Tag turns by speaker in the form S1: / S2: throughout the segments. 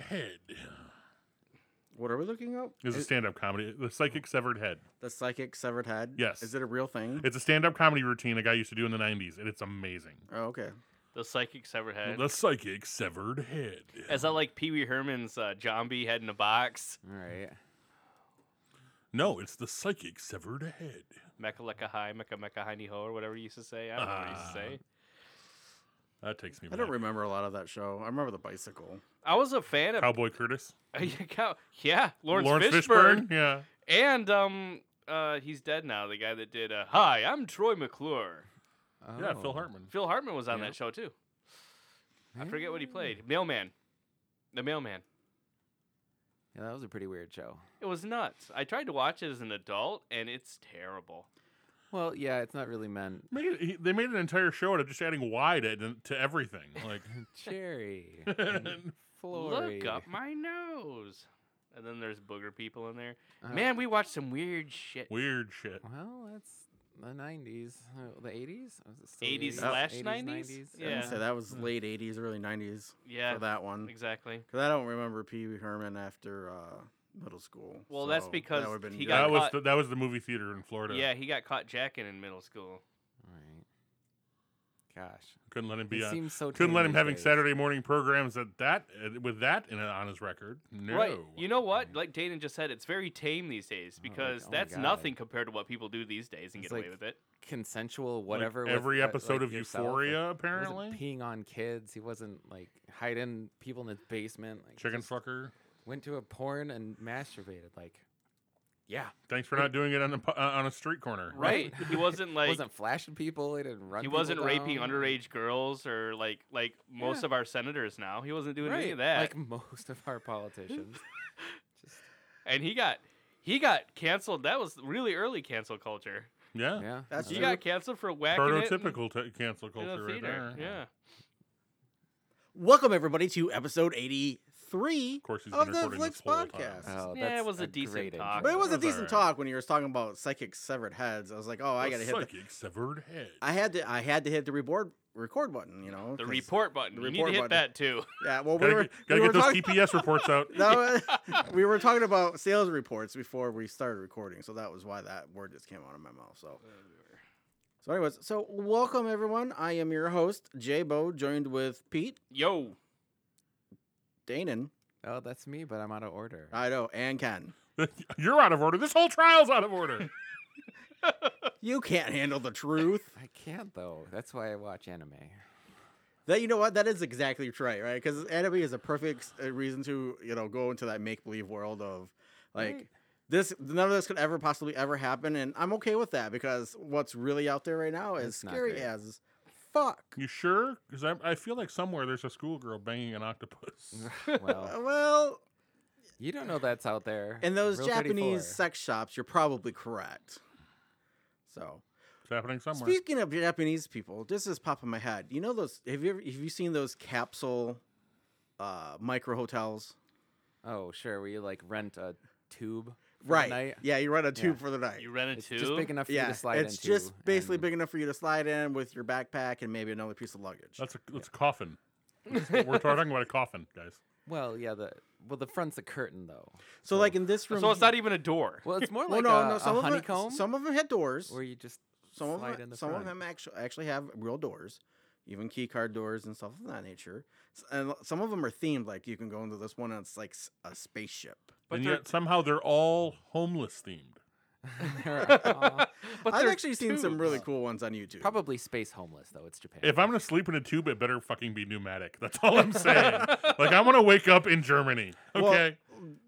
S1: head.
S2: What are we looking up?
S1: It's a stand up comedy. The psychic severed head.
S2: The psychic severed head.
S1: Yes.
S2: Is it a real thing?
S1: It's a stand up comedy routine a guy used to do in the 90s, and it's amazing.
S2: oh, okay.
S3: The psychic severed head.
S1: The psychic severed head.
S3: Is that like Pee Wee Herman's uh, zombie head in a box?
S4: All right.
S1: No, it's the psychic severed head.
S3: Mecha Lecca High, Mecha Mecha Hiney Ho, or whatever you used to say. I don't know what you used to say.
S1: That takes me
S2: I
S1: back.
S2: don't remember a lot of that show. I remember the bicycle.
S3: I was a fan of.
S1: Cowboy Curtis.
S3: yeah, cow- yeah, Lawrence, Fishburne.
S1: Yeah.
S3: And um, uh, he's dead now. The guy that did uh, "Hi, I'm Troy McClure."
S1: Yeah, Phil
S4: Oh.
S1: Hartman.
S3: Phil Hartman was on
S4: Yeah.
S3: that show too. I forget what he played. Mailman, the mailman.
S4: Yeah, that was a pretty weird show.
S3: It was nuts. I tried to watch it as an adult, and it's terrible.
S4: Well, yeah, it's not really meant.
S1: Made it, he, they made an entire show out of just adding "y" to, to everything. Like,
S4: Cherry. and Flory.
S3: Look up my nose. And then there's booger people in there.
S4: Uh,
S3: Man, we watched some weird shit.
S1: weird shit.
S4: Well, that's the 90s. Uh, The 80s? Was it still
S3: 80s
S4: the
S3: slash
S4: 80s,
S3: 90s?
S2: I would
S3: Yeah.
S2: say that was late '80s, early '90s
S3: Yeah,
S2: for that one.
S3: exactly.
S2: Because I don't remember Pee Wee Herman after uh, middle school.
S3: Well, that's
S2: so
S3: because
S2: would've been
S3: he
S2: good.
S3: got
S1: That was
S3: caught-
S1: the, that was the movie theater in Florida.
S3: Yeah, he got caught jacking in middle school.
S4: All right. Gosh.
S1: couldn't let him
S4: He
S1: be on.
S4: seems so
S1: Couldn't
S4: teen
S1: let him
S4: these
S1: having
S4: days.
S1: Saturday morning programs at that uh, with that in on his record. No,
S3: Right. You know what? Like Dayton just said, it's very tame these days because
S4: oh my
S3: that's
S4: God.
S3: nothing compared to what people do these days and
S4: It's
S3: get away
S4: like
S3: with it.
S4: Consensual,
S1: Like,
S4: whatever. with,
S1: every
S4: uh,
S1: episode
S4: like
S1: of
S4: yourself, like,
S1: Euphoria,
S4: he wasn't
S1: apparently.
S4: peeing on kids. He wasn't like hiding people in his basement. Like,
S1: Chicken
S4: just
S1: fucker.
S4: Went to a porn and masturbated. Like, yeah.
S1: Thanks for not doing it on a pu- uh, on a street corner.
S3: Right. he wasn't like
S4: wasn't flashing people. He didn't run.
S3: he
S4: people
S3: wasn't raping
S4: down.
S3: underage girls or like like most
S4: Yeah.
S3: of our senators now. He wasn't doing any
S4: Right.
S3: of that.
S4: Like most of our politicians.
S3: and he got he got canceled. That was really early cancel culture.
S1: Yeah.
S4: yeah.
S2: That's
S3: He
S2: true.
S3: got canceled for whacking it in-
S1: Prototypical t- cancel
S3: in the
S1: culture right
S3: theater.
S1: there.
S3: Yeah.
S2: Welcome everybody to episode 83
S1: course, he's
S2: of
S1: been
S2: the
S1: recording
S2: Flicks
S1: this whole time.
S2: podcast.
S4: Oh,
S3: Yeah, it
S4: that's
S3: was a decent
S4: great
S3: talk.
S2: But it
S4: intro.
S2: was a
S1: That's all
S2: decent
S1: right.
S2: talk when you were talking about psychic severed heads. I was like, oh, I
S1: The
S2: gotta hit the,
S1: psychic severed head.
S2: I had to, I had to hit the reboard record button. You know,
S3: The
S2: 'cause-
S3: report button.
S2: the
S3: you
S2: report
S3: need to hit
S2: button.
S3: that too.
S2: Yeah, well,
S1: gotta
S2: we were,
S1: get, gotta get
S2: we were
S1: those
S2: talking,
S1: TPS reports out.
S2: no, we were talking about sales reports before we started recording, so that was why that word just came out of my mouth. So, so anyways, so welcome everyone. I am your host Jay Bo, joined with Pete
S3: Yo.
S2: Danon,
S4: Oh, that's me, but I'm out of order.
S2: Ido, and Ken.
S1: You're out of order. This whole trial's out of order.
S2: You can't handle the truth.
S4: I can't though. That's why I watch anime.
S2: That you know what that is exactly right, right? Because anime is a perfect uh, reason to you know go into that make believe world of like
S4: Right.
S2: this. None of this could ever possibly ever happen, and I'm okay with that because what's really out there right now is
S4: It's not
S2: scary
S4: great.
S2: as fuck.
S1: you sure? Because I, I feel like somewhere there's a schoolgirl banging an octopus.
S2: Uh,
S4: Well,
S2: Well,
S4: you don't know that's out there.
S2: in those
S4: Rule 34.
S2: Japanese sex shops, you're probably correct. So,
S1: It's happening somewhere.
S2: speaking of Japanese people, this is popping my head. You know those? Have you ever, have you seen those capsule uh, micro hotels?
S4: Oh, sure. Where you like rent a tube. For
S2: Right.
S4: The night.
S2: Yeah, you rent a tube for the night.
S3: You rented
S4: It's
S3: two.
S4: just big enough for you to slide
S2: it's
S4: into.
S2: just basically
S4: and-
S2: big enough for you to slide in with your backpack and maybe another piece of luggage.
S1: That's a that's a coffin. That's what We're talking about a coffin, guys.
S4: Well, yeah. The well, the front's a curtain though.
S2: so, like in this room,
S3: so it's not even a door.
S4: Well, it's more
S2: well,
S4: like
S2: no,
S4: a,
S2: no,
S4: a
S2: some of
S4: honeycomb.
S2: Them, some of them had doors.
S4: where you just
S2: Some of
S4: slide
S2: them,
S4: in the
S2: some
S4: front.
S2: of them actually actually have real doors, even key card doors and stuff of that nature. S- And l- some of them are themed. Like you can go into this one and it's like s- a spaceship.
S3: But
S1: and
S3: they're-
S1: yet somehow they're all homeless themed.
S4: They're all-
S3: but
S2: I've
S3: they're
S2: actually seen some really
S3: tubes.
S2: cool ones on YouTube.
S4: probably space homeless though. It's Japan.
S1: If I'm gonna sleep in a tube, it better fucking be pneumatic. That's all I'm saying. like I want to wake up in Germany.
S2: Well,
S1: Okay.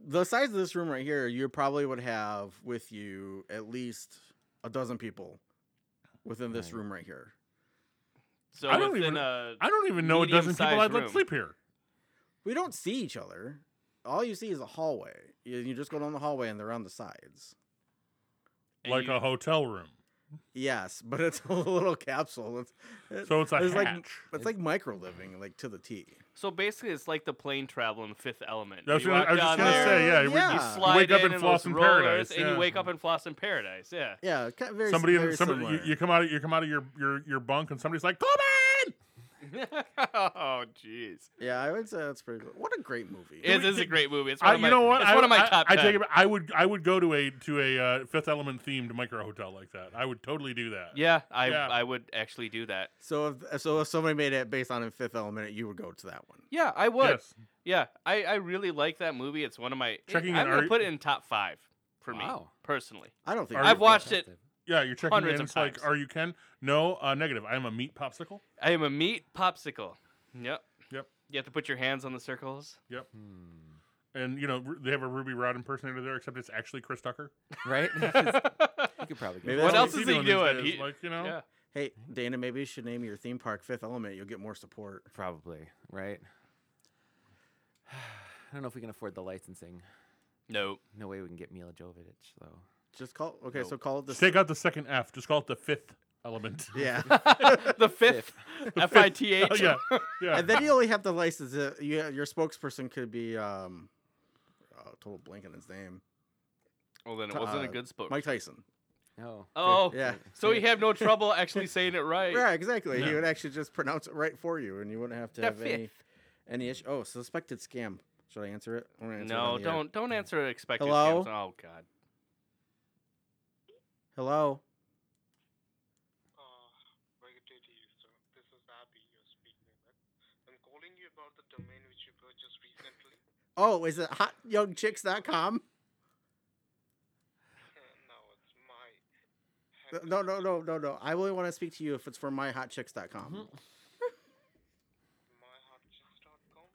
S2: the size of this room right here, you probably would have with you at least a dozen people within this
S4: Right.
S2: room right here.
S3: So
S1: I don't
S3: within
S1: even-
S3: a
S1: I don't even know a dozen people
S3: medium-sized
S1: I'd let
S3: room.
S1: sleep here.
S2: We don't see each other. All you see is a hallway. You, you just go down the hallway and they're on the sides.
S3: and
S1: like
S3: you-
S1: a hotel room.
S2: Yes, but it's a little capsule. It's, it-
S1: So it's a
S2: it's like
S1: hatch.
S2: it's like micro living, like to the T.
S3: So basically, it's like the plane travel in Fifth Element.
S1: I was
S3: You
S1: gonna-
S3: walk
S1: I was just
S3: down
S1: gonna
S3: there,
S1: say, yeah,
S2: you
S1: it would-
S2: Yeah.
S3: You
S2: you
S3: slide
S1: wake up
S3: in,
S1: in
S3: and
S1: Floss
S3: those
S1: in
S3: rollers,
S1: Paradise,
S3: and
S1: yeah.
S3: you wake up in Floss in Paradise. Yeah.
S2: Yeah, kind of very
S1: somebody,
S2: very
S1: somebody, you,
S2: similar.
S1: you come out of you come out of your your your bunk, and somebody's like, "Come in!"
S3: oh, jeez.
S2: Yeah, I would say that's pretty cool. What a great movie.
S3: It is a great movie. It's one
S1: I,
S3: of my,
S1: you know what?
S3: It's
S1: I,
S3: one of my
S1: I-
S3: top
S1: I,
S3: 10.
S1: take it. back. I would. I would go to a to a uh, Fifth Element themed micro hotel like that. I would totally do that.
S3: Yeah, I
S1: Yeah.
S3: I would actually do that.
S2: So if so if somebody made it based on a Fifth Element, you would go to that one.
S3: Yeah, I would.
S1: Yes.
S3: Yeah, I, I really like that movie. It's one of my. it-
S1: Checking
S3: I'm
S1: in
S3: gonna
S1: our-
S3: put it in top five for me
S4: Wow.
S3: personally.
S2: I don't think
S1: Are
S2: you
S1: I've
S2: could.
S3: watched it.
S1: Yeah. You're checking
S3: Hundreds
S1: in.
S3: of
S1: It's like,
S3: times.
S1: are you Ken? No. Uh, negative. I am a meat popsicle.
S3: I am a meat popsicle. Yep.
S1: Yep.
S3: You have to put your hands on the circles.
S4: Hmm.
S1: And you know Ru- they have a Ruby Rod impersonator there, except it's actually Chris Tucker.
S4: Right? you
S3: yeah.
S4: could probably
S2: Maybe
S4: get
S2: What
S1: That's
S2: else
S1: he's
S3: is he
S1: these
S3: doing?
S1: days,
S3: He-
S1: like you know.
S2: Hey Dana, maybe you should name your theme park Fifth Element. You'll get more support.
S4: probably, right? I don't know if we can afford the licensing.
S3: No.
S4: No way we can get Mila Jovovich though.
S2: Just call. Okay, so call it the.
S1: Just take out the second F. Just call it the fifth element.
S2: yeah,
S3: the fifth. F I T
S1: Oh,
S3: H.
S1: yeah. Yeah.
S2: and then you only have to license it. You, your spokesperson could be um, oh, total blank on his name.
S3: Well, then it wasn't a
S2: Uh,
S3: good spot.
S2: Mike Tyson.
S4: No.
S3: Oh,
S2: Yeah.
S3: so we have no trouble actually saying it right.
S2: Yeah, exactly. He
S1: Yeah.
S2: would actually just pronounce it right for you, and you wouldn't have to
S3: The
S2: have any any issue. Oh, suspected scam. Should I answer it? I'm gonna answer it
S3: No,
S2: on the air.
S3: don't don't answer expected.
S2: Hello?
S3: scams. Oh God.
S2: Hello.
S5: Uh, Vegetate Houston. This is Abby you're speaking with. I'm calling you about the domain which you purchased recently.
S2: Oh, is it hotyoungchicks.com?
S5: no, it's my.
S2: Th- No, no, no, no, no. I only want to speak to you if it's for myhotchicks.com.
S5: MyHotChicks.com?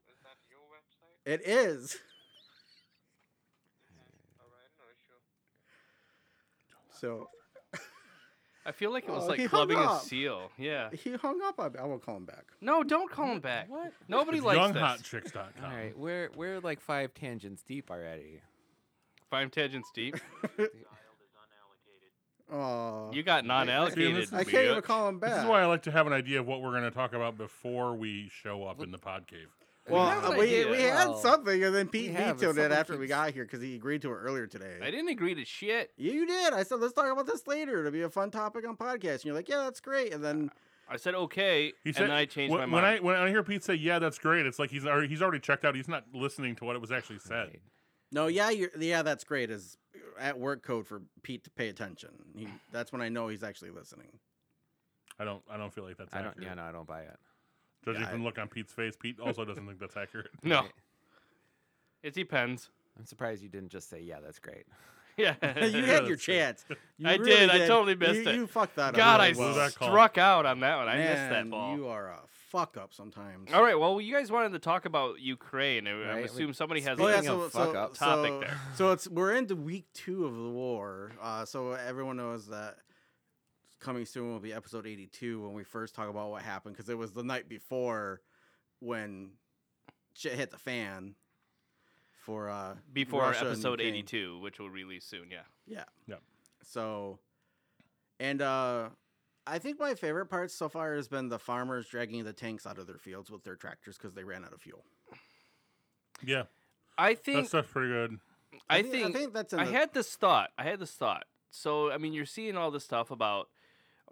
S5: Is that your website?
S2: It is.
S5: Alright, no issue.
S2: So
S3: I feel like it was
S2: Oh, he
S3: like
S2: hung
S3: clubbing a
S2: up.
S3: seal. Yeah.
S2: he hung up. on me. I will call him back.
S3: No, don't call him back.
S4: What?
S3: Nobody
S1: It's
S3: likes this.
S1: younghotchicks.com.
S4: All right, we're we're like five tangents deep already.
S3: Five tangents deep.
S2: Oh,
S3: You got non-allocated.
S1: this
S2: I can't even
S3: bitch.
S2: call him back.
S1: This is why I like to have an idea of what we're going to talk about before we show up in the pod cave.
S3: have
S2: Well,
S3: an
S2: we,
S3: idea.
S2: we had
S4: Well,
S2: something, and then Pete
S4: we have,
S2: vetoed
S4: but
S2: it
S4: someone
S2: after we
S4: keeps-
S2: got here because he agreed to it earlier today.
S3: I didn't agree to shit.
S2: You did. I said, let's talk about this later. It'll be a fun topic on podcast. And you're like, yeah, that's great. And then,
S3: I said okay,
S1: He said,
S3: and then I changed
S1: when,
S3: my
S1: when
S3: mind.
S1: I when I hear Pete say, "Yeah, that's great," it's like he's already he's already checked out. He's not listening to what it was actually said.
S4: Right.
S2: no, yeah, you're, yeah, that's great is at work code for Pete to pay attention. He, that's when I know he's actually listening.
S1: I don't I don't feel like that's
S4: I don't.
S1: accurate.
S4: Yeah, no, I don't buy it.
S1: Judging
S2: yeah,
S1: from the look on Pete's face, Pete also doesn't think that's accurate.
S3: no,
S4: Right.
S3: it depends.
S4: I'm surprised you didn't just say, "Yeah, that's great."
S3: Yeah,
S2: you
S1: Yeah,
S2: had your
S1: that's true.
S2: chance. You
S3: I did. I totally missed
S2: you,
S3: it.
S2: You fucked that
S3: God, I
S2: up.
S1: Blew that call.
S3: struck out on that one. I
S2: Man,
S3: missed that ball.
S2: You are a fuck up sometimes.
S3: All right. Well, you guys wanted to talk about Ukraine. I, I
S4: Right, we-
S3: assume somebody has.
S2: Oh, yeah,
S3: a
S4: Speaking
S2: so,
S4: of fuck
S2: so,
S4: ups.
S3: Topic
S2: so-
S3: there.
S2: So it's we're into week two of the war. Uh, so everyone knows that coming soon will be episode eighty two when we first talk about what happened because it was the night before when shit hit the fan for uh
S3: before
S2: Russia and
S3: episode
S2: Ukraine.
S3: 82, which will release soon. Yeah.
S2: So, and uh, I think my favorite part so far has been the farmers dragging the tanks out of their fields with their tractors because they ran out of fuel.
S1: Yeah,
S3: I
S1: that
S3: think.
S1: stuff's pretty good.
S3: I
S2: I
S3: think.
S2: think that's in
S3: I
S2: the-
S3: had this thought. I had this thought. So I mean, you're seeing all this stuff about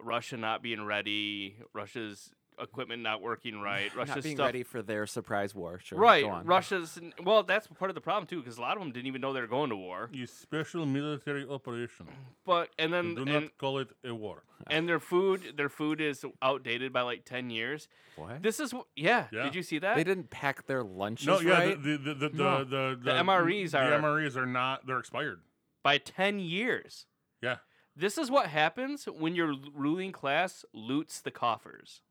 S3: Russia not being ready, Russia's equipment not working right, Russia's
S4: Not being
S3: stuff.
S4: ready for their surprise war. Sure. go
S3: Right,
S4: on.
S3: Russia's well. That's part of the problem too, because a lot of them didn't even know they were going to war.
S1: You special military operation.
S3: But and
S1: You
S3: then
S1: do
S3: and,
S1: not call it a war.
S3: and their food, their food is outdated by like ten years.
S4: What?
S3: This is wh- yeah.
S1: Yeah.
S3: Did you see that?
S4: They didn't pack their lunches
S1: No, yeah,
S4: right.
S1: the, the, the, the,
S4: No.
S1: the, the,
S3: The MREs are-
S1: the MREs are not they're expired.
S3: by ten years.
S1: Yeah,
S3: This is what happens when your l- ruling class loots the coffers.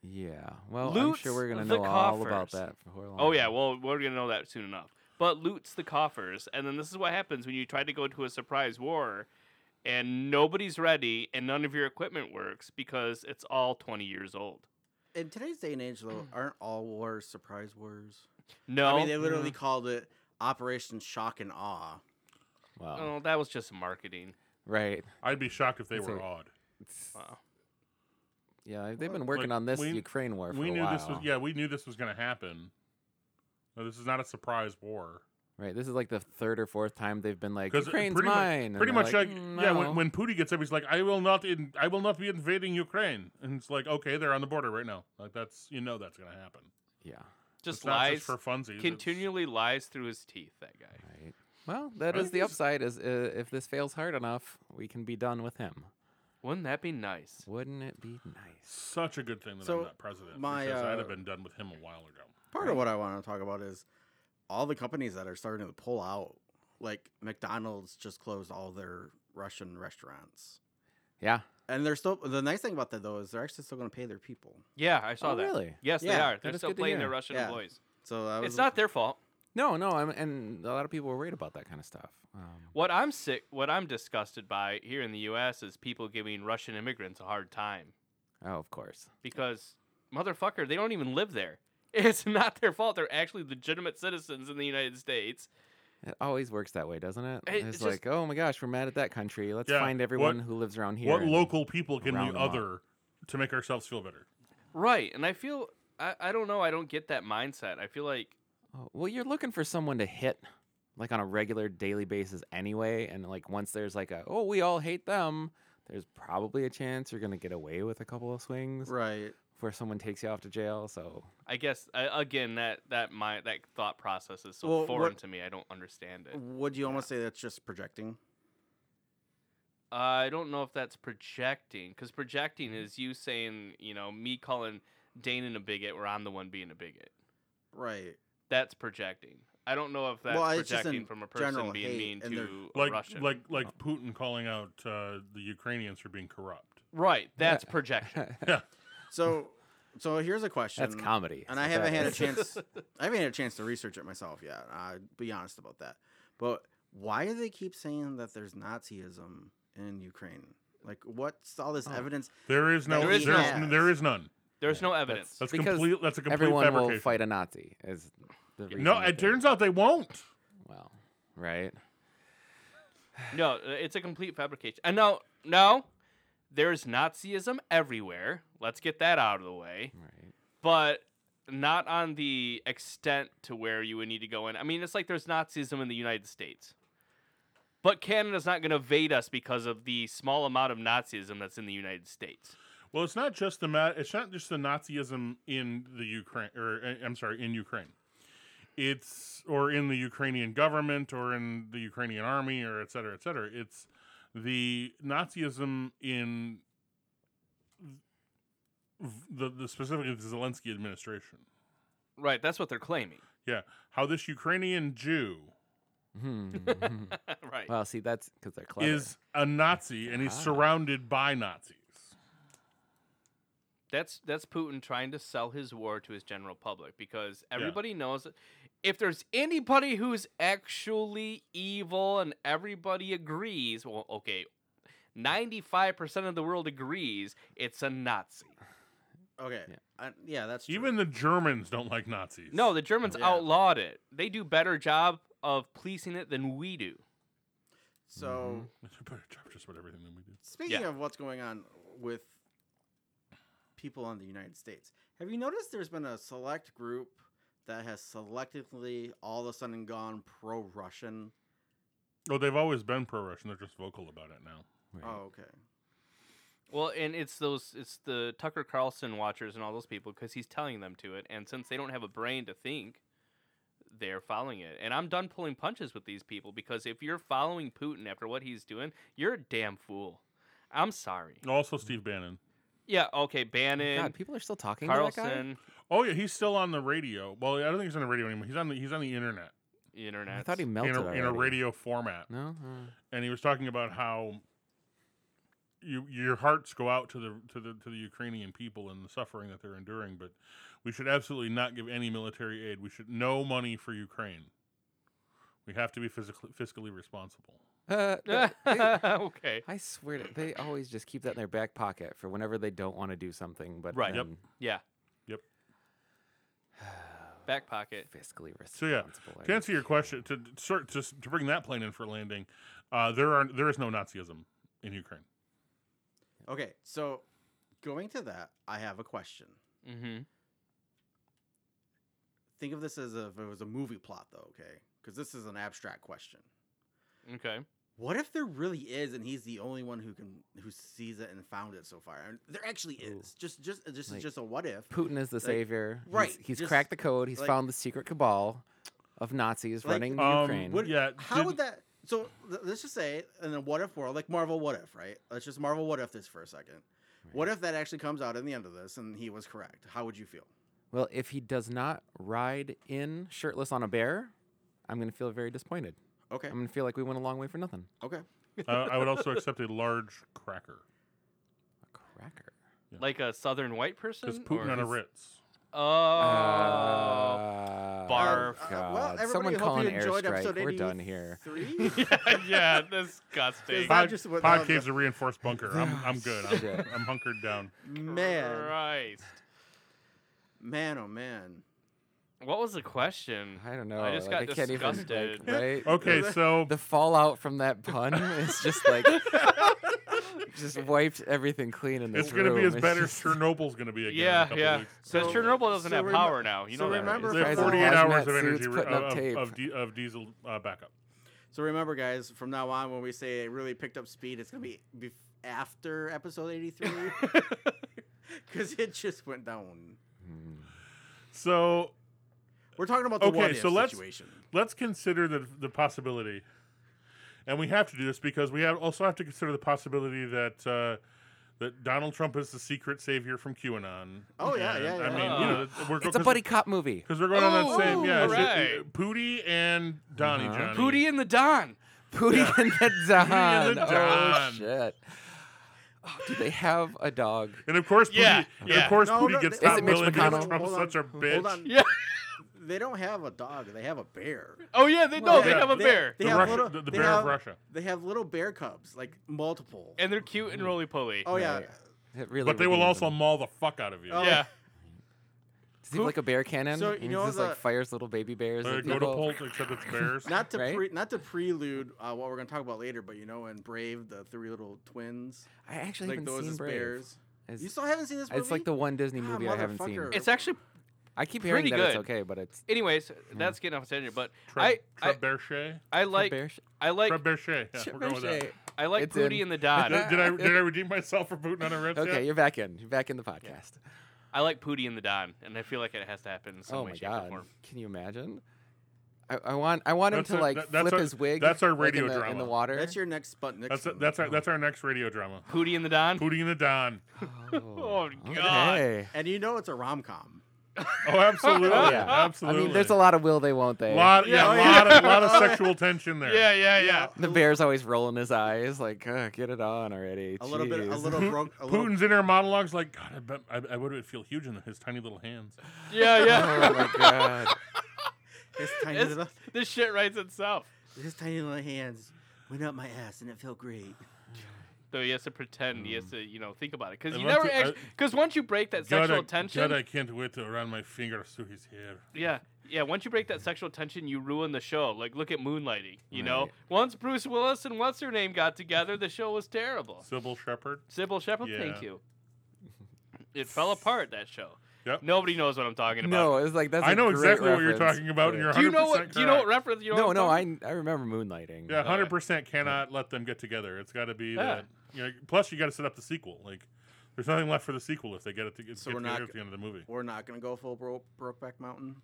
S4: yeah. Well, I'm
S3: Loots
S4: sure we're gonna
S3: the
S4: know all about
S3: coffers.
S4: that. Before long.
S3: Oh yeah, well we're gonna know that soon enough. But loots the coffers, and then this is what happens when you try to go to a surprise war, and nobody's ready, and none of your equipment works because it's all twenty years old.
S2: In today's day and age, though, aren't all wars surprise wars?
S3: No,
S2: I mean, they literally
S1: Mm.
S2: called it Operation Shock and Awe.
S4: Wow.
S3: oh, that was just marketing.
S4: Right.
S1: I'd be shocked if they
S4: That's
S1: were
S4: a-
S1: awed.
S3: Wow.
S4: Yeah, they've been working on this
S1: we-
S4: Ukraine war for
S1: we
S4: a
S1: knew
S4: while.
S1: this was yeah we knew this was going to happen Uh, this is not a surprise war
S4: Right. This is like the third or fourth time they've been like
S1: Because uh, pretty,
S4: Ukraine's
S1: mu-
S4: mine. and
S1: pretty
S4: they're
S1: much like,
S4: "Mm,
S1: yeah,
S4: no."
S1: when, when Pooty gets up, he's like, "I will not in, I will not be invading Ukraine," and it's like, okay, they're on the border right now. Like that's you know that's gonna happen.
S4: yeah,
S1: It's
S3: Just
S1: not
S3: lies.
S1: just for funsies. it's-
S3: continually lies through his teeth. That guy.
S4: right. Well, that
S1: Right?
S4: is the upside. Is uh, if this fails hard enough, we can be done with him.
S3: Wouldn't that be nice?
S4: Wouldn't it be nice?
S1: such a good thing that
S2: So,
S1: I'm not president
S2: my,
S1: because I'd
S2: uh,
S1: have been done with him a while ago.
S2: Part of what I want to talk about is all the companies that are starting to pull out. Like McDonald's just closed all their Russian restaurants.
S4: Yeah.
S2: And they're still the nice thing about that though is they're actually still going to pay their people.
S3: Yeah, I saw
S4: Oh,
S3: that.
S4: really?
S3: Yes, they
S2: Yeah,
S3: are.
S4: that
S3: They're
S4: is
S3: still
S4: good to
S3: playing their
S4: hear.
S3: Russian
S2: Yeah.
S3: employees.
S2: So that was
S3: It's not their fault.
S4: No, no. I'm, and a lot of people were worried about that kind of stuff. Um,
S3: What I'm sick, what I'm disgusted by here in the U.S. is people giving Russian immigrants a hard time
S4: oh, of course.
S3: because motherfucker, they don't even live there. It's not their fault. They're actually legitimate citizens in the United States.
S4: It always works that way, doesn't it?
S3: It-
S4: it's
S3: it's just-
S4: like, oh my gosh, we're mad at that country. Let's
S1: Yeah,
S4: find
S1: what-
S4: everyone who lives around here.
S1: What
S4: and-
S1: local people can
S4: round
S1: we
S4: 'em up.
S1: other to make ourselves feel better?
S3: Right. And I feel I, I don't know, I don't get that mindset. I feel like
S4: Oh, well, you're looking for someone to hit like on a regular daily basis anyway. And like once there's like a, oh, we all hate them, there's probably a chance you're going to get away with a couple of swings
S2: right.
S4: before someone takes you off to jail. So
S3: I guess I, again that that my that thought process is so
S2: Well,
S3: foreign
S2: what-
S3: to me. I don't understand it.
S2: Would you almost say that's just projecting?
S3: I don't know if that's projecting cuz projecting
S2: Mm-hmm.
S3: is you saying, you know, me calling Dane a bigot where I'm the one being a bigot.
S2: Right.
S3: That's projecting. I don't know if that's
S2: Well, it's just
S3: projecting
S2: in
S3: from a
S2: general
S3: person being
S2: hate
S3: mean
S2: and they're-
S3: to a
S1: Like
S3: Russian.
S1: like like
S4: Oh.
S1: Putin calling out uh, the Ukrainians for being corrupt.
S3: right, that's projection.
S4: that's
S2: So so here's a question.
S4: comedy.
S2: And
S4: is
S2: I
S4: what
S2: haven't
S4: that
S2: had a
S4: is.
S2: chance. I haven't had a chance to research it myself yet. I'll be honest about that. But why do they keep saying that there's Nazism in Ukraine? Like, what's all this
S4: Oh.
S2: evidence?
S1: There is no
S2: There is
S1: there's,
S2: none.
S1: there is none.
S3: There's no
S4: Yeah,
S3: evidence.
S1: That's
S4: Because
S1: complete. That's a complete
S4: Everyone
S1: fabrication.
S4: will fight a Nazi. Is the reason
S1: no,
S4: that
S1: it
S4: they-
S1: turns out they won't.
S4: Well, right.
S3: No, uh, it's a complete fabrication. And no, no, there's Nazism everywhere. Let's get that out of the way.
S4: Right.
S3: But not on the extent to where you would need to go in. I mean, it's like there's Nazism in the United States. But Canada's not going to invade us because of the small amount of Nazism that's in the United States.
S1: Well, it's not just the ma- it's not just the Nazism in the Ukraine or uh, I'm sorry, in Ukraine. It's or in the Ukrainian government or in the Ukrainian army or et cetera, et cetera. It's the Nazism in v- the the specifically the Zelensky administration.
S3: Right, that's what they're claiming.
S1: Yeah, how this Ukrainian Jew
S4: Hmm.
S3: right.
S4: well, see, that's because they're clever.
S1: is a Nazi and he's
S4: uh, Ah.
S1: surrounded by Nazis.
S3: That's that's Putin trying to sell his war to his general public because everybody knows that if there's anybody who's actually evil and everybody agrees, well, okay, ninety-five percent of the world agrees it's a Nazi.
S2: Okay.
S4: Yeah.
S2: I, yeah that's true.
S1: Even the Germans don't like Nazis.
S3: No, the Germans
S2: Yeah.
S3: outlawed it. They do better job of policing it than we do.
S2: so.
S4: Mhm.
S1: better job just about everything that we do.
S2: Speaking
S3: Yeah.
S2: of what's going on with people in the United States, have you noticed there's been a select group that has selectively all of a sudden gone pro-Russian?
S1: Well, they've always been pro-Russian. They're just vocal about it now.
S4: Right.
S2: Oh, okay.
S3: Well, and it's those it's the Tucker Carlson watchers and all those people because he's telling them to it, and since they don't have a brain to think, they're following it. And I'm done pulling punches with these people because if you're following Putin after what he's doing, you're a damn fool. I'm sorry.
S1: Also, Steve Bannon.
S3: Yeah. Okay.
S4: Oh God,
S3: Bannon,
S4: people are still talking to that guy.
S3: Carlson,
S1: Oh yeah, he's still on the radio. Well, I don't think he's on the radio anymore. He's on the he's on the internet
S3: internet.
S4: I thought he
S1: in
S4: melted
S1: a, in a
S4: already.
S1: radio format,
S4: No, Uh,
S1: and he was talking about how you your hearts go out to the to the to the Ukrainian people and the suffering that they're enduring, but we should absolutely not give any military aid. We should no money for Ukraine. We have to be physically fiscally responsible.
S4: Uh, th- they-
S3: okay.
S4: I swear to, they always just keep that in their back pocket for whenever they don't want to do something. But
S3: Right. Yep.
S4: then
S3: Yeah.
S1: Yep.
S3: Back pocket.
S4: fiscally responsible.
S1: So, yeah,
S4: I
S1: To
S4: don't
S1: answer your question, to to, to to bring that plane in for landing, uh, there are there is no Nazism in Ukraine.
S2: Okay, so going to that, I have a question.
S3: Mm-hmm.
S2: Think of this as if it was a movie plot, though, okay? Because this is an abstract question.
S3: Okay.
S2: What if there really is, and he's the only one who can who sees it and found it so far? And there actually
S4: Ooh.
S2: is. Just, just, this is
S4: Like-
S2: just a what if.
S4: Putin is the savior. He's-
S2: right,
S4: He's,
S2: just-
S4: cracked the code. He's
S2: like-
S4: found the secret cabal of Nazis
S2: Like,
S4: running the Ukraine.
S2: what-
S1: Um, yeah.
S2: How
S1: did-
S2: would that? So th- let's just say in a what if world, like Marvel, what if, right? Let's just Marvel, what if this for a second. What if that actually comes out in the end of this, and he was correct? How would you feel?
S4: well, if he does not ride in shirtless on a bear, I'm going to feel very disappointed.
S2: Okay, Um,
S4: I'm going to feel like we went a long way for nothing.
S2: okay.
S1: uh, I would also accept a large cracker
S4: A cracker.
S3: Like a southern white person?
S1: because Putin
S3: or-
S1: on a Ritz.
S3: Oh.
S4: Uh,
S3: barf.
S2: Uh, uh, well,
S4: God.
S2: everybody,
S4: Someone
S2: hope
S4: call
S2: you
S4: an
S2: enjoyed
S4: airstrike.
S2: episode
S4: We're done here.
S2: 83?
S3: yeah, yeah, disgusting.
S2: Is that
S1: Pod,
S2: just what- oh,
S1: pod
S2: no,
S1: cave's a reinforced bunker. I'm, I'm good. I'm,
S4: Shit.
S1: I'm hunkered down.
S2: man,
S3: Christ.
S2: man, oh man.
S3: What was the question?
S4: I don't know.
S3: I just
S4: like,
S3: got
S4: I can't even, like,
S3: disgusted.
S4: right?
S1: Okay, so
S4: The fallout from that pun is just like just wiped everything clean in this
S1: it's gonna be
S4: room.
S1: as bad as
S4: just-
S1: Chernobyl's gonna be again. in a
S3: Yeah,
S1: couple
S3: yeah.
S1: weeks.
S3: So,
S2: So-
S3: Chernobyl doesn't
S2: so
S3: have
S2: remem-
S3: power now. You
S2: so
S3: know that, right?
S2: remember
S1: They have
S4: Guys in
S1: 48 hours
S4: hazmat
S1: of energy
S4: suits
S1: re-
S4: putting up
S1: of,
S4: tape.
S1: of, di- of diesel uh, backup.
S2: So remember, guys, from now on, when we say it really picked up speed, it's gonna be bef- after episode eighty-three, because it just went down.
S4: Hmm.
S1: So
S2: We're talking about the
S1: Okay,
S2: what if
S1: so let's-
S2: situation.
S1: let's consider the the possibility, and we have to do this because we have also have to consider the possibility that uh, that Donald Trump is the secret savior from QAnon.
S2: Oh, yeah,
S1: And,
S2: yeah,
S1: I
S2: yeah.
S1: mean, you know, we're
S4: Uh, It's a buddy cop movie.
S1: because we're going on that
S3: Oh,
S1: same. Yeah, it's just,
S3: right.
S1: uh, Pootie and Donnie
S4: Uh-huh.
S1: Johnny.
S3: Pootie and the Don.
S4: Pootie and the Don.
S1: the
S4: Oh
S1: Don.
S4: shit. Oh, do they have a dog?
S1: and of course, Pootie,
S3: Yeah,
S1: and
S3: yeah.
S1: of course,
S2: No,
S1: Pootie
S2: no,
S1: gets
S2: they- Is
S1: not
S4: it Mitch
S1: willing because
S4: McConnell?
S1: Trump's
S2: Hold on,
S1: such a bitch.
S2: Hold on.
S3: Yeah.
S2: They don't have a dog. They have a bear.
S3: Oh yeah, they
S2: Well,
S3: no, they
S1: yeah.
S3: have a
S2: They-
S3: bear.
S1: The,
S2: they have
S1: Russia,
S2: little-
S1: the, the
S2: they
S1: bear
S2: have-
S1: of Russia.
S2: They have little bear cubs, like multiple.
S3: and they're cute
S1: Mm.
S3: and roly poly.
S2: oh yeah.
S4: Right. It really
S1: But they will
S4: redeems
S1: also
S4: them.
S1: maul the fuck out of you. Uh,
S2: Oh,
S3: yeah.
S4: Does he have, like a bear cannon?
S2: So, you
S4: And he
S2: know
S4: just
S2: the-
S4: like fires little baby bears.
S1: Uh,
S4: at
S1: go to
S4: people?
S1: Polt, except it's bears.
S2: Not to
S4: Right?
S2: pre- not to prelude uh, what we're gonna talk about later, but you know, in Brave, the three little twins,
S4: I actually
S2: like
S4: haven't
S2: those
S4: seen
S2: as
S4: Brave.
S2: bears.
S4: It's,
S2: You still haven't seen this movie?
S4: it's like the one Disney
S2: Ah,
S4: movie I haven't seen.
S2: motherfucker.
S3: It's actually
S4: I keep
S3: pretty
S4: hearing that it's
S3: good.
S4: okay, but it's
S3: anyways,
S1: Mm.
S3: that's getting off tangent, but
S1: Tre-
S3: I- I-
S1: Trebuchet?
S3: I like
S4: bear sh-
S3: I like
S1: Fred Berchet. Yeah, we're going with that.
S4: Trebuchet.
S3: I like
S4: It's
S3: Pootie
S4: in.
S3: and the Don.
S1: Did, did I did I redeem myself for Putin on a red
S4: Okay, you're back in. You're back in the podcast.
S3: I like Pootie and the Don, and I feel like it has to happen in some
S4: oh
S3: way,
S4: my
S3: shape, or
S4: god!
S3: form.
S4: Can you imagine? I, I want I want him
S1: That's a-
S4: to like
S1: that- that's
S4: flip
S1: a-
S4: his wig.
S1: that's our
S4: like, in
S1: radio
S4: the- in
S1: drama.
S4: the water.
S2: That's your next Sputnik.
S1: That's a,
S2: film.
S1: that's our that's our next radio drama.
S3: Pootie and the Don.
S1: Pootie and the Don.
S4: Oh,
S3: Oh, God.
S4: okay.
S2: and you know it's a rom com.
S1: Oh, absolutely,
S4: Oh, yeah. I
S1: absolutely.
S4: mean, there's a lot of will they won't they.
S1: lot, yeah, a
S3: Yeah, oh,
S1: lot,
S2: yeah.
S1: Of, lot of sexual tension there.
S3: Yeah, yeah, yeah.
S4: The bear's always rolling his eyes, like, "Ugh, get it on already.
S2: A little bit, a
S4: jeez."
S2: little broke. A little,
S1: Putin's inner monologue's like, God, I bet I, I would feel huge in his tiny little hands.
S3: Yeah,
S4: oh
S3: yeah.
S4: my god!
S2: his tiny
S3: It's-
S2: little,
S3: this shit writes itself.
S2: his tiny little hands went up my ass, and it felt great.
S3: So he has to pretend. He has to, you know, think about it because
S1: I
S3: you
S1: want
S3: never
S1: to- I-
S3: because once you break that
S1: God,
S3: sexual
S1: I,
S3: tension,
S1: God, I can't wait to run my fingers through his hair.
S3: yeah, yeah. Once you break that sexual tension, you ruin the show. Like, look at Moonlighting. You know,
S4: Right.
S3: once Bruce Willis and what's her name got together, the show was terrible.
S1: Sybil Shepherd.
S3: Sybil Shepherd,
S1: Yeah.
S3: thank you. It fell apart that show.
S1: Yep.
S3: Nobody knows what I'm talking about.
S4: No, it's like that's.
S1: I
S4: a
S1: know
S4: great
S1: exactly what you're
S4: reference.
S1: talking about, and
S4: Yeah.
S1: you're
S3: Do you know
S1: 100%
S3: what? Do you know what
S1: correct.
S3: reference? You know
S4: No,
S3: what
S4: no,
S3: I'm
S4: I I remember moonlighting.
S1: Yeah,
S3: Oh, yeah.
S1: hundred percent cannot let them get together. It's got to be
S3: Yeah.
S1: that. You know, plus, you got to set up the sequel. Like, there's nothing left for the sequel if they get it to get,
S2: So
S1: get
S2: we're not
S1: together
S2: g-
S1: at the end of the movie.
S2: We're not gonna go full bro- Brokeback Mountain.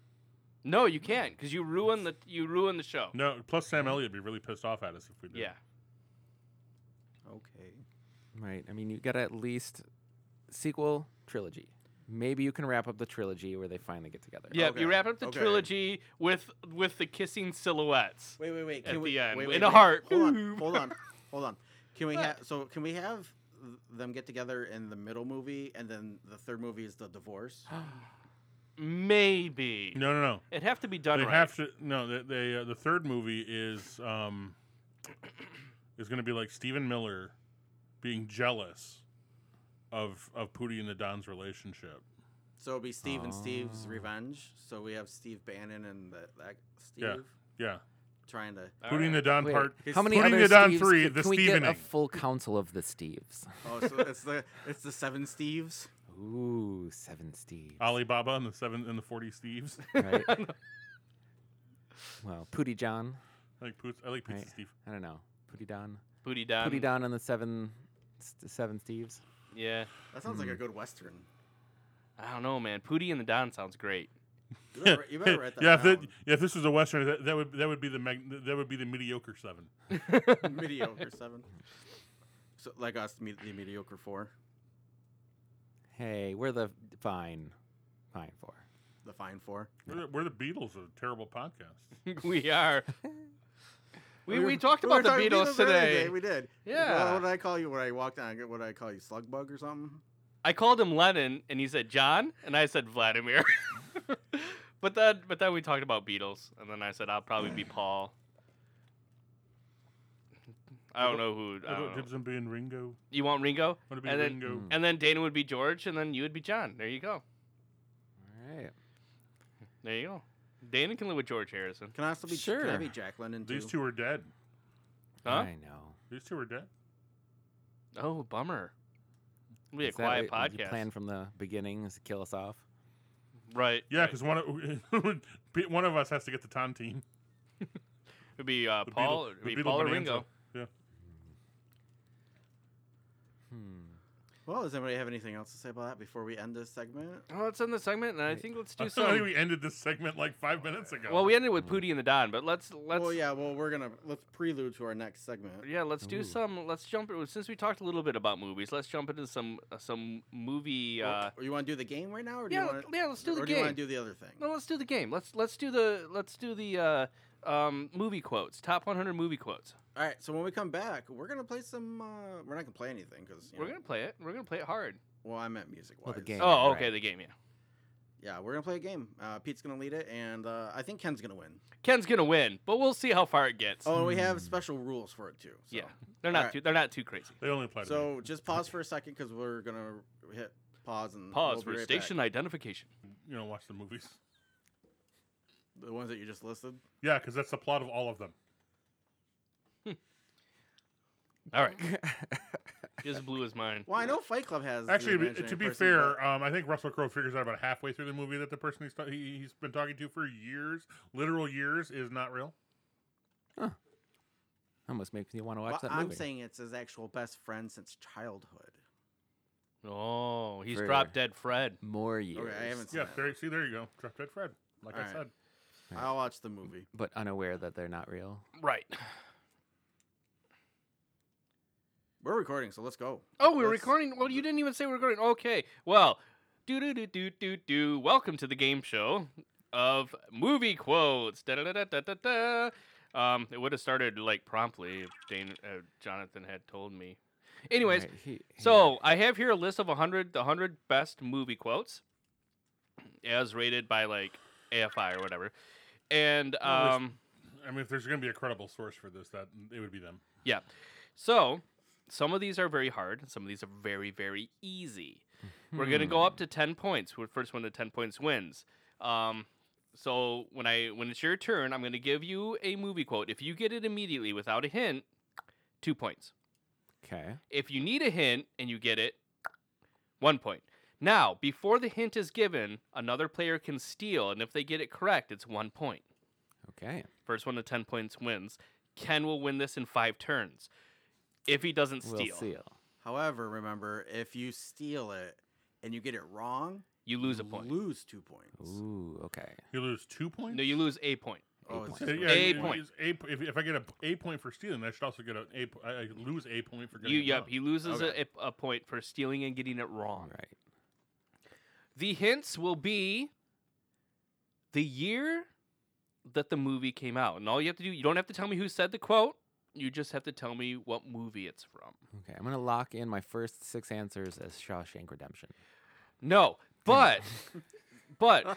S3: No, you can't because you ruin the you ruin the show.
S1: No, plus Sam Elliott would be really pissed off at us if we did.
S3: Yeah.
S2: Okay.
S4: Right. I mean, you got at least sequel trilogy. Maybe you can wrap up the trilogy where they finally get together.
S3: Yeah,
S2: Okay,
S3: you wrap up the
S2: okay.
S3: trilogy with with the kissing silhouettes.
S2: Wait, wait, wait.
S3: At
S2: Can we,
S3: the end,
S2: wait,
S3: in
S2: wait,
S3: a
S2: wait.
S3: heart.
S2: Hold on, hold on, hold on. Can we have? So can we have th- them get together in the middle movie, and then the third movie is the divorce?
S3: Maybe.
S1: No, no, no.
S3: It'd have to be done
S1: they
S3: right.
S1: have to. No, they. they uh, the third movie is um is going to be like Stephen Miller being jealous of of Pootie and the Don's relationship.
S2: So it'll be Steve and Steve's
S4: Oh.
S2: revenge. So we have Steve Bannon and the, that Steve
S1: Yeah. Yeah,
S2: trying to.
S3: All
S1: Pootie and the
S3: right.
S1: Don
S4: Wait,
S1: part.
S4: How many
S1: Putting
S4: other
S1: it on
S4: Steves
S1: three,
S4: Can,
S1: the
S4: can we get a
S1: Stevening.
S4: full council of the Steves?
S2: Oh, so it's the it's the seven Steves.
S4: Ooh, seven Steves.
S1: Alibaba and the seven and the forty Steves.
S4: Right? well, Pooty John.
S1: I like Poots. I like Pizza
S4: Right.
S1: Steve.
S4: I don't know. Pooty Don.
S3: Booty
S1: Um,
S3: down.
S4: Pooty Don and the seven, st- seven Steves.
S3: Yeah.
S2: That sounds like a good western.
S3: I don't know, man. Pooty and the Don sounds great.
S2: You better, you better write that
S1: yeah, if that,
S2: down.
S1: yeah, if this was a western, that, that would that would be the mag, that would be the mediocre seven.
S2: mediocre seven. So like us, me- the mediocre four,
S4: Hey, we're the fine, fine four.
S2: the fine four.
S1: We're, the, we're the Beatles, a terrible podcast.
S3: we are. We, we, talked
S2: were
S3: about the
S2: talking
S3: Beatles,
S2: the other
S3: today.
S2: day, We did.
S3: Yeah.
S2: What, what did I call you when I walked down? What did I call you? Slug bug or something?
S3: I called him Lennon, and he said John, and I said Vladimir. but then, but then we talked about Beatles, and then I said I'll probably be Paul. I don't know who. I
S1: What
S3: don't
S1: about
S3: know.
S1: Dibs and being Ringo?
S3: You want Ringo,
S1: Want to be
S3: Oh. And then-
S1: Ringo?
S4: Mm.
S3: Mm-hmm. and then Dana would be George, and then you would be John. There you go.
S4: All right.
S3: There you go. Dana can live with George Harrison.
S2: Can I also be Can I
S4: Sure.
S2: be Jack Lennon too?
S1: These two are dead.
S3: Huh?
S4: I know.
S1: These two are dead.
S3: Oh, bummer. It'll be a
S4: Is that
S3: quiet
S4: what you
S3: podcast.
S4: planned from the beginning is to kill us off.
S3: Right.
S1: Yeah,
S3: right.
S1: because one of one of us has to get the tontine.
S3: it'd be uh,
S1: The Beatle-
S3: Paul.
S1: the
S3: it'd be
S1: Beatle
S3: Paul or
S1: Bonanza.
S3: Ringo.
S4: Hmm.
S2: Well, does anybody have anything else to say about that before we end this segment?
S3: Oh, let's end the segment, and I
S4: Right.
S3: think let's
S1: I
S3: do
S1: think
S3: some.
S1: we ended this segment like five minutes ago.
S3: Well, we ended with
S4: Mm.
S3: Pootie and the Don, but let's let's
S2: well, yeah. Well, we're gonna let's prelude to our next segment.
S3: Yeah, let's do
S4: Ooh.
S3: some. Let's jump. Since we talked a little bit about movies, let's jump into some uh, some movie.
S2: Well,
S3: Uh,
S2: or you want to do the game right now, or do
S3: yeah,
S2: you
S3: let-
S2: want
S3: yeah. Let's do the
S2: or do you
S3: game.
S2: want to do the other thing?
S3: no, let's do the game. Let's let's do the let's do the uh, um, movie quotes. Top 100 movie quotes.
S2: All right. So when we come back, we're gonna play some. Uh, we're not gonna play anything because
S3: We're gonna play it. We're gonna play it hard.
S2: Well, I meant music wise.
S4: Well, the game. Yeah,
S3: oh,
S4: right.
S3: okay. The game. Yeah.
S2: Yeah, we're gonna play a game. Uh, Pete's gonna lead it, and uh, I think Ken's gonna win.
S3: Ken's gonna win, but we'll see how far it gets.
S2: Oh, and we have
S4: Hmm.
S2: special rules for it too. So.
S3: yeah. They're not
S2: Alright.
S3: too. They're not too crazy.
S1: they only applied. to me.
S2: So just pause for a second because we're gonna hit pause and
S3: Pause
S2: we'll be
S3: for
S2: right back.
S3: station identification.
S1: you know, watch the movies.
S2: The ones that you just listed.
S1: Yeah, because that's the plot of all of them.
S3: All right.
S4: Hmm.
S3: Just blew his mind.
S2: Well, I know Fight Club has. the
S1: Actually, to be-
S2: imaginary
S1: to be
S2: person,
S1: fair,
S3: uh,
S1: um, I think Russell Crowe figures out about halfway through the movie that the person he's, ta- he, he's been talking to for years, literal years, is not real.
S4: Almost makes me want to
S2: but-
S4: watch
S2: but
S4: that
S2: I'm
S4: movie.
S2: saying it's his actual best friend since childhood.
S3: Oh, he's
S4: Further.
S3: drop dead, Fred.
S4: More years.
S2: Okay, I haven't seen
S1: Yeah,
S2: that.
S1: there, see, there you go. Drop Dead Fred. Like I
S2: Alright.
S1: said.
S4: Right.
S2: I'll watch the movie.
S4: But unaware that they're not real.
S3: Right.
S2: We're recording, so let's go.
S3: Oh, we're
S2: Let's-
S3: recording. Well, you didn't even say we're recording. Okay. Well, do do do do do do. Welcome to the game show of movie quotes. Da da da da da da. Um, it would have started like promptly if Dane, uh, Jonathan had told me. Anyways,
S4: Right, he- he-
S3: so I have here a list of 100 the 100 best movie quotes, as rated by like AFI or whatever, and
S1: Well, there's-
S3: um.
S1: I mean, if there's going to be a credible source for this, that it would be them.
S3: Yeah. So some of these are very hard, and some of these are very, very easy. We're
S4: hmm,
S3: gonna go up to ten points. We're first one to ten points wins. Um, so when I when it's your turn, I'm gonna give you a movie quote. If you get it immediately without a hint, two points.
S4: Okay.
S3: If you need a hint and you get it, one point. Now, before the hint is given, another player can steal, and if they get it correct, it's one point.
S4: Okay.
S3: First one to 10 points wins. Ken will win this in five turns if he doesn't
S4: We'll
S3: steal.
S4: seal.
S2: However, remember, if you steal it and you get it wrong,
S3: You lose a point.
S2: Lose two points.
S4: Ooh. Okay.
S1: You lose two points?
S3: No, you lose a point.
S2: Oh, it's
S1: Yeah,
S2: just-
S1: yeah,
S3: A
S1: you
S3: point.
S1: lose A, po- if, if I get a, a point for stealing, I should also get an a. po- I I lose a point for getting
S3: You,
S1: it
S3: yep,
S1: wrong.
S3: he loses a-
S2: Okay.
S3: a, a point for stealing and getting it
S4: All
S3: wrong.
S4: right.
S3: The hints will be the year that the movie came out. And all you have to do, you don't have to tell me who said the quote. You just have to tell me what movie it's from.
S4: Okay. I'm gonna lock in my first six answers as Shawshank Redemption.
S3: No, but but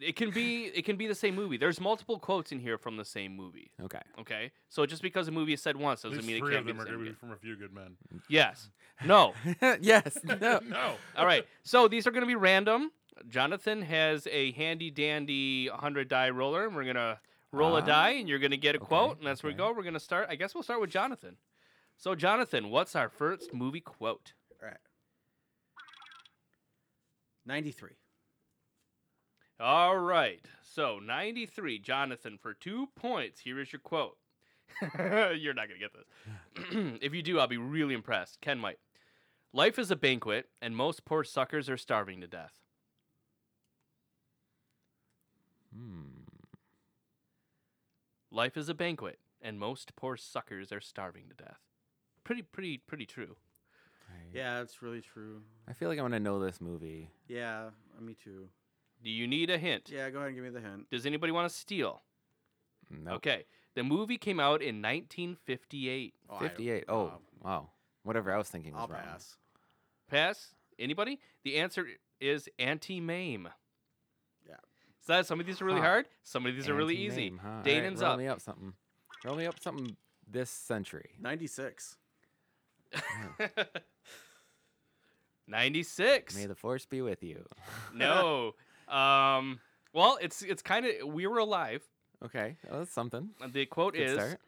S3: it can be it can be the same movie. There's multiple quotes in here from the same movie.
S4: Okay.
S3: Okay, so just because a movie is said once
S1: At
S3: doesn't
S1: least
S3: mean it
S1: three
S3: can't
S1: of
S3: be
S1: them
S3: the
S1: are
S3: same
S1: going to be
S3: again.
S1: from a few good men.
S3: Yes. No.
S4: yes. No.
S1: no.
S3: All right. So these are going to be random. Jonathan has a handy dandy 100 die roller, and we're going to roll a
S4: Ah.
S3: die, and you're going to get a
S4: Okay,
S3: quote, and that's where we
S4: okay.
S3: go. We're going to start. I guess we'll start with Jonathan. So, Jonathan, what's our first movie quote?
S2: All right. 93.
S3: All right. So 93, Jonathan, for two points. Here is your quote. You're not going to get this. if you do, I'll be really impressed. Ken might. Life is a banquet, and most poor suckers are starving to death.
S4: Hmm.
S3: Life is a banquet, and most poor suckers are starving to death. Pretty, pretty, pretty true.
S4: I-
S2: Yeah, that's really true.
S4: I feel like I'm gonna know this movie.
S2: Yeah, uh, me too.
S3: Do you need a hint?
S2: Yeah, go ahead and give me the hint.
S3: Does anybody want to steal?
S4: Nope.
S3: Okay. The movie came out in 1958.
S2: Oh, I-
S4: 58. Oh,
S3: um,
S4: wow. Whatever I was thinking was
S2: I'll
S4: wrong.
S2: pass.
S3: Pass? Anybody? The answer is anti mame.
S2: Yeah.
S3: So that some of these are really
S4: Huh.
S3: hard, some of these are really easy.
S4: Anti-name, huh? All right,
S3: Danon's
S4: roll
S3: up.
S4: me up something. Roll me up something this century.
S2: 96.
S3: 96.
S4: May the force be with you.
S3: no. Um, well, it's it's kind of we were alive.
S4: Okay, oh, that's something.
S3: The quote
S4: Good
S3: is
S4: start.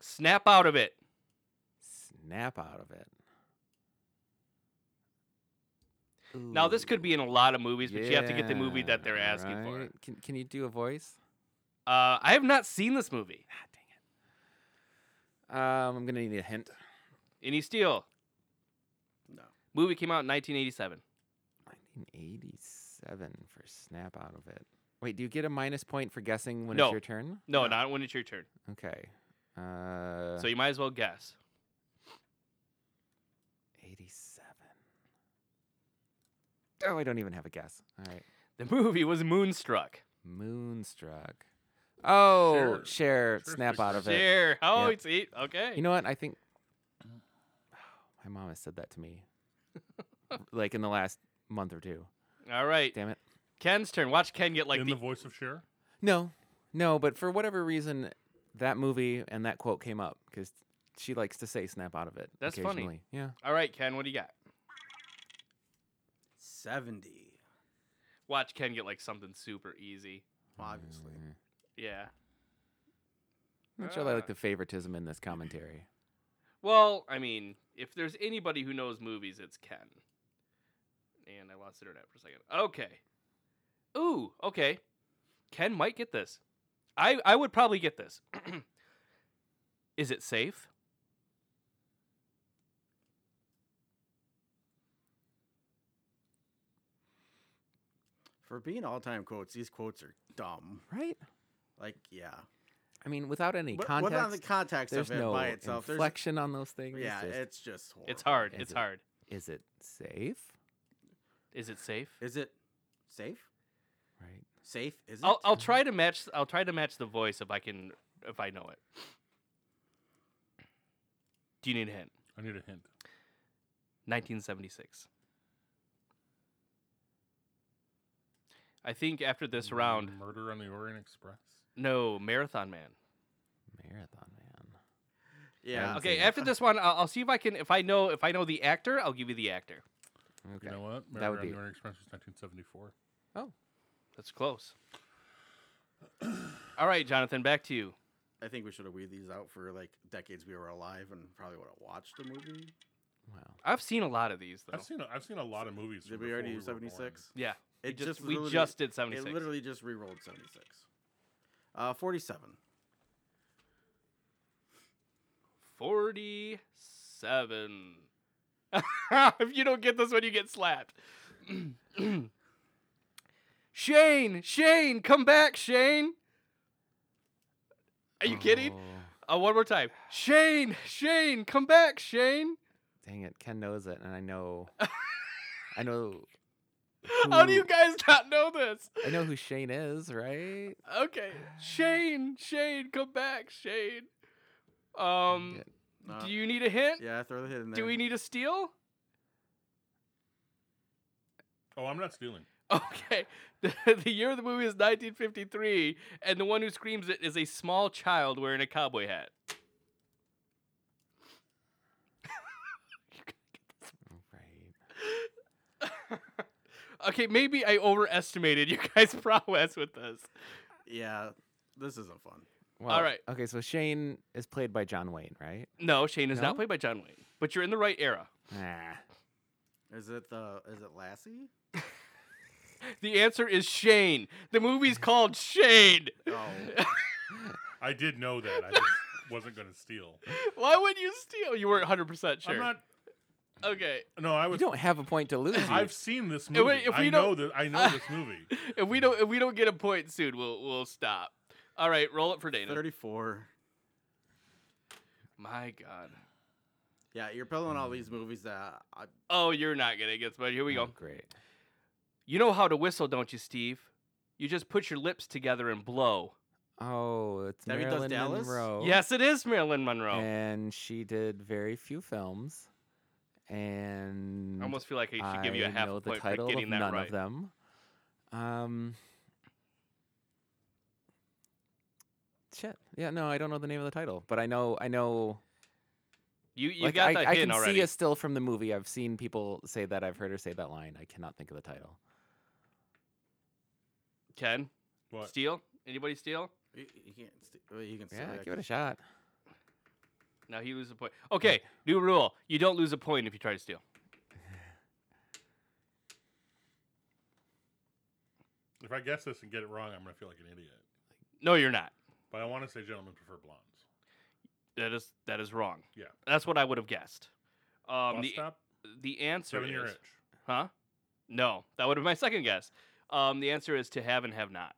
S3: snap out of it.
S4: Snap out of it.
S3: Now this could
S4: Ooh,
S3: be in a lot of movies, but you have to get the movie
S4: yeah,
S3: that they're asking for.
S4: right. Can Can you do a voice?
S3: Uh, I have not seen this movie.
S4: Ah, dang it. Um, I'm gonna need a hint.
S3: Any Steel.
S2: No.
S3: Movie came out in 1987.
S4: 1987 for snap out of it. Wait, do you get a minus point for guessing when
S3: No.
S4: it's your turn?
S3: No, not when it's your turn.
S4: Okay. Uh,
S3: So you might as well guess.
S4: 87. Oh, I don't even have a guess. All right.
S3: The movie was Moonstruck.
S4: Moonstruck. Oh,
S1: Cher.
S4: share,
S1: Cher's
S4: snap out of
S1: sister.
S4: it.
S3: Sure. Oh,
S4: Yeah.
S3: it's eight. Okay.
S4: You know what? I think my mom has said that to me like in the last month or two.
S3: All right.
S4: Damn it.
S3: Ken's turn. Watch Ken get like
S1: in
S3: the.
S1: the, voice of Cher.
S4: No, no, but for whatever reason, that movie and that quote came up because she likes to say snap out of it.
S3: That's funny.
S4: occasionally. Yeah.
S3: All right, Ken. What do you got?
S2: 70.
S3: Watch Ken get like something super easy.
S2: Obviously.
S4: Mm.
S3: Yeah.
S4: I'm not sure I
S3: Ah.
S4: like the favoritism in this commentary.
S3: Well, I mean, if there's anybody who knows movies, it's Ken. And I lost internet for a second. Okay. Ooh, okay. Ken might get this. I, I would probably get this. Is it safe?
S2: For being all time quotes, these quotes are dumb.
S4: Right?
S2: Like, yeah.
S4: I mean, without any
S2: But
S4: context,
S2: Without the context
S4: there's
S2: of it
S4: no
S2: by itself, there's.
S4: inflection on those things.
S2: Yeah,
S4: just,
S2: it's just horrible.
S3: It's hard.
S4: Is
S3: It's
S4: it?
S3: hard.
S4: is it safe?
S3: Is it safe?
S2: Is it safe?
S4: Right.
S2: Safe? Is it?
S3: I'll, I'll try to match I'll try to match the voice if I can if I know it. Do you need a hint?
S1: I need a hint.
S3: 1976. I think after this round,
S1: Murder on the Orient Express.
S3: No, Marathon Man.
S4: Marathon man.
S2: yeah.
S4: I'd
S3: Okay,
S4: say-
S3: after this one, I'll, I'll see if I can. If I know, if I know the actor, I'll give you the actor.
S4: Okay.
S1: You know what? Murder
S4: That would
S1: on
S4: be-
S1: the Orient Express was 1974.
S3: That's close. All right, Jonathan, back to you.
S2: I think we should have weeded these out for like decades we were alive and probably would have watched the movie.
S4: Wow.
S3: I've seen a lot of these though.
S1: I've seen a, I've seen a lot of movies.
S2: Did
S1: from
S2: we
S1: before
S2: already do
S1: were born.
S2: 76?
S3: yeah, we
S2: It
S3: just,
S2: just
S3: we
S2: literally-
S3: just did
S2: It
S3: 76.
S2: literally just rerolled 76. Uh, 47.
S3: 47. if you don't get this one, you get slapped. Shane, Shane, come back, Shane. Are you kidding?
S4: Oh,
S3: Uh, one more time. Shane, Shane, come back, Shane.
S4: dang it. Ken knows it, and I know. I know.
S3: How do
S4: who-
S3: you guys not know this?
S4: I know who Shane is, right?
S3: Okay, Shane, Shane, come back, Shane. Um,
S4: Shit.
S2: Uh,
S3: do you need a hint?
S2: yeah, throw the hit in there.
S3: do we need a steal?
S1: Oh, I'm not stealing.
S3: Okay, the, the year of the movie is 1953, and the one who screams it is a small child wearing a cowboy hat.
S4: Right.
S3: Okay, maybe I overestimated you guys' prowess with this.
S2: Yeah, this isn't fun.
S4: Well,
S3: right.
S4: Okay, so Shane is played by John Wayne, right?
S3: No, Shane is
S4: No?
S3: not played by John Wayne, but you're in the right era.
S4: Ah.
S2: Is it the? Is it Lassie?
S3: The answer is Shane. The movie's called Shane.
S2: Oh,
S1: I did know that. I just wasn't going to steal.
S3: Why would you steal? You weren't 100% sure.
S1: I'm not.
S3: okay.
S1: No, I
S4: You
S1: was.
S4: don't have a point to lose. you.
S1: I've seen this
S3: If we-
S1: movie.
S3: if we
S1: I know
S3: don't-
S1: that. I know this movie.
S3: If we don't if we don't get a point soon, we'll we'll stop. All right, roll it for Dana.
S2: 34.
S3: My god.
S2: Yeah, you're pulling all these movies that I,
S3: Oh, you're not going to get but here we
S4: Oh,
S3: go.
S4: Great.
S3: You know how to whistle, don't you, Steve? You just put your lips together and blow.
S4: Oh, it's
S2: Debbie Does
S4: Marilyn
S2: Dallas?
S4: Monroe.
S3: Yes, it is Marilyn Monroe.
S4: And she did very few films. And
S3: I almost feel like I should give you a
S4: I
S3: half
S4: know
S3: a
S4: the
S3: point
S4: title
S3: for getting
S4: of
S3: that
S4: none
S3: right.
S4: of them. Um, shit. Yeah, no, I don't know the name of the title, but I know, I know.
S3: You you
S4: like,
S3: got
S4: I,
S3: that
S4: I
S3: hint
S4: can
S3: already.
S4: see a still from the movie. I've seen people say that. I've heard her say that line. I cannot think of the title.
S3: Ken,
S1: What?
S3: steal? Anybody steal?
S2: you, you can't. st- well, you can.
S4: Yeah,
S2: still-
S4: give it a shot.
S3: No, he loses a point. Okay, new rule: you don't lose a point if you try to steal.
S1: If I guess this and get it wrong, I'm going to feel like an idiot.
S3: No, you're not.
S1: But I want to say gentlemen prefer blondes.
S3: That is that is wrong.
S1: Yeah.
S3: that's what I would have guessed. Um,
S1: Bus
S3: the
S1: stop.
S3: the answer
S1: Seven year
S3: is
S1: itch.
S3: huh? No, that would have been my second guess. Um, the answer is to have and have not.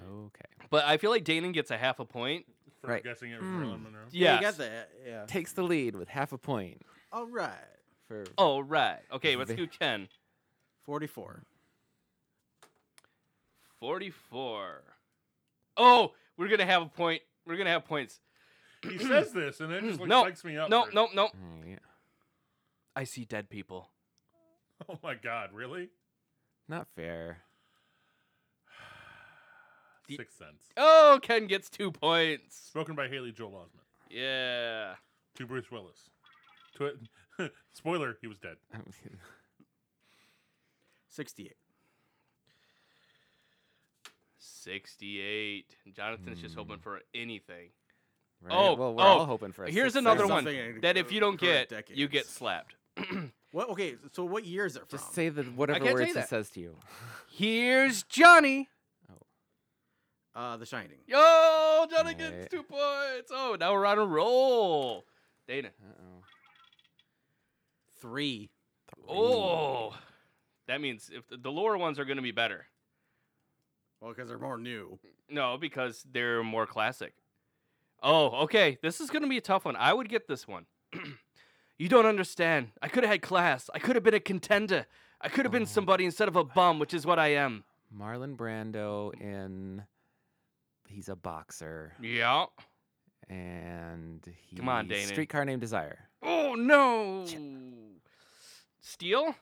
S4: Okay.
S3: But I feel like Danon gets a half a point.
S1: For
S4: Right.
S1: guessing it,
S3: Hmm.
S4: Mm.
S1: from Marilyn Monroe.
S2: Yeah,
S3: Yes.
S2: you got that. Yeah.
S4: Takes the lead with half a point
S2: All right.
S4: for
S3: Oh right. Okay, let's
S4: Ve-
S3: do Ken.
S2: 44.
S3: Forty-four. Oh, we're gonna have a point. We're gonna have points.
S1: He says this, and it just like,
S3: No,
S1: psychs me up.
S3: No,
S1: for-
S3: no, no.
S4: Alright.
S3: I see dead people.
S1: Oh my God! Really?
S4: Not fair.
S3: The-
S1: Sixth Sense.
S3: Oh, Ken gets two points.
S1: Spoken by Haley Joel Osment
S3: Yeah.
S1: to Bruce Willis. To it, spoiler: he was dead.
S2: 68.
S3: 68. Jonathan's just hoping for anything.
S4: Right?
S3: Oh,
S4: well, we're
S3: oh,
S4: all hoping for. A
S3: Here's
S4: sixth
S3: another
S4: sense.
S3: one
S2: Something in
S3: that if you don't get,
S2: current
S3: you get
S2: decades.
S3: slapped.
S2: What? Okay. So what year is it from?
S4: Just say the whatever
S3: can't
S4: words
S3: say
S4: it
S3: that.
S4: says to you.
S3: Here's Johnny.
S2: uh, The Shining.
S3: Yo, Johnny gets
S4: Alright.
S3: two points. Oh, now we're on a roll. Dana.
S4: Uh oh.
S2: Three.
S3: Oh, that means if the- the lower ones are going to be better.
S2: Well, because they're more new.
S3: No, because they're more classic. Oh, okay. This is going to be a tough one. I would get this one. you don't understand. I could have had class. I could have been a contender. I could have been
S4: Oh.
S3: somebody instead of a bum, which is what I am.
S4: Marlon Brando in he's a boxer
S3: Yeah.
S4: and he
S3: Come on, Damon.
S4: Streetcar Named Desire.
S3: Oh no. Steal?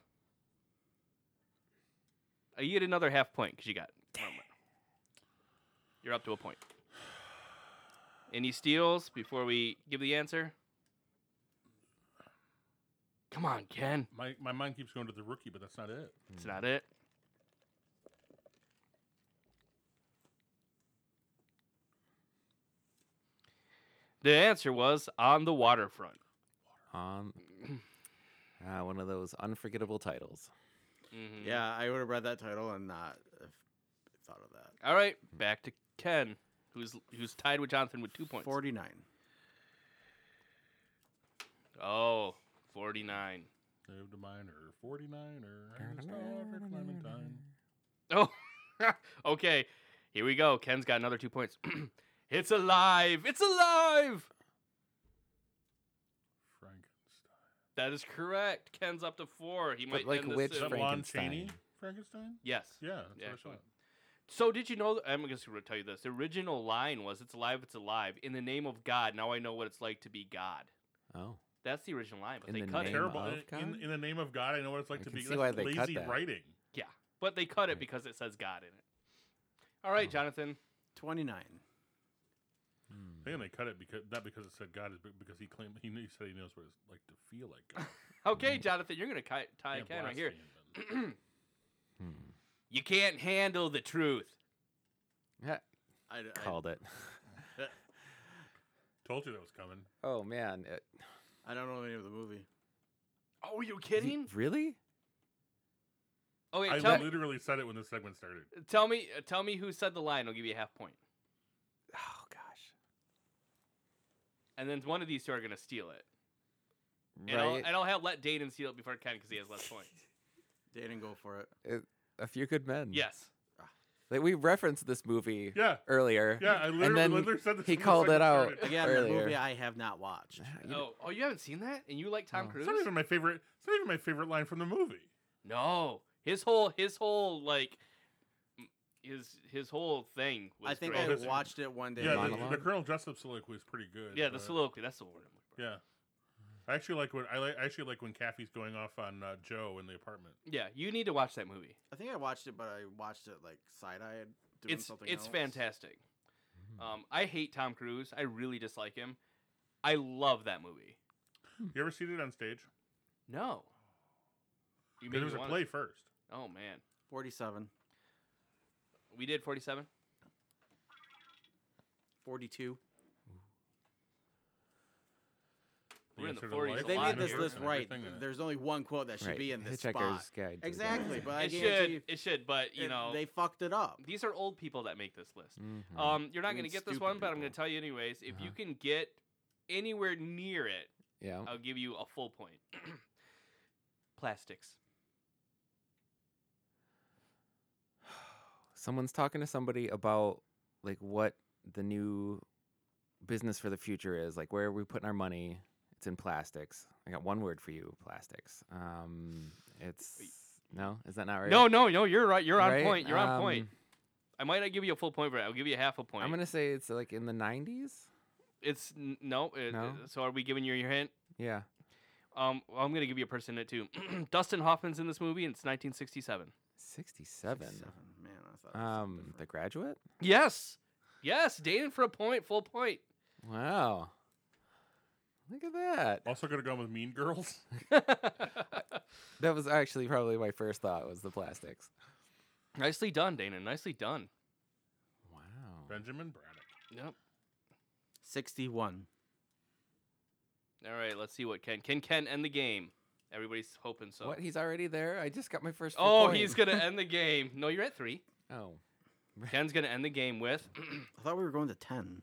S3: Uh, You get another half point because you got. one more. You're up to a point. Any steals before we give the answer? Come on, Ken.
S1: My my mind keeps going to the rookie, but that's not it.
S3: It's not it. The answer was on the waterfront.
S4: On Um, uh, one of those unforgettable titles.
S3: Mhm.
S2: Yeah, I would have read that title and not have thought of that.
S3: All right, back to Ken, who's who's tied with Jonathan with two points.
S2: 49.
S3: Oh, 49.
S1: Moved to mine or forty nine or I just offer Clementine.
S3: Oh, okay. Here we go. Ken's got another two points. it's alive. It's alive.
S1: Frankenstein.
S3: That is correct. Ken's up to four. He might
S4: like,
S3: end this
S4: which
S1: Is
S3: in-
S1: that
S4: Frank-
S1: Lon Chaney?
S4: Frankenstein.
S1: Frankenstein?
S3: Yes.
S1: Yeah, that's
S3: Yeah,
S1: what I
S3: excellent.
S1: thought.
S3: So did you know? I'm just going to tell you this. The original line was, "It's alive. It's alive. In the name of God. Now I know what it's like to be God."
S4: Oh,
S3: That's the original line, but
S4: In
S3: they
S4: the
S3: cut
S4: name
S3: it.
S1: Terrible.
S4: of
S1: In-
S4: God?
S1: In, in the name of God, I know what it's like
S4: I
S1: to
S4: can
S1: be
S4: see
S1: that's
S4: why they
S1: lazy
S4: cut that.
S1: writing.
S3: Yeah, but they cut it because it says God in it. All right,
S4: Oh.
S3: Jonathan.
S2: 29.
S1: I
S4: hmm.
S1: think they cut it because not because it said God, is but because he claimed he, knew- he said he knows what it's like to feel like God.
S3: Okay, Jonathan, you're gonna ki- tie
S1: Can't
S3: Ken right here.
S1: blaspheme, but-
S4: hmm.
S3: You can't handle the truth.
S4: Yeah,
S2: I, I-
S4: called it.
S1: Told you that was coming.
S4: Oh man, it-
S2: I don't know the name of the movie.
S3: Oh, are you
S4: y-
S3: kidding?
S4: really?
S3: Okay,
S1: I
S3: Oh, tell,
S1: literally said it when this segment started.
S4: Uh,
S3: tell me, uh, tell me who said the line. I'll give you a half point.
S4: Oh gosh.
S3: And then one of these two are gonna steal it. And, I'll,
S4: Right.
S3: and I'll have let Dayton steal it before Ken because he has less points.
S2: They didn't go for it.
S4: A few good men.
S3: yes.
S4: Like, we referenced this movie
S1: Yeah,
S4: earlier.
S1: yeah. I literally,
S4: then
S1: literally said this.
S4: he
S1: when this
S4: called
S1: segment
S4: it out.
S1: started.
S2: Again, a
S4: Earlier.
S2: movie I have not watched.
S4: You-
S3: Oh, oh, you haven't seen that, and you like Tom
S4: No.
S3: Cruise?
S1: It's not even my favorite. It's not even my favorite line from the movie.
S3: No, his whole, his whole like, m- his his whole thing. Was
S2: I think
S3: great.
S1: Oh, this
S2: I
S1: one.
S2: watched it one day.
S1: yeah,
S2: when
S1: the-
S2: I-
S1: the,
S4: monologue?
S1: Colonel Jessup soliloquy is pretty good.
S3: Yeah, the
S1: but-
S3: soliloquy. That's the word. I'm looking for.
S1: Yeah, I actually like what I like. I actually like when Kathy's going off on uh, Joe in the apartment.
S3: Yeah, you need to watch that movie.
S2: I think I watched it, but I watched it like side eyed doing
S3: it's
S2: something.
S3: it's
S2: else.
S3: fantastic.
S1: Mm-hmm.
S3: Um, I hate Tom Cruise. I really dislike him. I love that movie.
S4: Hmm.
S1: You ever seen it on stage?
S3: No. You made
S1: There
S3: me
S1: was a
S3: wanna-
S1: play first.
S3: Oh man,
S2: Forty-seven.
S3: we did 47.
S2: 42.
S3: We're in the
S1: answer to
S3: 40s.
S1: life.
S2: If they made
S3: lot
S2: this
S3: here.
S2: list right,
S1: Everything in it.
S2: there's only one quote that should
S4: right.
S2: be in this
S4: Hitchhiker's
S2: spot.
S4: Guide to the
S2: Exactly, but I
S3: It
S2: guarantee you,
S3: should. It should. But you
S2: it-
S3: know,
S2: they fucked it up.
S3: these are old people that make this list.
S1: Mm-hmm.
S4: Mhm.
S3: Um, you're not
S2: I mean,
S3: going to get this
S2: stupid
S3: one, but I'm going to
S2: people.
S3: tell you anyways. If
S1: Uh-huh.
S3: you can get anywhere near it,
S4: yeah.
S3: I'll give you a full point. Plastics.
S4: Someone's talking to somebody about like what the new business for the future is. Like where are we putting our money? It's in plastics. I got one word for you, plastics. Um, it's no, is that not right?
S3: No, no, no. You're right. You're on
S4: Right?
S3: point. You're on point.
S4: Um,
S3: I might not give you a full point for it. I'll give you half a point.
S4: I'm gonna say it's like in the 90s.
S3: It's n- no. It,
S4: No?
S3: So are we giving you your hint?
S4: Yeah.
S3: Um, well, I'm gonna give you a person in it too. Dustin Hoffman's in this movie, and it's 1967.
S4: 67.
S2: Man, I thought. it was something
S4: Um, The
S2: different.
S4: Graduate.
S3: Yes, yes. Dating for a point, full point.
S4: Wow. Look at that.
S1: Also, could have gone with Mean Girls.
S4: That was actually probably my first thought was the plastics.
S3: Nicely done, Dana. Nicely done.
S4: Wow.
S1: Benjamin Braddock.
S3: Yep.
S2: 61.
S3: All right. Let's see what Ken can Ken end the game. Everybody's hoping so.
S4: What? He's already there? I just got my first. full
S3: oh,
S4: point.
S3: he's gonna end the game. No, you're at three.
S4: Oh.
S3: Ken's gonna end the game with.
S2: I thought we were going to 10.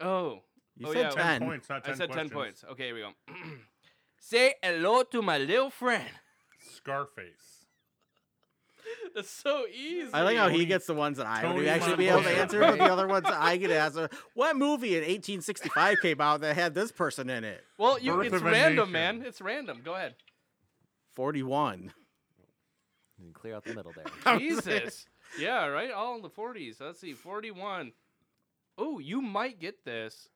S3: oh,
S2: You
S3: Oh,
S2: said
S3: yeah,
S1: Ten,
S2: 10.
S1: points, not ten.
S3: I said ten
S1: questions.
S3: points. Okay, here we go. Say hello to my little friend.
S1: Scarface.
S3: That's so easy.
S2: I like how he
S1: Tony-
S2: gets the ones that I would
S1: Tony
S2: actually be able to
S1: Montana.
S2: answer, but the other ones I get answer. What movie in 1865 came out that had this person in it?
S3: Well, you,
S1: Birth
S3: it's
S1: of a Nation.
S3: random, man. It's random. Go ahead.
S2: 41.
S4: You can clear out the middle there.
S2: I'm saying-
S3: Jesus. yeah, right? All in the 40s. Let's see. 41. Oh, you might get this.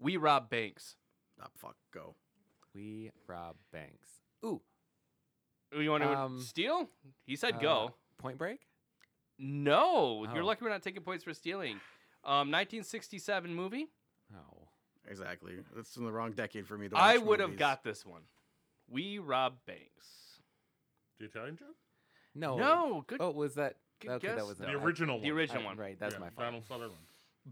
S3: We rob banks.
S2: Ah, fuck, go.
S4: We rob banks. Ooh.
S3: Oh, You want to
S4: Um,
S3: steal? He said
S4: uh,
S3: go.
S4: Point Break.
S3: No. You're
S4: oh.
S3: lucky we're not taking points for stealing. Um, 1967 movie.
S4: Oh.
S2: Exactly. That's in the wrong decade for me to watch
S3: I would have
S2: movies.
S3: got this one. We rob banks.
S1: The Italian job.
S4: No.
S3: No. Good.
S4: Oh, was that?
S3: Good
S4: okay,
S3: guess.
S4: that was
S1: The
S4: no, I-
S1: original.
S3: the
S1: one.
S4: I-
S3: original one.
S4: Right. That's
S1: Yeah,
S4: my fault.
S1: Donald Sutherland.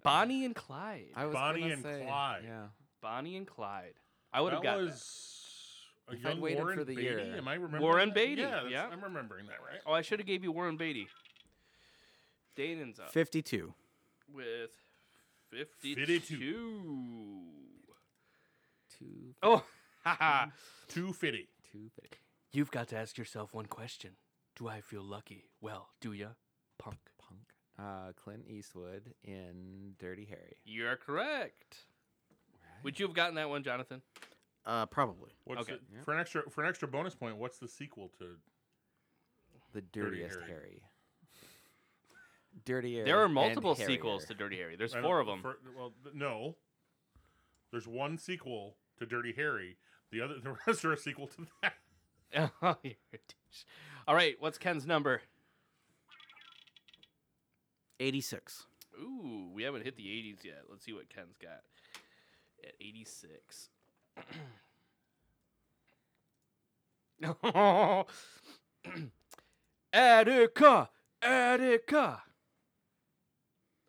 S3: Bonnie and Clyde.
S4: I was
S1: Bonnie
S4: gonna
S1: and
S4: say,
S1: Clyde.
S4: Yeah.
S3: Bonnie and Clyde. I would have
S1: that
S3: got that.
S1: was a
S4: If I'd
S1: young
S4: waited
S1: Warren
S4: for the
S1: Beatty.
S4: year.
S1: Am I remembering?
S3: Warren
S1: that?
S3: Beatty,
S1: Yeah, that's-
S3: yeah.
S1: I'm remembering that right.
S3: Oh, I should have gave you Warren Beatty. Danin's up
S2: 52.
S3: with 52.
S1: 52.
S4: Two.
S3: Oh, haha.
S1: Two fifty.
S4: Two. fifty.
S3: You've got to ask yourself one question. Do I feel lucky? Well, do ya? Punk.
S4: Punk. Uh, Clint Eastwood in Dirty Harry.
S3: You're correct. Would you have gotten that one, Jonathan?
S2: Uh, probably.
S1: What's
S3: Okay.
S1: the- for an extra for an extra bonus point? What's the sequel to?
S4: The dirtiest
S1: Harry.
S4: Harry. Dirty Harry.
S3: There are
S4: and
S3: multiple sequels to
S4: hairier.
S3: Dirty Harry. There's
S1: I don't-
S3: four of them.
S1: for- well, th- no. There's one sequel to Dirty Harry. The other, the rest are a sequel to that.
S3: Oh, You're a douche. All right, what's Ken's number?
S2: 86.
S3: Ooh, we haven't hit the 80s yet. Let's see what Ken's got at 86. Attica, Attica.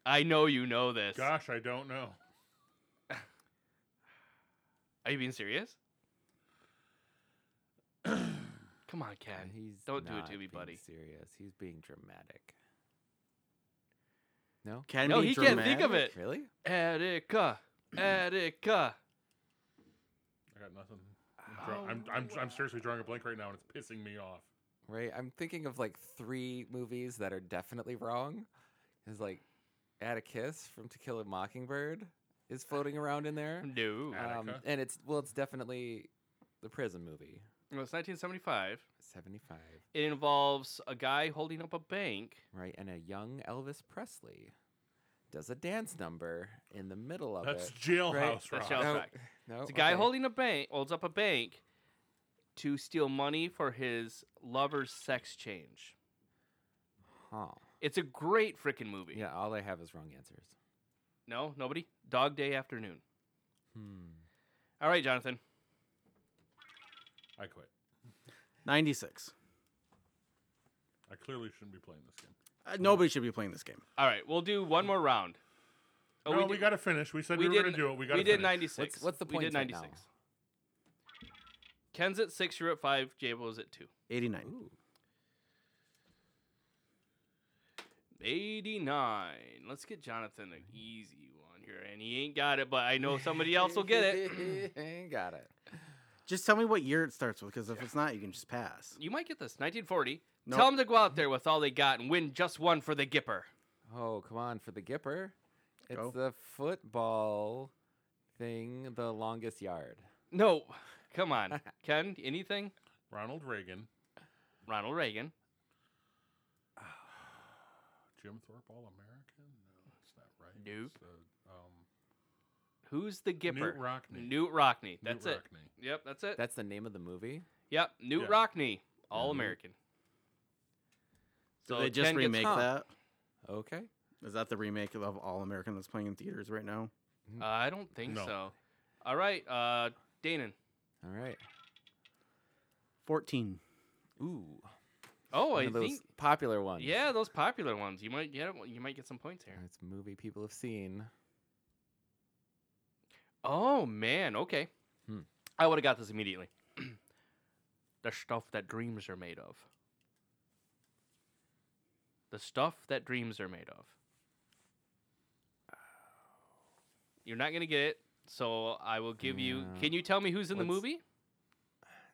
S3: I know you know this.
S1: Gosh, I don't know.
S3: Are you being serious? Come on, Ken.
S4: He's
S3: don't do it to
S4: not
S3: me,
S4: being
S3: buddy.
S4: Serious. He's being dramatic. No.
S2: Can
S3: No,
S2: be
S3: he can't think of
S2: dramatic.
S3: it.
S4: Really?
S3: Attica, Attica.
S1: I got nothing. I'm, draw- I'm, I'm, I'm seriously drawing a blank right now, and it's pissing me off.
S4: Right. I'm thinking of like three movies that are definitely wrong. Is like Atticus from To Kill a Mockingbird is floating around in there.
S3: No.
S4: Um,
S1: Attica.
S4: and it's well, it's definitely the prison movie.
S3: Well, it's 1975.
S4: Seventy five.
S3: It involves a guy holding up a bank.
S4: Right, and a young Elvis Presley does a dance number in the middle of
S1: That's
S4: it.
S1: jailhouse
S3: That's
S1: rock.
S3: jail-
S4: no,
S3: Soundtrack.
S4: no,
S3: It's a guy
S4: Oh, okay.
S3: holding a bank, holds up a bank to steal money for his lover's sex change.
S4: Huh.
S3: It's a great freaking movie.
S4: Yeah, all I have is wrong answers.
S3: No, nobody. Dog Day Afternoon.
S4: Hmm.
S3: All right, Jonathan.
S1: I quit.
S2: 96.
S1: I clearly shouldn't be playing this game.
S2: Uh, nobody should be playing this game.
S3: All right, we'll do one more round. Oh,
S1: no, we,
S3: did-
S1: got to finish. We said we, were going
S3: didn't-
S1: to do it. We got to
S3: we did 96.
S4: What's- what's the
S3: We did
S4: points right now?
S3: 96. Ken's at 6, you're at 5, Jabo is at 2.
S2: 89.
S4: Ooh.
S3: 89. Let's get Jonathan an easy one here. And he ain't got it, but I know somebody else will get it.
S4: Got it.
S2: Just tell me what year it starts with, because if it's not, you can just pass.
S3: You might get this. 1940.
S2: No.
S3: Tell them to go out there with all they got and win just one for the Gipper.
S4: Oh, come on for the Gipper. It's
S2: Go.
S4: the football thing, the longest yard.
S3: No. Come on. Ken, anything?
S1: Ronald Reagan,
S3: Ronald Reagan.
S1: Jim Thorpe, All American. No, it's not right. It's
S3: Nope.
S1: the, um,
S3: Who's the Gipper?
S1: Newt Rockney.
S3: Newt Rockney.
S1: Newt
S3: That's it.
S1: Rockney.
S3: Yep, that's it.
S4: That's the name of the movie.
S3: Yep, Newt
S1: Yeah. Mm-hmm.
S3: Rockney, All American.
S2: Did they just
S3: Ken gets
S2: remake
S3: hung.
S2: that?
S4: Okay.
S2: Is that the remake of All American that's playing in theaters right now?
S3: Uh, I don't think
S1: No.
S3: so. All right, uh, Danon.
S4: All right.
S2: 14.
S4: Ooh.
S3: Oh,
S4: one
S3: I
S4: of those
S3: think
S4: popular ones.
S3: yeah, those popular ones. You might get you might get some points here.
S4: It's a movie people have seen.
S3: Oh man, okay.
S4: Hmm.
S3: I would have got this immediately. the stuff that dreams are made of. The stuff that dreams are made of. You're not gonna get it, so I will give you.
S4: Yeah.
S3: Can you tell me who's in the
S4: What's-
S3: movie?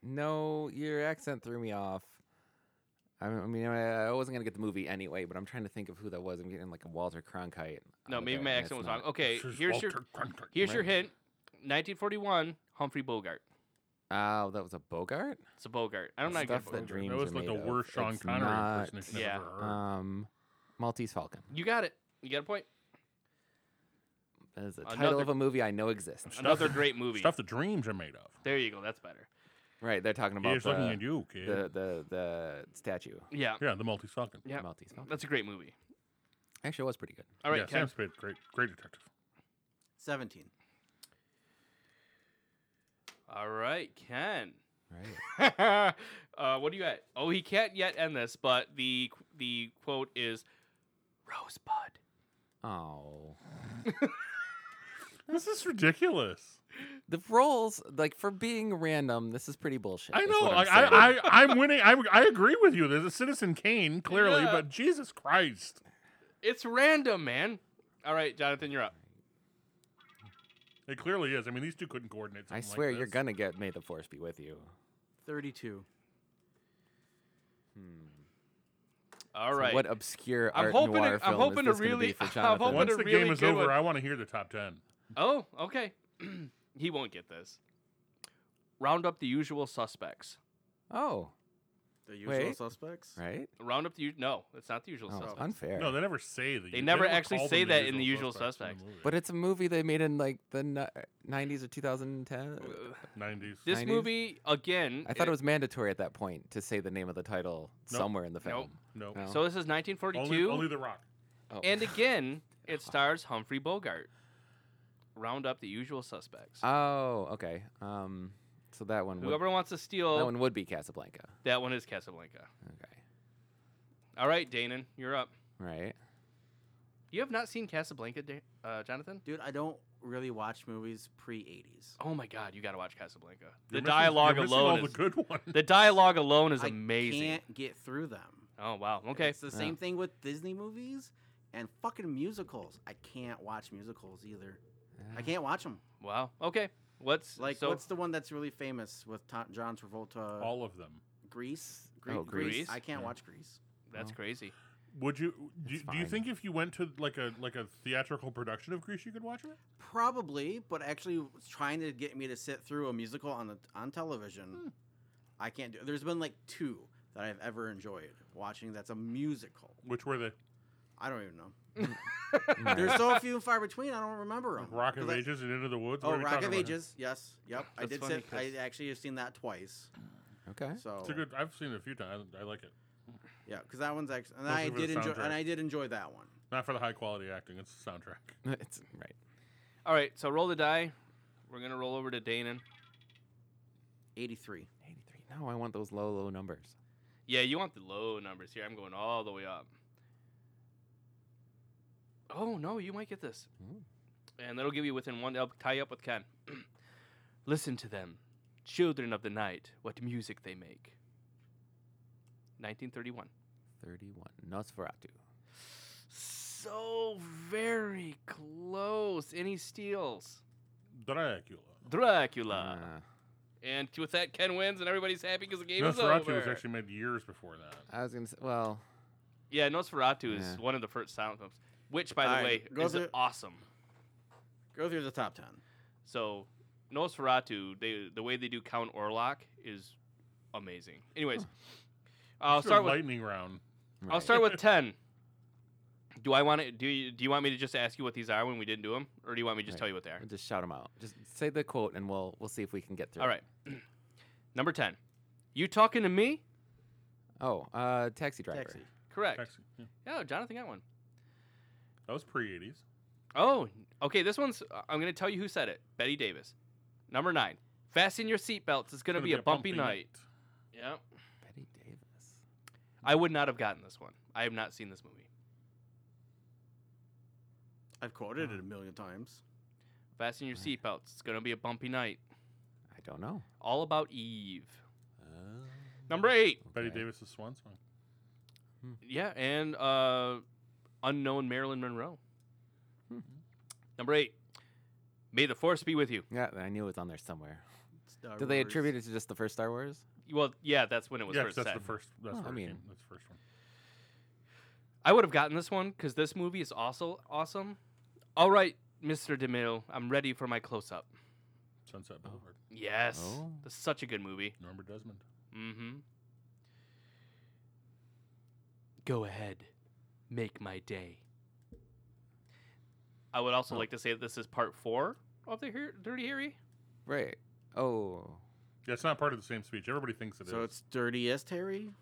S4: No, your accent threw me off. I m- I mean, I I wasn't gonna get the movie anyway, but I'm trying to think of who that was. I'm getting like a Walter Cronkite.
S3: No,
S4: out of
S3: maybe
S4: it,
S3: my
S4: and it's
S3: accent was wrong.
S4: not.
S3: Okay,
S1: This is
S3: here's your
S1: Walter Cronkite.
S3: here's your
S4: Right.
S3: hint. 1941, Humphrey Bogart.
S4: Oh, that was a Bogart.
S3: It's a Bogart. I don't know.
S4: The
S3: how to get
S4: stuff that
S3: Bogart.
S4: dreams
S1: That was
S4: are
S1: like the
S4: made of.
S1: worst Sean
S4: It's
S1: Connery
S4: not,
S1: impersonation I've
S3: Yeah. uh,
S1: ever heard.
S4: Um, Maltese Falcon.
S3: You got it. You got a point.
S4: That is the title
S3: Another-
S4: of a movie I know exists.
S3: Another great movie.
S1: Stuff the dreams are made of.
S3: There you go. That's better.
S4: Right, they're talking about
S1: He's
S4: the,
S1: looking at you, kid.
S4: the the the statue.
S3: Yeah.
S1: yeah, the multi falcon.
S3: Yeah.
S4: Maltese Falcon.
S3: That's a great movie.
S4: Actually, it was pretty good.
S3: All right,
S1: yeah,
S3: Ken.
S1: Sam Spade, great, great detective.
S2: 17.
S3: All right, Ken.
S4: Right.
S3: uh, what do you at? Oh, he can't yet end this, but the the quote is Rosebud.
S4: Oh,
S1: This is ridiculous.
S4: the roles like for being random, this is pretty bullshit.
S1: I
S4: is
S1: know.
S4: what I'm
S1: Like, I,
S4: saying.
S1: I, I'm winning. I, I agree with you. There's a Citizen Kane, clearly,
S3: Yeah.
S1: but Jesus Christ.
S3: It's random, man. All right, Jonathan, you're up.
S1: It clearly is. I mean, these two couldn't coordinate.
S4: I
S1: something like
S4: swear you're
S1: this.
S4: gonna get May the Force be with you.
S2: 32.
S3: All
S4: So
S3: right.
S4: What obscure
S3: I'm
S4: art
S3: hoping to-
S4: noir
S3: I'm
S4: film
S3: hoping to
S4: is this gonna
S3: really-
S4: be for
S3: I'm
S4: Jonathan?
S3: hoping
S1: Once
S3: a
S1: the
S3: really
S1: game is
S3: good
S1: over,
S3: one.
S1: I want to hear the top ten.
S3: Oh, okay. he won't get this. Round up the usual suspects.
S4: Oh,
S2: The usual
S4: Wait.
S2: suspects?
S4: right.
S3: Round up the u- no, it's not the usual
S4: Oh, it's
S3: suspects.
S4: unfair.
S1: No, they never say the.
S3: They never
S1: call
S3: actually
S1: them
S3: say that in The Usual
S1: Suspects in the
S4: but it's a movie they made in like the ni- 90s or 2010.
S3: Uh,
S1: movie. 90s.
S3: This
S4: 90s?
S3: movie again.
S4: I thought it was mandatory at that point to say the name of the title
S1: Nope.
S4: somewhere in the film.
S3: Nope.
S1: no.
S4: No.
S3: So this is 1942,
S1: Only, only The Rock.
S4: Oh.
S3: and again it stars Humphrey Bogart. Round up the usual suspects.
S4: oh, okay. Um, so that one. Would,
S3: Whoever wants to steal
S4: that one would be Casablanca.
S3: that one is Casablanca.
S4: Okay.
S3: All right, Danon, you're up.
S4: Right.
S3: You have not seen Casablanca, Da- uh, Jonathan?
S2: Dude, I don't really watch movies pre 80s.
S3: Oh my God, you got to watch Casablanca.
S1: You're
S3: The
S1: missing-
S3: dialogue
S1: you're missing
S3: alone
S1: all
S3: is
S1: the good one.
S3: the dialogue alone is
S2: I
S3: amazing.
S2: can't get through them.
S3: Oh wow. Okay.
S2: It's the
S4: Yeah.
S2: same thing with Disney movies and fucking musicals. I can't watch musicals either. I
S4: Mm.
S2: can't watch them.
S3: Wow. Okay. What's
S2: Like,
S3: like so,
S2: what's the one that's really famous with Ta- John Travolta?
S1: all of them.
S2: Grease. Gre-
S4: Oh,
S3: Grease?
S2: I can't
S4: Yeah.
S2: watch Grease.
S3: that's
S4: no.
S3: crazy.
S1: Would you do,
S4: It's
S1: do you
S4: fine.
S1: think if you went to like a like a theatrical production of Grease you could watch it?
S2: Probably, but actually was trying to get me to sit through a musical on the on television.
S1: Hmm.
S2: I can't do. There's been like two that I've ever enjoyed watching. That's a musical.
S1: Which were they?
S2: I don't even know.
S4: Mm.
S2: There's so few and far between. I don't remember them.
S1: Rock of Ages and Into the Woods? What
S2: Oh,
S1: are we
S2: Rock
S1: talking
S2: of
S1: about here?
S2: Ages. Yes. Yep. I
S3: That's
S2: did.
S3: funny
S2: Sit, I
S3: 'cause-
S2: actually have seen that twice.
S4: Okay.
S2: So
S1: It's a good. I've seen it a few times. I, I like it.
S2: yeah, because that one's actually, and
S1: Mostly
S2: I
S1: for the
S2: did enjoy,
S1: soundtrack.
S2: and I did enjoy that one.
S1: Not for the high quality acting. It's the soundtrack.
S4: It's right.
S3: All right. So roll the die. We're gonna roll over to Danon.
S2: Eighty-three.
S4: 83. No, I want those low, low numbers.
S3: Yeah, you want the low numbers here. I'm going all the way up. Oh no, you might get this.
S4: Ooh.
S3: And that'll give you within one. That'll tie you up with Ken. Listen to them, children of the night. What music they make. 1931.
S4: 31. Nosferatu.
S3: So very close. And he steals
S1: Dracula.
S3: Dracula.
S4: Uh,
S3: And with that, Ken wins, and everybody's happy because the game is
S1: Nosferatu
S3: over.
S1: was actually made years before that.
S4: I was going to say, well,
S3: yeah, Nosferatu is
S4: Yeah.
S3: one of the first sound films, which, by the
S2: All
S3: way,
S2: right, go
S3: is
S2: through-
S3: awesome.
S2: Go through the top ten.
S3: So Nosferatu, they the way they do Count Orlok is amazing. Anyways, I'll
S1: Let's do a
S3: start with
S1: lightning round.
S3: I'll
S4: right.
S3: start with ten. Do I want to do you, do you want me to just ask you what these are when we didn't do them, or do you want me to just
S4: Right.
S3: tell you what they are?
S4: We'll Just shout them out. Just say the quote and we'll we'll see if we can get through.
S3: All
S4: it.
S3: right. Number ten. You talking to me?
S4: Oh, uh, taxi driver.
S2: Taxi.
S3: Correct.
S1: Taxi. Yeah.
S3: Oh, Jonathan got one.
S1: That was pre eighties.
S3: Oh, okay. This one's. uh, I'm gonna tell you who said it. Betty Davis. Number nine. Fasten your seatbelts. It's gonna, be, a bumpy, night. Yep.
S4: Betty Davis.
S3: I would not have gotten this one. I have not seen this movie.
S2: I've quoted it a million times.
S3: Fasten your seatbelts. It's gonna be a bumpy night.
S4: I don't know.
S3: All about Eve.
S4: Uh,
S3: Number eight.
S1: Betty Davis's swan song.
S3: Yeah, and uh, unknown Marilyn Monroe.
S4: Hmm.
S3: Number eight. May the force be with you.
S4: Yeah, I knew it was on there somewhere.
S2: Star
S4: Do they
S2: Wars.
S4: attribute it to just the first Star Wars?
S3: Well, yeah, that's when it was
S1: Yeah, 'cause
S3: first
S1: that's
S3: set.
S1: the first. That's
S4: Well,
S1: where
S4: I
S1: it
S4: mean-
S1: came- that's the first one.
S3: I would have gotten this one because this movie is also awesome. All right, Mr. DeMille, I'm ready for my close up.
S1: Sunset Boulevard.
S3: Yes.
S4: Oh.
S3: That's such a good movie.
S1: Norma Desmond.
S3: Mm-hmm. Go ahead. Make my day. I would also
S4: Oh.
S3: like to say that this is part four of the Har- Dirty Harry.
S4: Right. Oh.
S1: Yeah, it's not part of the same speech. Everybody thinks it is.
S2: So it's dirtiest Harry.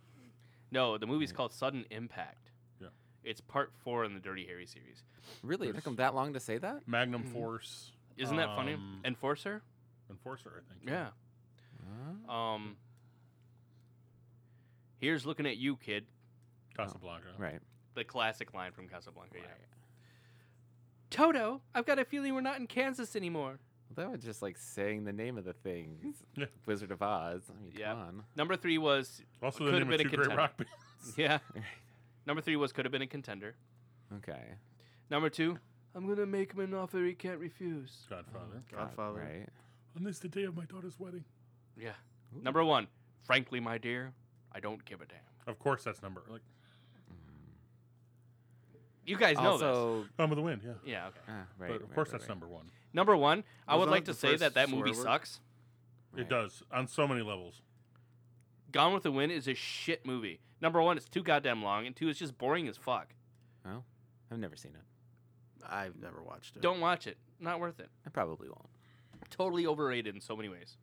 S3: No, the movie's
S4: Right.
S3: called Sudden Impact.
S1: Yeah.
S3: It's part four in the Dirty Harry series.
S4: Really? It took
S1: There's-
S4: them that long to say that?
S1: Magnum
S3: Mhm.
S1: Force
S3: Isn't that funny?
S1: Um,
S3: Enforcer?
S1: Enforcer, I think.
S3: Yeah.
S4: Uh,
S3: Um Here's looking at you, kid.
S1: Casablanca.
S4: right.
S3: The classic line from Casablanca. Yeah. Toto, I've got a feeling we're not in Kansas anymore.
S4: Well, that was just like saying the name of the thing.
S1: Yeah.
S4: Wizard of Oz. I mean,
S3: Yeah.
S4: come on.
S3: Number three was
S1: Also,
S3: Could
S1: the
S3: have
S1: name of
S3: been a
S1: two great
S3: contender.
S1: rock bands.
S3: yeah. Number three was could have been a contender.
S4: Okay.
S3: Number two, I'm gonna make him an offer he can't refuse.
S1: Godfather.
S4: God,
S2: Godfather.
S4: Right.
S1: And this is the day of my daughter's wedding.
S3: Yeah.
S4: Ooh.
S3: Number one, frankly, my dear, I don't give a damn.
S1: Of course, that's number like
S3: You guys know
S4: also,
S1: Come with the Wind. Yeah.
S3: this. Yeah. Okay.
S4: Ah, right.
S1: but of
S4: right,
S1: course,
S4: right,
S1: that's
S4: right.
S1: number one.
S3: Number one, I
S2: Was
S3: would
S2: that
S3: like
S2: the
S3: to say that
S2: first
S3: that movie
S2: swear word?
S3: sucks.
S4: Right.
S1: It does on so many levels.
S3: Gone with the Wind is a shit movie. Number one, it's too goddamn long, and two, it's just boring as fuck.
S4: Oh, I've never seen it.
S2: I've never watched it.
S3: Don't watch it. Not worth it.
S4: I probably won't.
S3: Totally overrated in so many ways.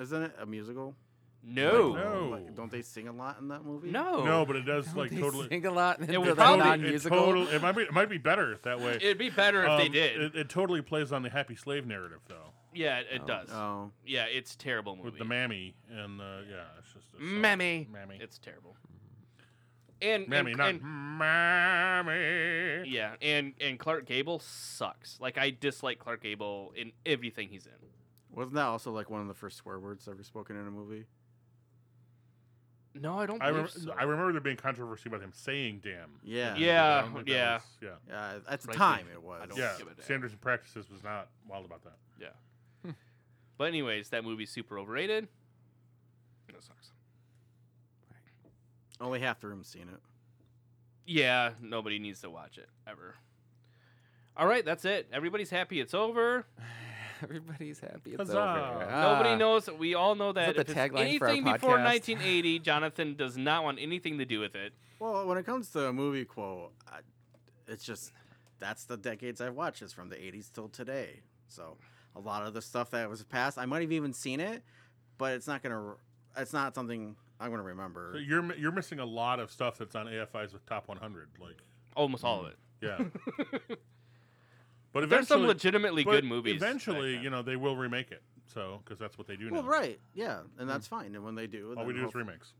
S2: Isn't it a musical?
S3: No.
S4: Like,
S1: No.
S2: Like, don't they sing a lot in that movie?
S3: No.
S1: No, but it does
S4: Don't
S1: like
S4: they
S1: totally.
S4: sing a lot.
S3: It
S4: It
S3: would
S4: was
S3: probably-
S4: non
S1: it,
S4: musical.
S1: total, it might be. It might be better that way.
S3: It'd be better if they
S1: Um,
S3: did.
S1: It, it totally plays on the happy slave narrative though,
S3: yeah, it, it
S4: Oh.
S3: does.
S2: Oh,
S3: Yeah, it's a terrible movie.
S1: with the mammy and uh, yeah, it's just it's so-
S3: Mammy.
S1: mammy.
S3: It's terrible. Mm-hmm. And
S1: Mammy,
S3: and,
S1: not
S3: and-
S1: Mammy.
S3: yeah, and and Clark Gable sucks. Like I dislike Clark Gable in everything he's in.
S2: Wasn't that also like one of the first swear words ever spoken in a movie?
S3: No, I don't.
S1: I
S3: Believe
S1: remember,
S3: so.
S1: I remember there being controversy about him saying "damn."
S2: Yeah.
S1: I don't
S3: Yeah,
S1: think that
S3: yeah.
S1: was- yeah.
S2: Yeah, at the
S3: Right,
S2: time
S3: dude.
S2: it was.
S3: I don't
S1: Yeah,
S3: give a damn.
S1: Sanderson Practices was not wild about that.
S3: But anyways, that movie's super overrated. And it sucks.
S2: Only half the room's seen it.
S3: Yeah, nobody needs to watch it ever. All right, that's it. Everybody's happy it's over.
S4: Everybody's happy. It's over.
S1: Huzzah.
S3: Nobody
S4: Ah.
S3: knows. We all know
S4: that
S3: that
S4: the
S3: if it's
S4: tagline for our
S3: anything before
S4: podcast?
S3: 1980, Jonathan does not want anything to do with it.
S2: Well, when it comes to a movie quote, I, it's just that's the decades I've watched. It's from the 80s till today. So a lot of the stuff that was past, I might have even seen it, but it's not gonna. It's not something I'm gonna remember.
S1: So you're mi- you're missing a lot of stuff that's on AFI's with top 100. Like,
S3: Almost all of it.
S1: yeah. but
S3: There's some
S1: Mm. eventually,
S3: legitimately
S1: but
S3: good movies.
S1: Eventually, you know, they will remake it. So, because that's what they do now.
S2: well, right, yeah,
S3: Hmm.
S2: and that's fine. And when they do,
S1: All
S2: then
S1: we do is
S2: hope-
S1: remakes.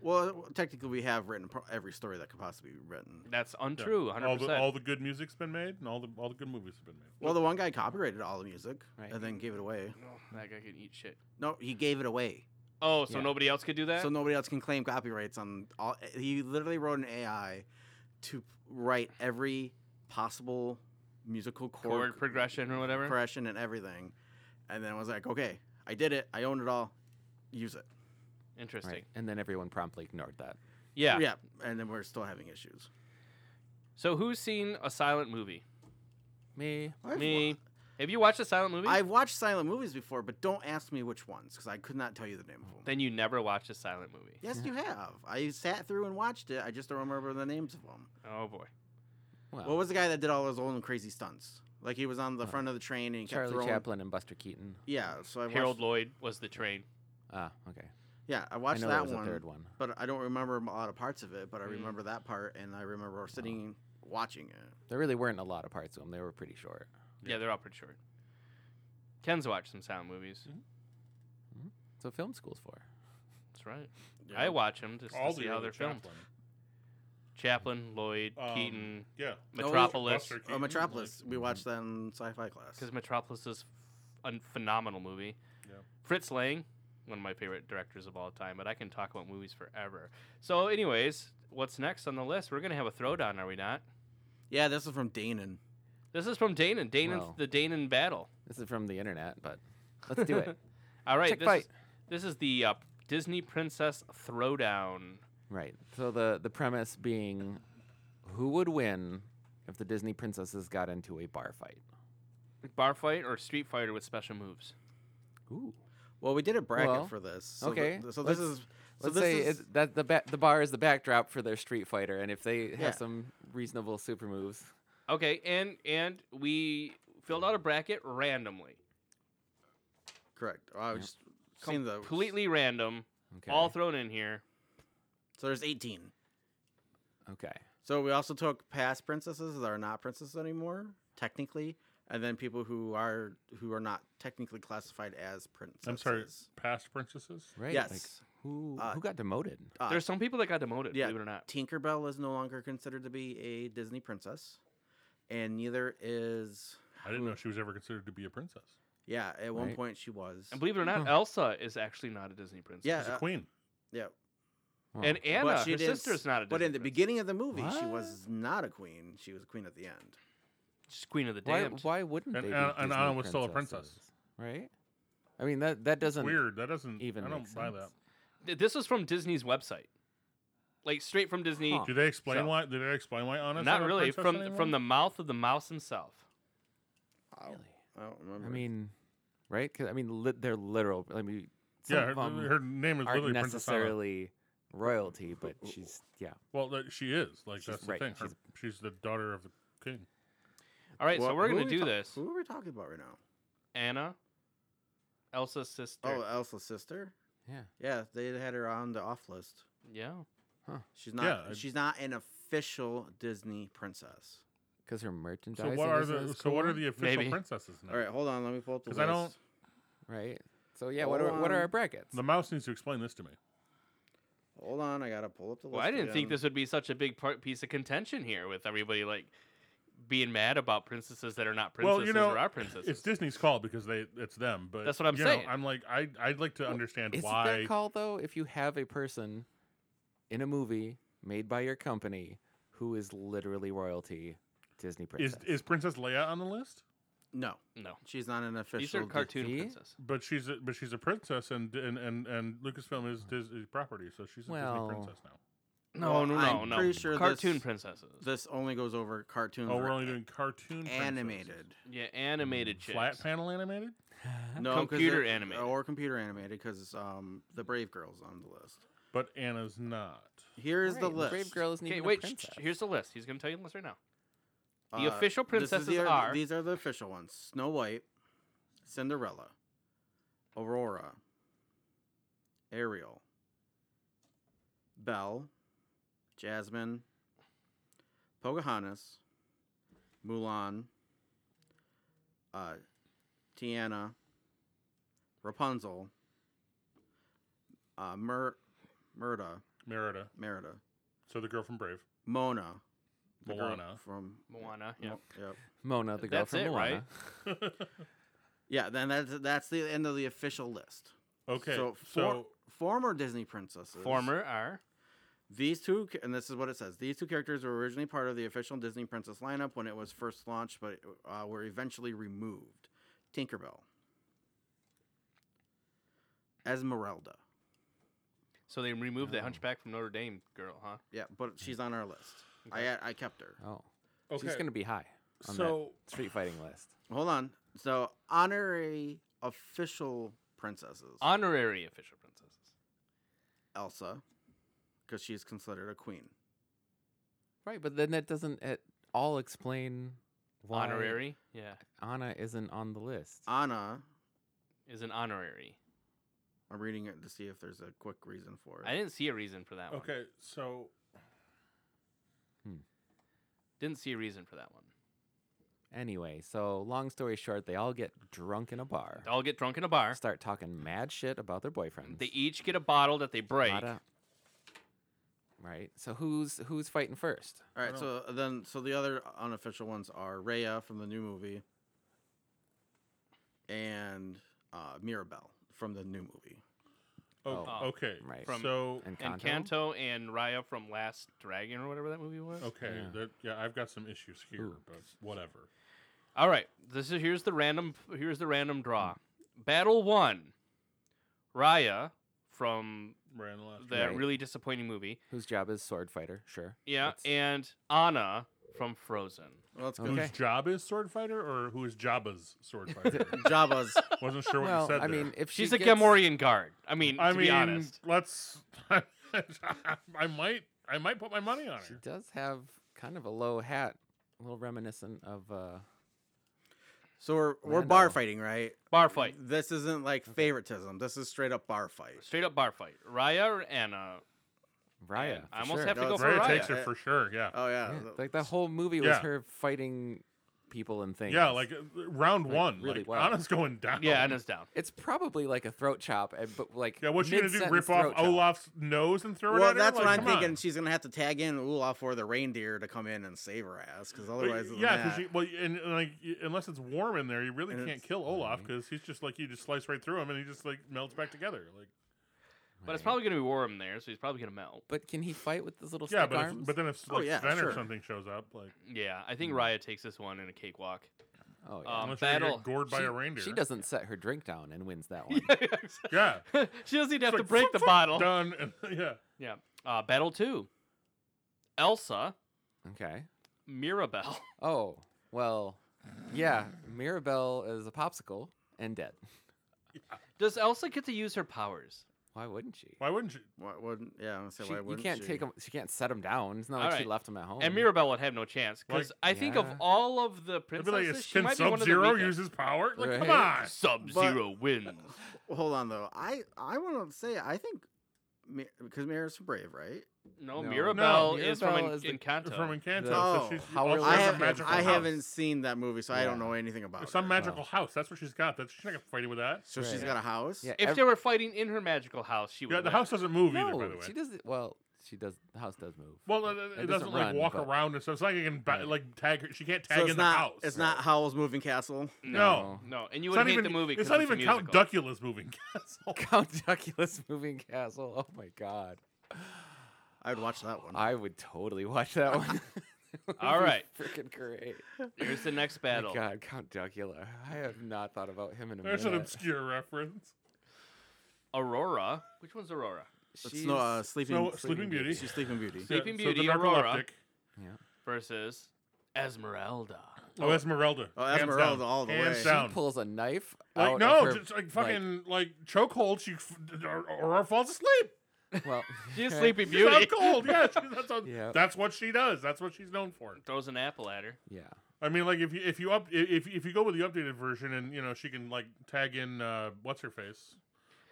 S2: Well, technically, we have written pro- every story that could possibly be written.
S3: that's
S1: Yeah.
S3: untrue. 100.
S1: All the
S3: percent
S1: all the good music's been made, and all the all the good movies have been made.
S2: Well, the one guy copyrighted all the music
S4: Right.
S2: and then gave it away.
S3: That guy can eat shit.
S2: No, he gave it away.
S3: Oh, so
S4: Yeah.
S3: nobody else could do that?
S2: So nobody else can claim copyrights on all. He literally wrote an AI to write every possible musical chord,
S3: Chord progression or whatever.
S2: progression and everything, and then was like, "Okay, I did it. I own it all. Use it."
S3: Interesting.
S4: Right. And then everyone promptly ignored that.
S3: Yeah.
S2: yeah. And then we're still having issues.
S3: So who's seen a silent movie?
S4: Me.
S2: I've
S3: Me. Have you watched a silent movie?
S2: I've watched silent movies before, but don't ask me which ones because I could not tell you the name of them.
S3: Then you never watched a silent movie.
S2: Yes, you have. I sat through and watched it. I just don't remember the names of them.
S3: Oh boy.
S4: Well,
S2: What was the guy that did all his own crazy stunts? Like he was on the
S4: Uh,
S2: front of the train and he kept
S4: Charlie
S2: throwing.
S4: Chaplin and Buster Keaton.
S2: Yeah, so I
S3: Harold
S2: watched,
S3: Lloyd was the train.
S4: Ah, okay.
S2: Yeah, I
S4: I
S2: watched
S4: know there
S2: that
S4: was
S2: one,
S4: a third one.
S2: but I don't remember a lot of parts of it. But I
S3: Mm.
S2: remember that part, and I
S4: Oh.
S2: remember sitting watching it. Oh,
S4: There really weren't a lot of parts of them. They were pretty short.
S3: Yeah, they're all pretty short. Ken's watched some silent movies.
S4: That's what film school's for.
S3: That's right.
S2: Yeah.
S3: I watch them just
S1: all
S3: to
S1: the
S3: see how
S1: other
S3: they're filmed.
S1: Chaplin.
S3: Chaplin, Lloyd,
S1: Um,
S3: Keaton,
S1: Yeah.
S2: No, it was
S3: Metropolis.
S1: Buster
S2: Oh,
S1: Keaton,
S2: Metropolis.
S1: like-
S3: mm-hmm.
S2: we watched that in sci-fi class.
S3: Because Metropolis is f- a phenomenal movie.
S1: Yeah.
S3: Fritz Lang, one of my favorite directors of all time, but I can talk about movies forever. So, anyways, what's next on the list? We're going to have a throwdown, are we not?
S2: Yeah, this is from Danon.
S3: This is from Danon. Danon's
S4: Wow.
S3: the Danon battle.
S4: This is from the internet, but let's do it.
S3: All right.
S4: Check
S3: This
S4: fight.
S3: is, this is the uh, Disney Princess Throwdown.
S4: Right. So the the premise being, who would win if the Disney princesses got into a bar fight?
S3: Bar fight or street fighter with special moves?
S4: Ooh.
S2: Well, we did a bracket
S4: Well,
S2: for this. So th-
S4: okay,
S2: th- so this
S4: let's-
S2: is. So
S4: Let's
S2: this
S4: say
S2: is,
S4: it, that the ba- the bar is the backdrop for their Street Fighter, and if they
S2: Yeah.
S4: have some reasonable super moves,
S3: Okay, and and we filled out a bracket randomly.
S2: correct. Oh, I
S4: Yep.
S2: just seen the
S3: Completely random.
S4: okay,
S3: All thrown in here.
S2: So there's 18.
S4: okay,
S2: So we also took past princesses that are not princesses anymore, technically, and then people who are who are not technically classified as princesses.
S1: I'm sorry, past princesses.
S4: right?
S2: Yes.
S4: Like, who
S2: Uh,
S4: who got demoted?
S2: Uh,
S3: There's some people that got demoted,
S2: yeah.
S3: believe it or not.
S2: Tinkerbell is no longer considered to be a Disney princess, and neither is
S1: I didn't know she was ever considered to be a princess.
S2: yeah. At one
S4: Right.
S2: point, she was.
S3: And believe it or not,
S4: Huh.
S3: Elsa is actually not a Disney princess.
S2: yeah,
S1: She's a
S2: uh,
S1: queen.
S2: yeah.
S4: Huh.
S3: And Anna,
S2: but she
S3: her
S2: did s-
S3: sister's not a Disney
S2: But in the
S3: princess.
S2: beginning of the movie, she
S4: What?
S2: was not a queen. She was a queen at the end.
S3: She's Queen of the
S4: why
S3: Damned.
S4: why wouldn't
S1: And
S4: they? be
S1: Anna- and Anna
S4: Disney
S1: was still a princess.
S4: princesses, right? I mean that that doesn't
S1: Weird. That doesn't
S4: even
S1: I don't
S4: make
S1: buy that.
S4: sense.
S3: Th- This was from Disney's website. Like straight from Disney.
S4: Huh.
S1: Do they explain
S3: So-
S1: why? Did they explain why Anna's
S3: Not
S1: a
S3: really.
S1: princess
S3: From
S1: anymore?
S3: from the mouth of the mouse himself.
S2: I don't,
S4: Really?
S2: I don't remember.
S4: I mean, right? 'Cause, I mean, li- they're literal. I mean, some
S1: yeah, her,
S4: of 'em
S1: her name is
S4: Um, aren't
S1: literally Princess Anna.
S4: necessarily royalty, but she's yeah.
S1: Well, that she is like
S4: She's-
S1: that's the
S4: right,
S1: thing. Her, she's, the daughter of the king.
S3: All right, so
S2: Well,
S3: we're
S2: who
S3: going
S2: are
S3: to
S2: we
S3: do
S2: ta-
S3: this.
S2: Who are we talking about right now?
S3: Anna, Elsa's sister.
S2: Oh, Elsa's sister.
S4: Yeah.
S2: Yeah, they had her on the off list.
S3: yeah.
S2: She's not.
S1: Yeah, I-
S2: she's not an official Disney princess.
S4: Because her
S1: So
S4: merchandise.
S1: what are the so what are the official
S3: Maybe.
S1: princesses now?
S2: All right, hold on. Let me pull up the
S1: 'Cause
S2: list.
S1: I don't-
S4: right? So yeah, what are
S2: Hold
S4: what are
S2: on.
S1: Um,
S4: our brackets?
S1: The mouse needs to explain this to me.
S2: Hold on, I gotta pull up the list.
S3: Well, I didn't think
S2: again.
S3: this would be such a big part, piece of contention here with everybody like being mad about princesses that are not princesses
S1: Well, you know,
S3: or are princesses.
S1: It's Disney's call because they it's them. But
S3: That's what I'm
S1: you
S3: saying.
S1: Know, I'm like I I'd like to
S4: Well,
S1: understand
S4: Is
S1: why.
S4: that called though? If you have a person in a movie made by your company who is literally royalty, Disney
S1: Is
S4: princess.
S1: is Princess Leia on the list?
S2: No,
S3: no,
S2: she's not an official.
S3: these are
S2: Di-
S3: cartoon
S4: see?
S3: princesses.
S1: But she's a, but she's a princess, and and and, and Lucasfilm is Disney property, so she's a
S4: Well,
S1: Disney princess now.
S3: No,
S2: Well,
S3: no, no,
S2: I'm
S3: no.
S2: pretty sure
S3: cartoon
S2: this-
S3: princesses.
S2: This only goes over cartoons.
S1: Oh,
S2: or
S1: we're only doing cartoon
S2: animated.
S3: yeah, animated
S1: princesses.
S3: chicks.
S1: flat panel animated.
S2: No, 'cause
S3: Computer
S2: it-
S3: animated.
S2: or computer animated because um the Brave Girl's on the list.
S1: But Anna's not.
S2: Here's the
S4: Right,
S2: list.
S4: Brave girl is
S3: Okay,
S4: needed.
S3: wait. sh- sh-
S4: princess.
S3: here's the list. He's gonna tell you the list right now.
S2: Uh,
S3: The official
S2: this is the
S3: princesses
S2: other-
S3: are-
S2: These are the official ones: Snow White, Cinderella, Aurora, Ariel, Belle, Jasmine, Pocahontas, Mulan, uh, Tiana, Rapunzel, uh, Mer- Merida,
S1: Merida,
S2: Merida,
S1: so the girl from Brave,
S2: Mona, the girl
S1: Moana.
S2: from
S3: Moana. Yeah.
S2: Mo- yep.
S4: Mona, the girl
S3: That's
S4: from
S3: it,
S4: Moana.
S3: right?
S2: Yeah, then that's that's the end of the official list.
S1: okay,
S2: So,
S1: so,
S2: for, former Disney princesses.
S3: Former are
S2: These two, ca- and this is what it says. These two characters were originally part of the official Disney princess lineup when it was first launched, but uh, were eventually removed. Tinkerbell, Esmeralda.
S3: so they removed the Hunchback from Notre Dame girl, huh?
S2: Yeah, but she's on our list. I I kept her.
S4: Oh,
S1: okay,
S4: she's gonna be high on
S1: so
S4: that street fighting list.
S2: Hold on. So honorary official princesses.
S3: Honorary official princesses.
S2: Elsa, because she's considered a queen.
S4: Right, but then that doesn't at all explain why
S3: Honorary. Yeah,
S4: Anna isn't on the list.
S2: Anna.
S3: is an honorary.
S2: I'm reading it to see if there's a quick reason for it.
S3: I didn't see a reason for that one.
S1: okay, so
S3: Didn't see a reason for that one.
S4: Anyway, so long story short, they all get drunk in a bar,
S3: They all get drunk in a bar.
S4: start talking mad shit about their boyfriends.
S3: They each get a bottle that they E break.
S4: Lotta- Right. So who's who's fighting first?
S2: All right,
S1: I
S2: so uh, then, so the other unofficial ones are Raya from the new movie, and uh, Mirabelle from the new movie.
S1: oh,
S3: Oh,
S1: okay,
S4: right.
S3: From-
S1: so
S3: And Kanto and Raya from Last Dragon or whatever that movie was.
S1: okay,
S4: Yeah.
S1: That, yeah, I've got some issues here,
S4: Ooh.
S1: but whatever.
S3: All right. This is here's the random here's the random draw. Battle one. Raya from
S1: Ran the last
S3: that
S4: Right.
S3: really disappointing movie.
S4: Whose job is sword fighter? Sure.
S3: Yeah,
S4: That's-
S3: and Anna from Frozen.
S2: Well, that's
S1: Whose
S2: good.
S4: Okay.
S1: job is sword fighter, or who is Jabba's sword fighter?
S2: Jabba's.
S1: Wasn't sure what you
S4: well,
S1: said.
S4: I
S1: there.
S4: mean, if she
S3: She's a
S4: gets-
S3: Gamorrean guard. I mean,
S1: I
S3: to
S1: mean,
S3: be honest.
S1: let's. I might, I might put my money on
S4: she
S1: her.
S4: does have kind of a low hat, a little reminiscent of. uh
S2: So we're we're bar
S4: Lando.
S2: fighting, right?
S3: Bar fight.
S2: This isn't like favoritism. This is straight up bar fight.
S3: Straight up bar fight. Raya or Anna?
S4: Raya.
S3: I
S4: for
S3: almost
S4: sure.
S3: have to
S2: No,
S3: go
S2: it's
S3: for
S1: Raya
S3: Raya.
S1: takes her for sure. Yeah,
S2: Oh yeah,
S4: Yeah,
S2: th-
S4: like the whole movie was
S1: Yeah.
S4: her fighting people and things.
S1: yeah. Like uh, round
S4: Like,
S1: one,
S4: really
S1: like
S4: well.
S1: Anna's going down.
S3: Yeah, Anna's down.
S4: it's probably like a throat chop, and but like
S1: yeah. What's she gonna do?
S4: mid-sentence
S1: Rip off
S4: throat chop.
S1: Olaf's nose and throw it?
S2: well,
S1: at her?
S2: that's what
S1: Like,
S2: I'm
S1: come on.
S2: thinking. She's gonna have to tag in Olaf or the reindeer to come in and save her ass, because
S1: But,
S2: otherwise, than
S1: yeah, because
S2: that-
S1: well, and, and like y- unless it's warm in there, you really
S2: And
S1: can't
S2: it's-
S1: kill Olaf
S4: Right.
S1: because he's just like you just slice right through him and he just like melts back together. Like
S3: But it's
S4: Right.
S3: probably going to be warm there, so he's probably going to melt.
S4: But can he fight with his little
S1: yeah,
S4: stick
S1: but if,
S4: arms?
S1: but then if
S2: Oh,
S1: like
S2: yeah,
S1: Sven
S2: sure.
S1: or something shows up, like
S3: Yeah, I think
S4: Hmm.
S3: Raya takes this one in a cakewalk.
S4: oh yeah.
S3: um,
S1: unless you're gonna
S3: battle.
S1: get gored by
S4: she,
S1: a reindeer,
S4: She doesn't set her drink down and wins that one.
S3: she
S1: Yeah,
S3: doesn't even have
S1: It's
S3: to
S1: like,
S3: break
S1: "Flip,
S3: the
S1: flip,
S2: Oh.
S3: bottle.
S1: done. And, yeah,
S3: Yeah. Uh, battle two. Elsa,
S4: Okay.
S3: Mirabelle.
S4: Oh well, yeah. Mirabelle is a popsicle and dead.
S3: Does Elsa get to use her powers?
S4: Why wouldn't she?
S1: why wouldn't you?
S2: why wouldn't? Yeah, I'm gonna say
S4: She-
S2: why
S4: you
S2: wouldn't
S4: can't
S2: she?
S4: take him. She can't set him down. It's not
S3: All
S4: like
S3: right.
S4: she left him at home.
S3: And Mirabelle would have no chance because I think of
S4: Yeah.
S3: all of the
S1: It'd be like,
S3: princesses, she
S1: can
S3: might be
S1: Sub
S3: one of the
S1: Zero
S3: weakest.
S1: use his power? Like, come
S4: Right.
S1: on.
S3: Sub Zero wins.
S2: Hold on though. I I want to say I think because Mira's from Brave, right?
S3: No,
S4: No.
S3: Mirabelle
S4: No,
S3: is from
S4: Mirabelle
S3: en-
S4: is the-
S3: Encanto.
S1: From Encanto. so
S2: Oh,
S1: she's
S4: how
S1: also
S2: I,
S4: Or there's a
S1: have,
S2: haven't,
S1: magical
S2: I
S1: house.
S2: haven't seen that movie, so I don't
S4: Yeah.
S2: know anything about
S1: Some
S2: it.
S1: magical house. That's what she's got. That's she's not fighting with that.
S2: So she's
S4: Right.
S2: got a house.
S4: Yeah,
S3: If
S4: ev-
S3: they were fighting in her magical house, she would.
S1: Yeah, the
S3: win.
S1: house doesn't move either, by
S4: no,
S1: the way.
S4: she does. Well, she does. The house does move.
S1: Well, it, it,
S4: doesn't
S1: doesn't like
S4: run,
S1: walk
S4: but-
S1: around and stuff. It's not like it can ba-
S4: Right.
S1: like tag her. She can't tag
S2: So
S1: in
S2: it's
S1: the
S2: not
S1: house.
S2: it's not Howl's Moving Castle.
S3: No, no, and you
S1: It's
S3: would
S1: not
S3: hate
S1: even
S3: the movie.
S1: It's
S3: 'cause
S1: not
S3: a
S1: even Count
S3: musical.
S1: Duckula's moving castle.
S4: Count Dracula's moving castle. Oh my god,
S2: I would watch that one.
S4: I would totally watch that one.
S3: All right.
S4: freaking great.
S3: Here's the next
S4: My
S3: battle.
S4: God, uh, Count Dracula. I have not thought about him in a
S1: There's an
S4: minute.
S1: obscure reference.
S3: Aurora. Which one's Aurora?
S2: It's no, uh, Sleeping,
S1: No, Sleeping Beauty.
S2: She's Sleeping Beauty.
S1: Yeah,
S3: Sleeping
S1: so
S3: Beauty,
S1: the
S3: Aurora.
S1: narcoleptic-
S3: versus Esmeralda.
S1: Oh, Esmeralda.
S2: Oh,
S1: hands
S2: Esmeralda
S1: down.
S2: all the
S1: Hands
S2: way.
S4: she
S1: down.
S4: pulls a knife.
S1: Like
S4: out
S1: no,
S4: of her,
S1: just like fucking like, chokehold. She f- or, or falls asleep.
S4: well,
S3: She's Sleeping
S1: She's out
S3: Beauty.
S1: cold. Yeah, she, that's, all,
S4: Yeah.
S1: that's what she does. That's what she's known for.
S3: Throws an apple at her.
S4: Yeah.
S1: I mean, like if you if you up if if you go with the updated version and you know she can like tag in uh, what's her face,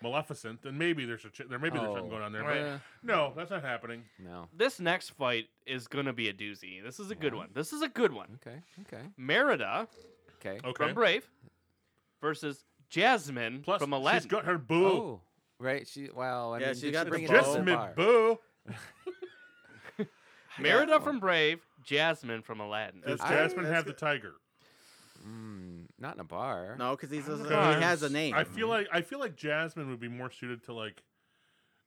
S1: Maleficent, then maybe there's a ch- there maybe there's something
S4: Oh.
S1: going on there. But
S4: Eh,
S1: no, that's not happening.
S4: no.
S3: This next fight is gonna be a doozy. This is a good
S4: Yeah.
S3: one. This is a good one.
S4: Okay. Okay.
S3: Merida
S4: Okay.
S1: Okay.
S3: from Brave versus Jasmine
S1: Plus,
S3: from Aladdin.
S1: she's got her boo.
S4: Oh, right. She. Well, I
S2: Yeah,
S4: mean,
S2: she's
S4: did
S2: got
S4: she
S2: the
S4: bring it
S2: bow.
S4: up so
S1: Jasmine
S4: far?
S1: boo.
S3: Merida
S4: Yeah.
S3: from Brave, Jasmine from Aladdin.
S1: Does
S4: I-
S1: Jasmine
S2: that's
S1: have the
S2: good.
S1: tiger?
S4: Mm, not in a bar.
S2: No, because he
S1: Because
S2: has a name.
S1: I feel like I feel like Jasmine would be more suited to like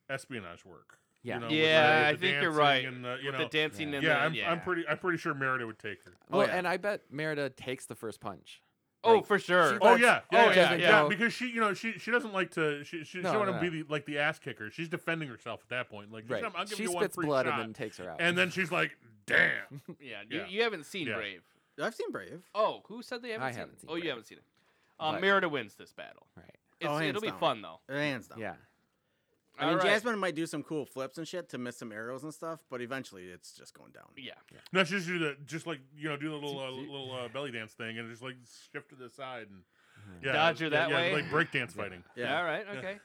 S1: espionage work.
S4: Yeah.
S1: you know, with,
S3: Yeah,
S1: like,
S3: I
S1: the
S3: think you're
S1: dancing
S3: right.
S1: And the, you
S3: With
S1: know,
S3: the dancing
S4: Yeah.
S3: and
S1: yeah,
S3: the,
S1: I'm,
S3: yeah.
S1: I'm pretty I'm pretty sure Merida would take her.
S4: Well,
S2: Oh, yeah.
S4: and I bet Merida takes the first punch.
S3: Oh,
S4: Like,
S3: for sure.
S4: she
S1: Oh
S4: lets-
S1: yeah, yeah,
S3: oh,
S1: yeah,
S3: Jasmine
S1: yeah,
S4: go.
S1: because she, you know, she she doesn't like to. She she,
S4: No,
S1: she want to
S4: no,
S1: be the, like the ass kicker. She's defending herself at that point. Like,
S4: Right.
S1: I'm, I'll give
S4: she
S1: you one
S4: spits
S1: free
S4: blood
S1: shot,
S4: and then takes her out.
S1: and then she's like, damn.
S3: yeah,
S1: Yeah.
S3: You, you haven't seen
S1: Yeah.
S3: Brave.
S2: I've seen Brave.
S3: Oh, who said they haven't
S4: I
S3: seen
S4: haven't
S3: it?
S4: seen
S3: oh, you
S4: Brave.
S3: haven't seen it. Um,
S4: But-
S3: Merida wins this battle.
S4: right.
S3: It's,
S2: hands
S3: it'll be
S2: down.
S3: fun though.
S2: Hands down.
S4: Yeah.
S2: I mean,
S3: All right.
S2: Jasmine might do some cool flips and shit to miss some arrows and stuff, but eventually it's just going down.
S3: Yeah.
S1: No, she just do the just like you know do the little uh,
S4: Zoop, zoop.
S1: little uh, belly dance thing and just like shift to the side and
S4: Mm-hmm.
S1: yeah,
S3: Dodge her
S1: yeah,
S3: that
S1: yeah,
S3: way.
S1: like breakdance fighting.
S3: All right. Okay.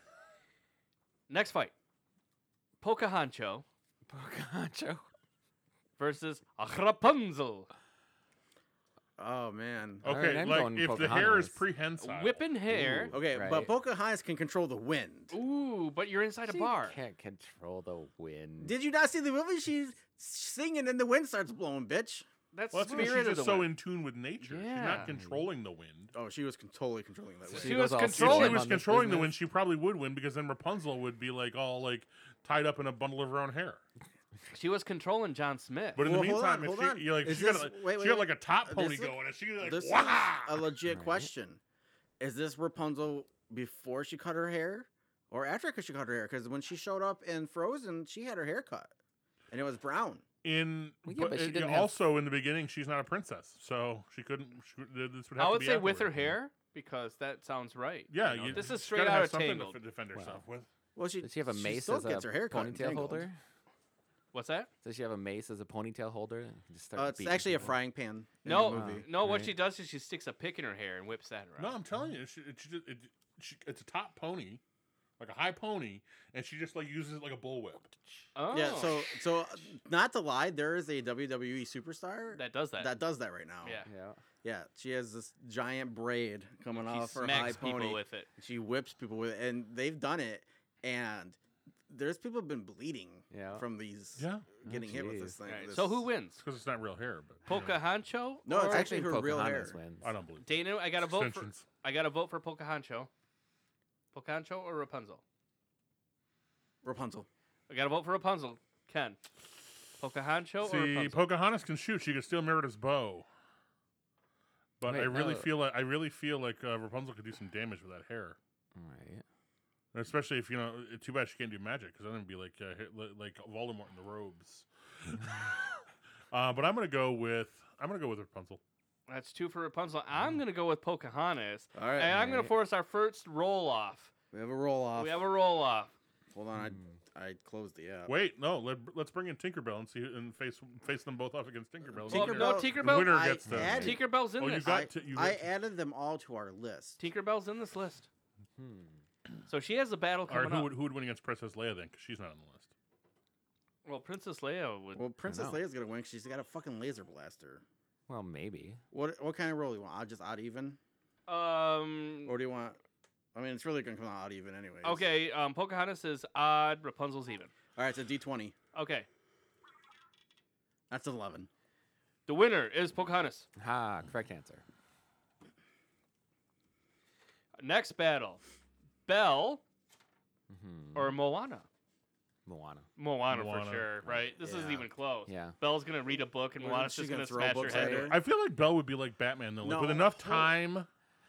S3: Next fight. Pocahoncho
S4: Pocahontas.
S3: versus Rapunzel.
S2: Oh man.
S4: All right,
S1: Okay,
S4: I'm
S1: like
S4: going
S1: if the hair is
S4: Pocahontas.
S1: prehensile,
S3: Whipping hair.
S4: Ooh.
S2: Okay,
S4: Right.
S2: but Pocahontas can control the wind.
S3: Ooh. but you're inside a
S4: She
S3: bar.
S4: can't control the wind.
S2: Did you not see the movie? She's singing and the wind starts blowing, bitch.
S3: That's
S1: Well, that's because
S3: spirit
S1: she's
S3: of the
S1: just so
S3: wind.
S1: in tune with nature. She's
S3: Yeah.
S1: not controlling the wind.
S2: Oh, she was con- totally controlling that
S4: So
S2: wind.
S3: she
S4: goes
S3: was
S4: all
S1: If
S3: controlling-
S1: she
S4: Sam
S3: Trolling
S1: was
S4: on this
S1: controlling the
S4: business?
S1: wind, she probably would win because then Rapunzel would be like all like tied up in a bundle of her own hair.
S3: She was controlling John Smith.
S1: But in
S2: Well,
S1: the
S2: hold on,
S1: meantime,
S2: hold
S1: if
S2: on.
S1: she, you like,
S2: Is
S1: she, got,
S2: this-
S1: like,
S2: wait,
S1: she
S2: wait,
S1: got
S2: wait.
S1: like a top
S2: This
S1: pony
S2: is-
S1: going, and she like,
S2: This is a
S1: "Wah!"
S2: legit
S4: Right.
S2: question. Is this Rapunzel before she cut her hair or after 'cause she cut her hair? Because when she showed up in Frozen, she had her hair cut and it was brown.
S1: in
S4: Well, yeah, but she
S1: uh,
S4: didn't have-
S1: also in the beginning, she's not a princess, so she couldn't. She, could- th- this would have
S3: I
S1: to
S3: would
S1: be
S3: say with her
S1: afterward.
S3: hair because that sounds right.
S1: Yeah,
S3: you know?
S1: you-
S3: this is
S1: she's
S3: straight
S1: gotta
S3: out
S1: have
S3: of
S1: something
S3: Tangled.
S1: to f- defend herself with.
S2: Well, she
S4: Does she have a mace
S2: still
S4: as
S2: gets
S4: a
S2: her hair cut in
S4: ponytail
S2: Tangled.
S4: holder?
S3: What's that?
S4: Does she have a mace as a ponytail holder? and just start
S2: Uh, it's
S4: beating
S2: actually a
S4: people?
S2: frying pan. in the
S3: No, uh,
S2: movie.
S3: no. What
S4: Right.
S3: she does is she sticks a pick in her hair and whips that around.
S1: No, I'm telling you, she, it, she, it, she, it's a top pony, like a high pony, and she just like uses it like a bullwhip.
S3: oh,
S2: Yeah, so so uh, not to lie, there is a WWE superstar that,
S3: that does that.
S2: does that right now.
S3: yeah,
S4: Yeah.
S2: Yeah, she has this giant braid coming
S3: she
S2: off her high
S3: smacks people
S2: pony.
S3: with it.
S2: She whips people with it, and they've done it. And there's people have been bleeding
S4: Yeah.
S2: from these
S1: Yeah,
S2: getting hit with this
S4: jeez.
S2: thing.
S3: All right,
S2: this-
S3: So who wins?
S1: because it's not real hair, but you know,
S3: Pocahontas?
S2: No, it's
S3: or-
S2: actually
S4: I think
S2: her real
S4: Pocahontas
S2: hair.
S4: wins.
S1: I don't believe. it.
S3: Dana, I gotta vote for.
S1: Extensions.
S3: I gotta vote for Pocahontas. Pocahontas or Rapunzel?
S2: Rapunzel.
S3: I gotta vote for Rapunzel. Ken. Pocahontas or
S1: See,
S3: Rapunzel?
S1: Pocahontas can shoot. She can steal Merida's bow. But I
S4: Wait,
S1: really
S4: no.
S1: feel like I really feel like uh, Rapunzel could do some damage with that hair,
S4: All right.
S1: And especially if you know. Too bad she can't do magic because then it'd be like uh, hit- li- like Voldemort in the robes. uh, but I'm gonna go with I'm gonna go with Rapunzel.
S3: That's two for Rapunzel. I'm gonna go with Pocahontas,
S2: All right,
S3: and I'm gonna
S4: Right.
S3: force our first roll off.
S2: we have a roll off.
S3: We have a roll off.
S2: Hold on,
S4: Hmm.
S2: I I closed the app.
S1: Wait, no, let, let's bring in Tinkerbell and see who- and face face them both off against Tinkerbell. and see
S3: Well,
S1: who-
S3: no,
S2: Tinkerbell-
S1: the winner
S3: Tinkerbell.
S2: I
S1: gets to.
S2: added-
S3: Tinkerbell's in
S1: Oh, you
S3: this.
S1: got
S2: I,
S1: to- you
S2: I
S1: got to-
S2: added them all to our list.
S3: Tinkerbell's in this list,
S4: Hmm.
S3: so she has a battle
S1: All right,
S3: coming
S1: who
S3: up.
S1: would, who would win against Princess Leia then? Because she's not on the list.
S3: Well, Princess Leia would.
S2: Well, Princess
S4: know.
S2: Leia's gonna win. 'cause She's got a fucking laser blaster.
S4: Well, maybe.
S2: What what kind of roll do you want? Odd, just odd even,
S1: Oh.
S3: um.
S2: or do you want? I mean, it's really gonna come out odd even anyway.
S3: Okay. Um. Pocahontas is odd. Rapunzel's even.
S2: All right, it's a D twenty.
S3: Okay.
S2: That's an eleven.
S3: The winner is Pocahontas.
S2: Hmm.
S4: Ha, correct answer.
S3: Next battle, Belle
S4: hmm
S3: or Moana.
S4: Moana.
S3: Moana,
S1: Moana.
S3: for sure, right? This isn't
S2: Yeah.
S3: even close.
S4: Yeah.
S3: Belle's gonna read a book and
S2: Well,
S3: Moana's
S2: she's
S3: just
S2: gonna
S3: gonna,
S2: throw
S3: smash her
S2: books
S3: head.
S2: at
S3: in.
S2: her.
S1: I feel like Belle would be like Batman though. Like, with
S2: No,
S1: enough
S2: her-
S1: time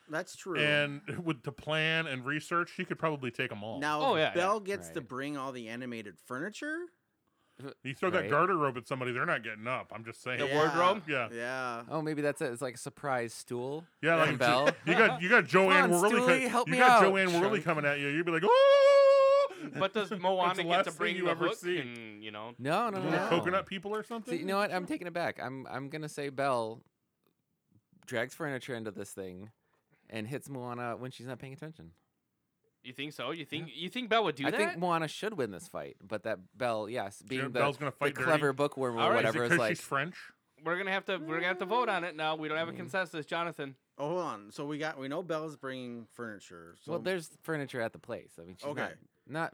S2: That's true.
S1: and with to plan and research, she could probably take them all.
S2: now,
S3: Oh,
S2: if
S3: yeah, yeah.
S2: Belle gets to
S4: Right.
S2: bring all the animated furniture.
S1: you throw that
S4: Right.
S1: garter robe at somebody, they're not getting up. I'm just saying.
S3: The wardrobe?
S1: Yeah.
S2: Yeah.
S4: Oh, maybe that's it. It's like a surprise stool.
S1: Yeah,
S4: from
S1: like
S4: Belle.
S1: You got you got Joanne
S4: on,
S1: Worley. co-
S4: Stewie, help
S1: you
S4: me
S1: got
S4: out,
S1: Joanne Worley
S4: Charlie.
S1: coming at you. You'd be like, oh.
S3: But does
S1: That's
S3: Moana
S1: the
S3: get
S1: last
S3: to
S1: thing
S3: bring
S1: you
S3: the
S1: ever
S3: hook
S1: see.
S3: and Oh. you know?
S4: No, no,
S1: The
S4: no.
S1: little
S4: no.
S1: coconut people or something.
S4: See, you know what? I'm taking it back. I'm I'm gonna say Belle drags furniture into this thing and hits Moana when she's not paying attention.
S3: You think so? You think you think Belle would do
S4: I
S3: that?
S4: think Moana should win this fight, but that Belle, yes, being the,
S1: Belle's gonna
S4: the
S1: fight dirty?
S4: clever bookworm or
S3: All right, is it
S4: whatever, is,
S1: because
S4: like,
S1: she's French.
S3: we're gonna have to we're gonna have to vote on it now. We don't have a
S4: Mm.
S3: consensus, Jonathan.
S2: Oh, hold on. So we got we know Belle's bringing furniture. So
S4: well, there's furniture at the place. I mean, she's
S2: okay.
S4: not, not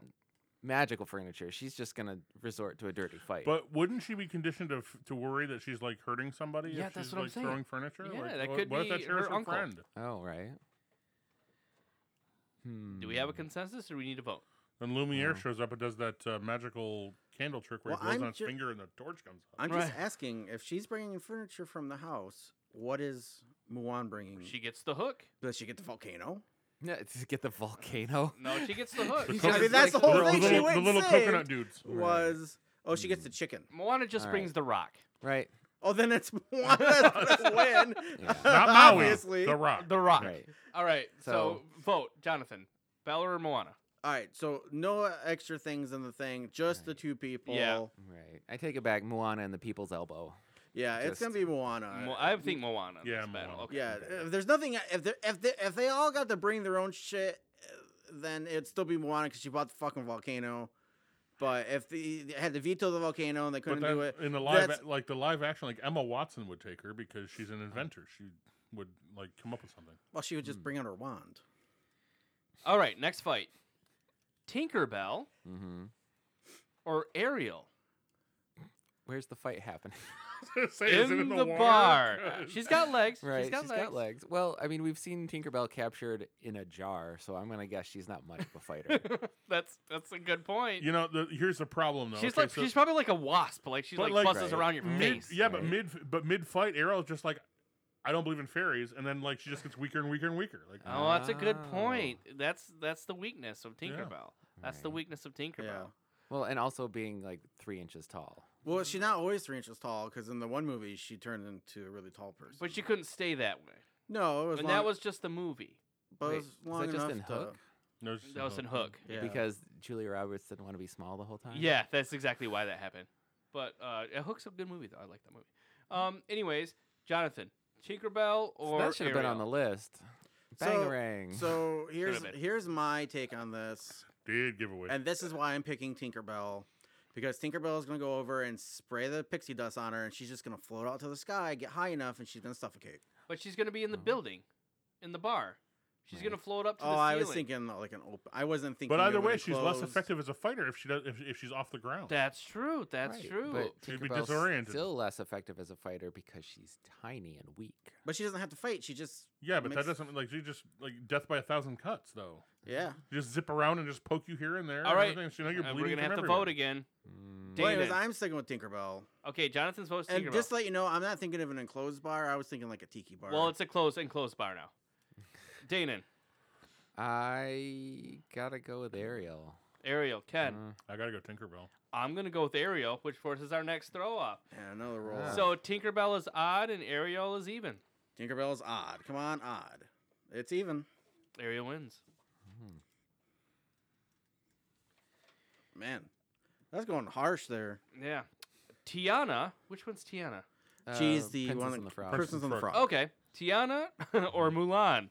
S4: magical furniture. She's just gonna resort to a dirty fight.
S1: But wouldn't she be conditioned to, f- to worry that she's like hurting somebody?
S3: Yeah,
S1: if
S3: that's
S1: she's,
S3: what I'm
S1: like,
S3: saying.
S1: Throwing furniture.
S3: Yeah,
S1: like,
S3: that
S1: what,
S3: could
S1: what if
S3: be
S1: that's
S3: her
S1: Harris
S3: uncle.
S1: friend?
S4: oh, right. Hmm.
S3: Do we have a consensus or do we need to vote?
S1: And Lumiere
S4: Wow.
S1: shows up and does that uh, magical candle trick where
S2: Mm. Well,
S1: he blows
S2: I'm
S1: on his
S2: ju-
S1: finger and the torch comes up.
S2: I'm just
S3: Right.
S2: asking if she's bringing furniture from the house. What is Mulan bringing?
S3: She gets the hook.
S2: Does she get the volcano?
S4: Hmm. Yeah, it's get the volcano.
S3: No, she gets the hook.
S1: The
S3: She
S1: cook-
S3: just
S2: I mean, that's
S3: likes
S2: the whole
S1: little-
S2: thing
S1: the
S2: she
S1: little,
S2: went
S1: the little
S2: saved.
S1: coconut dudes.
S4: Right. Mm.
S2: Was oh she gets the chicken.
S3: Moana just
S4: All
S3: brings
S4: right.
S3: the rock.
S4: Right.
S2: Oh, then it's Mulan that's gonna win.
S4: Yeah.
S1: Not Maui.
S2: Obviously.
S1: The Rock.
S3: The rock.
S4: Right.
S3: All right. So,
S4: So-
S3: vote, Jonathan. Belle or Moana?
S2: All right, so no extra things in the thing, just the
S4: Right.
S2: two people.
S3: Yeah.
S4: Right. I take it back. Moana and the people's elbow.
S2: Yeah, it's gonna
S4: Just-
S2: be Moana.
S3: Mo- I think Moana. in
S1: Yeah,
S3: this battle.
S1: Moana.
S3: Okay.
S2: yeah, if there's nothing, if they if they if they all got to bring their own shit, uh, then it'd still be Moana because she bought the fucking volcano. But if the they had to veto the volcano and they
S1: But
S2: couldn't
S1: then
S2: do it,
S1: in the live,
S2: that's-
S1: a- like the live action, like Emma Watson would take her because she's an inventor. She would like come up with something.
S2: well, she would just
S4: Hmm.
S2: bring out her wand.
S3: All right. Next fight. Tinkerbell
S4: Mm-hmm.
S3: or Ariel
S4: Where's the fight happening?
S1: Say, is it
S3: in, the,
S1: water?
S3: bar.
S1: Good.
S3: She's got legs.
S4: Right.
S3: She's got legs.
S4: Well, I mean, we've seen Tinkerbell captured in a jar, so I'm gonna guess she's not much of a fighter.
S3: that's that's a good point.
S1: You know, the, here's the problem though.
S3: she's
S1: Okay,
S3: like
S1: so
S3: she's probably like a wasp. Like she's
S1: But,
S3: like,
S1: like,
S3: buses
S4: Right.
S3: around your
S1: mid,
S3: face.
S1: yeah, but
S4: right?
S1: mid, but mid fight, Arrow's just like, I don't believe in fairies, and then like she just gets weaker and weaker and weaker. Like,
S3: Oh, that's a good
S4: Oh.
S3: point. That's that's the weakness of
S1: Yeah.
S3: Tinkerbell. That's the
S4: Right.
S3: weakness of Tinkerbell.
S2: Yeah.
S4: well, and also being like three inches tall.
S2: Well, she's not always three inches tall because in the one movie she turned into a really tall person.
S3: But she couldn't stay that way.
S2: no, it was
S3: and
S2: long,
S3: that was just the movie.
S2: but it
S4: Wait,
S2: was
S4: is
S2: long
S4: that just
S2: enough
S4: in
S2: to-
S4: Hook?
S1: no, it's-
S3: That was in Hook.
S2: Yeah.
S4: Because Julia Roberts didn't want to be small the whole time.
S3: Yeah, that's exactly why that happened. But uh, yeah, Hook's a good movie though. I like that movie. Um, anyways, Jonathan, Tinkerbell
S4: So
S3: or
S4: that should have been on the
S3: Ariel?
S4: list. Bangarang.
S2: So here's
S3: been.
S2: here's my take on this,
S1: Did give away.
S2: and this is why I'm picking Tinkerbell, because Tinkerbell is gonna go over and spray the pixie dust on her, and she's just gonna float out to the sky, get high enough, and she's gonna suffocate.
S3: But she's gonna be in the
S4: Oh.
S3: building, in the bar. She's
S4: Right.
S3: gonna float up to
S2: oh,
S3: the ceiling.
S2: I was thinking uh, like an open. I wasn't thinking.
S1: but either
S2: it would
S1: way,
S2: be
S1: she's less
S2: closed.
S1: effective as a fighter if she does if, if she's off the ground.
S3: That's true. That's
S4: Right,
S3: true.
S4: But
S1: She'd be
S4: Tinkerbell's
S1: disoriented.
S4: Still less effective as a fighter because she's tiny and weak.
S2: But she doesn't have to fight. She just
S1: yeah, but that
S2: makes-
S1: doesn't like she just like death by a thousand cuts though.
S2: yeah.
S1: Just zip around and just poke you here and there.
S3: All
S1: and
S3: right.
S1: everything, so you know you're
S3: Uh, we're
S1: bleeding
S3: gonna
S1: from
S3: have to
S1: everywhere.
S3: vote again.
S4: Mm.
S2: Well,
S3: Dang
S2: anyways,
S3: it.
S2: I'm sticking with Tinkerbell.
S3: Okay, Jonathan's votes
S2: And
S3: Tinkerbell.
S2: just to let you know, I'm not thinking of an enclosed bar. I was thinking like a tiki bar.
S3: well, it's a closed enclosed bar now. Danon,
S4: I gotta go with Ariel.
S3: Ariel, Ken.
S4: Uh,
S1: I gotta go Tinkerbell.
S3: I'm gonna go with Ariel, which forces our next throw off.
S2: yeah, another roll.
S4: Ah.
S3: So Tinkerbell is odd and Ariel is even.
S2: Tinkerbell's odd. Come on, odd. It's even.
S3: Ariel wins.
S4: mhm.
S2: Man, that's going harsh there.
S3: Yeah. Tiana, which one's Tiana?
S4: Uh,
S2: She's the
S4: Princess
S2: one
S4: and
S2: that-
S4: the Frog.
S1: Princess
S2: Persons on the
S1: Frog.
S2: frog.
S3: Okay, Tiana or Mulan?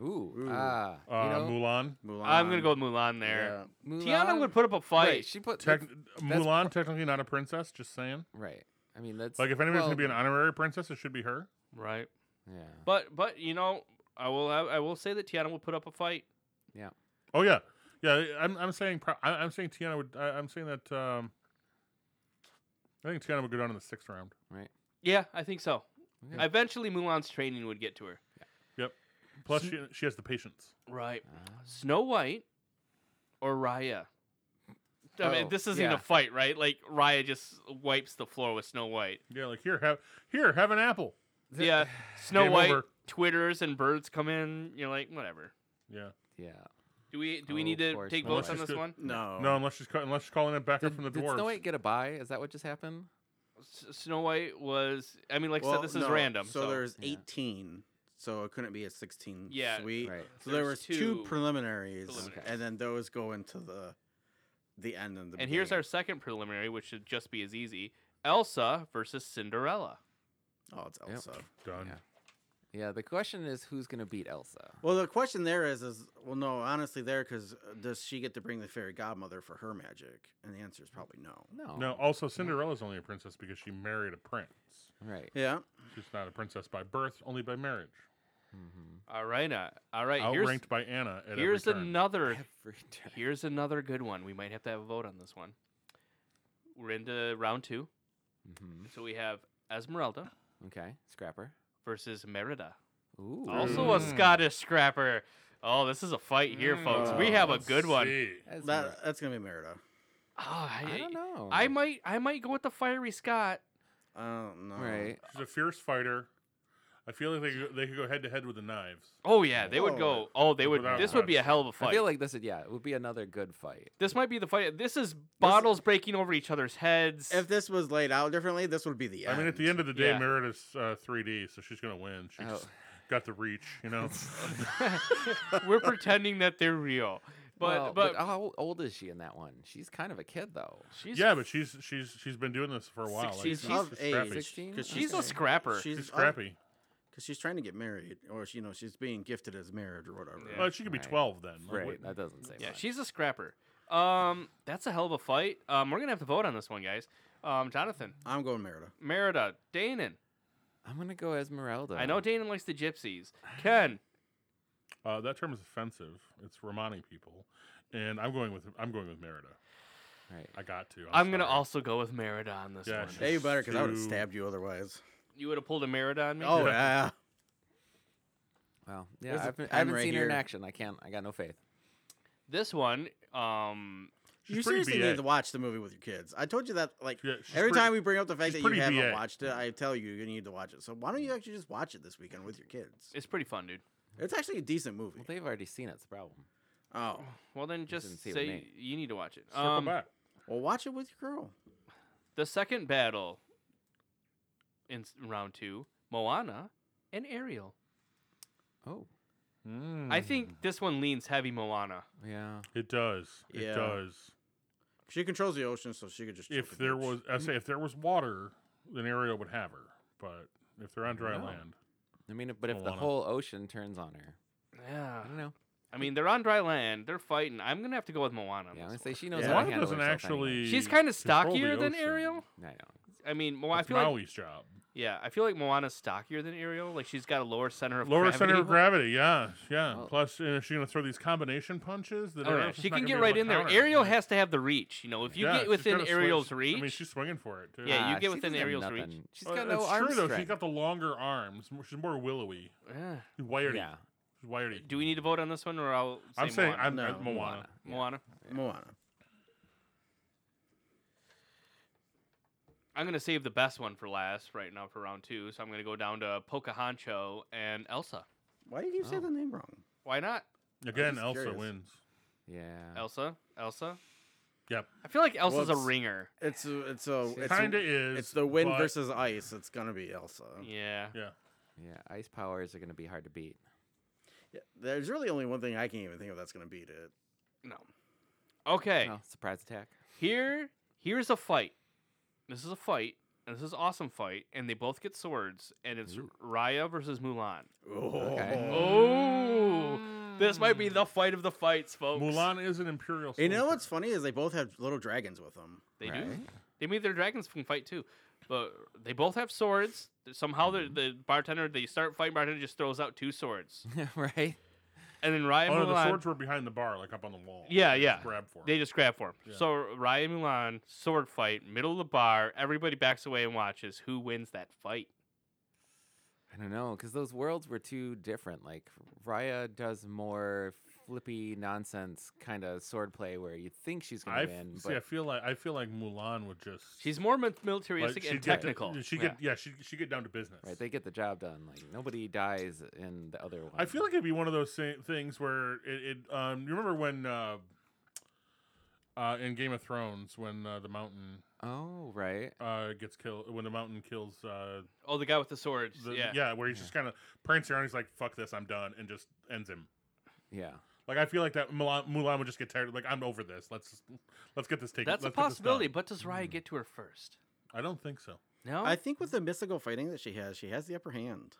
S4: Ooh,
S2: Ooh.
S4: ah,
S1: Uh,
S4: you know,
S1: Mulan.
S2: Mulan.
S3: I'm gonna go with Mulan there.
S2: Yeah.
S3: Tiana
S4: Mulan-
S3: would put up a fight.
S4: Wait, she put
S1: Tec-
S4: that's- that's
S1: Mulan technically not a princess. Just saying.
S4: right. I mean, that's
S1: Like if anybody's
S4: well,
S1: gonna be an honorary princess, it should be her.
S3: right.
S4: yeah,
S3: But but you know, I will I, I will say that Tiana will put up a fight.
S1: Oh yeah, yeah. I'm I'm saying pro- I, I'm saying Tiana would. I, I'm saying that. Um, I think Tiana would go down in the sixth round.
S3: Yeah, I think so.
S4: Okay.
S3: Eventually, Mulan's training would get to her.
S1: Plus, she, she has the patience.
S3: Right.
S4: Ah.
S3: Snow White or Raya. I mean,
S4: Oh,
S3: this isn't
S4: yeah.
S3: a fight, right? Like Raya just wipes the floor with Snow White.
S1: Yeah, like here, have here, have an apple.
S3: Yeah, Snow
S1: Game
S3: White
S1: over.
S3: twitters and birds come in. You're like, whatever.
S1: Yeah.
S4: yeah.
S3: Do we do we
S4: Oh,
S3: need
S4: of
S3: to
S4: course,
S3: take
S4: Snow
S3: votes
S1: White.
S3: on this
S1: Let's do-
S3: one?
S2: No.
S1: No, unless she's ca- unless she's calling it back up
S4: Did,
S1: from the
S4: did
S1: dwarves.
S4: Snow White get a buy? Is that what just happened?
S3: S- Snow White was. I mean, like I
S2: Well,
S3: said, this is
S2: no,
S3: random.
S2: So, there's
S4: Yeah.
S2: 18. So it couldn't be a 16
S3: Yeah.
S2: suite.
S4: Right.
S2: So there was
S3: There's
S2: two,
S3: two
S2: preliminaries,
S3: preliminaries.
S2: and then those go into the the end and the.
S3: and here's our
S2: beginning.
S3: second preliminary, which should just be as easy: Elsa versus Cinderella.
S2: Oh, it's Elsa.
S1: done?
S4: Yeah. Yeah. The question is, who's gonna beat Elsa?
S2: Well, the question there is, is well, no, honestly, there because does she get to bring the fairy godmother for her magic? And the answer is probably no.
S4: No.
S1: No. Also, Cinderella's only a princess because she married a prince.
S4: Right.
S2: Yeah.
S1: She's not a princess by birth, only by marriage.
S4: Mm-hmm.
S3: All right, uh, all right. Here's
S1: Outranked by Anna at
S3: here's
S1: every turn.
S3: another
S4: Every turn.
S3: here's another good one. We might have to have a vote on this one. We're into round two,
S4: hmm
S3: so we have Esmeralda
S4: Okay. Scrapper.
S3: versus Merida.
S4: Ooh.
S3: Also a
S1: Mm.
S3: Scottish scrapper. Oh, this is a fight here, folks. We have a
S1: Let's
S3: good one.
S1: see.
S4: That's
S2: That, that's gonna be Merida.
S3: Oh, I,
S4: I don't know.
S3: I might I might go with the fiery Scott.
S2: I don't know.
S4: Right.
S1: She's a fierce fighter. I feel like they could, they could go head to head with the knives.
S3: Oh yeah, they would
S2: Oh.
S3: go. Oh, they would.
S1: Without
S3: This would be a
S1: question.
S3: hell of a
S4: I
S3: fight.
S4: feel like this. Is, yeah, it would be another good fight.
S3: this might be the fight. This is bottles breaking over each other's heads.
S2: If this was laid out differently, this would be the end.
S1: I mean, at the end of the day,
S3: Yeah.
S1: Merida's uh, 3D, so she's gonna win. She's
S4: Oh.
S1: got the reach, you know.
S3: We're pretending that they're real, but
S4: Well, uh,
S3: but,
S4: how old is she in that one? She's kind of a kid though.
S3: she's
S1: yeah, but she's she's she's been doing this for a while.
S3: She's-
S1: she's,
S2: of
S1: just
S2: age.
S1: scrappy.
S4: 16?
S2: 'cause
S3: she's a
S2: she's-
S3: scrapper.
S1: She's,
S2: She's
S1: scrappy.
S2: because she's trying to get married, or she, you know, she's being gifted as marriage or whatever.
S3: Yeah.
S1: Well, she could be
S4: Right.
S1: 12 then. Like,
S4: Right.
S1: what-
S4: that doesn't say.
S3: yeah,
S4: much.
S3: she's a scrapper. Um, that's a hell of a fight. Um, we're gonna have to vote on this one, guys. Um, Jonathan,
S2: I'm going Merida.
S3: Merida, Danon.
S4: I'm gonna go Esmeralda.
S3: I know Danon likes the gypsies. Ken,
S1: uh, that term is offensive. It's Romani people, and I'm going with I'm going with Merida.
S4: Right.
S1: I got to. I'm,
S3: I'm, gonna
S1: sorry.
S3: also go with Merida on this
S1: Yeah,
S3: one.
S1: she's-
S2: Yeah, you better, because I would have
S1: Two.
S2: stabbed you otherwise.
S3: You would have pulled a Merida on me.
S2: Oh yeah.
S4: Well, yeah,
S2: There's a
S4: I've, been- I
S2: pen
S4: haven't
S2: right
S4: seen her in
S2: here.
S4: action. I can't. I got no faith.
S3: This one, um,
S1: She's
S2: you
S1: pretty
S2: seriously
S1: BA.
S2: need to watch the movie with your kids. I told you that like
S1: Yeah, she's
S2: every
S1: pretty-
S2: time we bring up the fact
S1: she's
S2: that
S1: pretty
S2: you
S1: BA.
S2: haven't watched it, I tell you you need to watch it. So why don't you actually just watch it this weekend with your kids?
S3: it's pretty fun, dude.
S2: It's actually a decent movie.
S4: Well, they've already seen it. It's the problem.
S2: Oh,
S3: Well, then
S4: didn't
S3: just
S4: see it
S3: say
S4: with me.
S3: you need to watch it.
S1: Circle
S3: Um,
S1: back.
S2: well, watch it with your girl.
S3: the second battle in s- round two, Moana and Ariel.
S4: Oh,
S3: I
S4: Hmm.
S3: think this one leans heavy Moana.
S4: yeah.
S1: it does. It
S2: Yeah.
S1: does.
S2: She controls the ocean, so she could just. choke
S1: If
S2: a
S1: there
S2: bitch.
S1: was, I say, if there was water, then Ariel would have her. But if they're on dry
S4: No.
S1: land,
S4: I mean, but if the
S1: Moana.
S4: whole ocean turns on her,
S3: Yeah.
S4: I don't know.
S3: I mean, they're on dry land. They're fighting. I'm gonna have to go with Moana. on
S4: Yeah, I'm gonna
S3: this
S4: say
S3: one.
S4: she knows.
S2: Yeah.
S4: How to
S1: Moana
S4: handle
S1: doesn't
S4: herself
S1: actually.
S4: anyway.
S3: She's kind of
S1: control the
S3: stockier than
S1: ocean.
S3: Ariel.
S4: I know.
S3: I mean, Mo- I
S1: That's
S3: feel like
S1: Maui's job.
S3: yeah, I feel like Moana's stockier than Ariel. Like she's got a lower center of
S1: Lower
S3: gravity.
S1: center of gravity, yeah, yeah.
S4: Well-
S1: Plus, you know, she's gonna throw these combination punches. That
S3: Oh, yeah.
S1: Ariel's just
S3: She
S1: not
S3: can
S1: gonna
S3: get
S1: be able
S3: right
S1: to
S3: in there.
S1: counter.
S3: Ariel has to have the reach. You know, if you
S1: Yeah,
S3: get
S1: she's
S3: within
S1: gotta swing-
S3: Ariel's
S1: I mean,
S3: reach,
S1: she's swinging for it too.
S3: Yeah, you
S4: Ah,
S3: get
S4: she
S3: within
S4: doesn't have
S3: Ariel's reach.
S4: nothing. She's
S1: Well,
S4: got
S1: that's
S4: no arm
S1: true though. She's
S4: strength.
S1: got the longer arms. More- She's more willowy.
S3: Yeah.
S1: She's wiry.
S4: yeah.
S1: She's wiry.
S3: eh, do we need to vote on this one, or I'll say
S1: I'm saying
S3: Moana?
S1: I'm
S2: No,
S1: uh, Moana.
S4: Moana.
S3: Moana.
S2: Moana.
S3: I'm gonna save the best one for last right now for round two. So I'm gonna go down to Pocahontas and Elsa.
S2: Why do you keep saying
S4: Oh.
S2: the name wrong?
S3: Why not
S1: Again,
S2: just
S1: Elsa
S2: curious.
S1: wins.
S4: Yeah.
S3: Elsa? Elsa?
S1: Yep,
S3: I feel like Elsa's a
S2: it's-
S3: ringer.
S2: It's a, it's a it's a-
S1: kinda is.
S2: It's the wind
S1: but-
S2: versus ice. It's gonna be Elsa.
S3: Yeah.
S1: Yeah,
S4: Yeah. Ice powers are gonna be hard to beat.
S2: Yeah, There's really only one thing I can even think of that's gonna beat it.
S3: No. Okay.
S4: Oh, surprise attack.
S3: Here, here's a fight. This is a fight. And this is an awesome fight, and they both get swords, and it's
S4: Ooh.
S3: Raya versus Mulan.
S2: Oh,
S4: Okay.
S3: Oh, This might be the fight of the fights, folks.
S1: Mulan is an imperial.
S2: You know
S1: soldier.
S2: what's funny is they both have little dragons with them.
S3: They do.
S4: Right?
S3: They mean their dragons can fight too, but they both have swords. Somehow the,
S1: Mm.
S3: the bartender they start fighting. Bartender just throws out two swords,
S4: right?
S3: and then Ryan
S1: Oh, no,
S3: Mulan.
S1: the swords were behind the bar, like up on the wall.
S3: Yeah,
S1: They
S3: yeah.
S1: just Grab for 'em.
S3: They just grab for him.
S1: Yeah.
S3: So Ryan Mulan sword fight, middle of the bar. Everybody backs away and watches who wins that fight.
S4: I don't know, because those worlds were too different. Like Raya does more flippy nonsense kind of swordplay where you think she's
S1: I f-
S4: gonna win,
S1: see. I
S4: but
S1: feel like I feel like Mulan would just.
S3: She's more mi-
S1: like,
S3: militaristic
S1: she'd
S3: and
S1: get to-
S3: technical.
S1: she get yeah. She she get down to business.
S4: right, they get the job done. Like nobody dies in the other one.
S1: I feel like it'd be one of those sa- things where it. it um, you remember when uh, uh, in Game of Thrones when uh, the mountain
S4: Oh, right.
S1: uh, gets killed when the mountain kills uh,
S3: Oh, the guy with the swords.
S1: the,
S3: yeah.
S1: yeah. where he's
S4: Yeah.
S1: just kind of prancing around. He's like, "Fuck this, I'm done," and just ends him.
S4: Yeah.
S1: Like I feel like that Mulan, Mulan would just get tired. Like I'm over this. Let's let's get this taken.
S3: That's a
S1: let's get this
S3: possibility.
S1: done."
S3: But does Raya
S4: Mm.
S3: get to her first?
S1: I don't think so.
S4: Oh.
S3: No.
S2: I think with the mystical fighting that she has, she has the upper hand.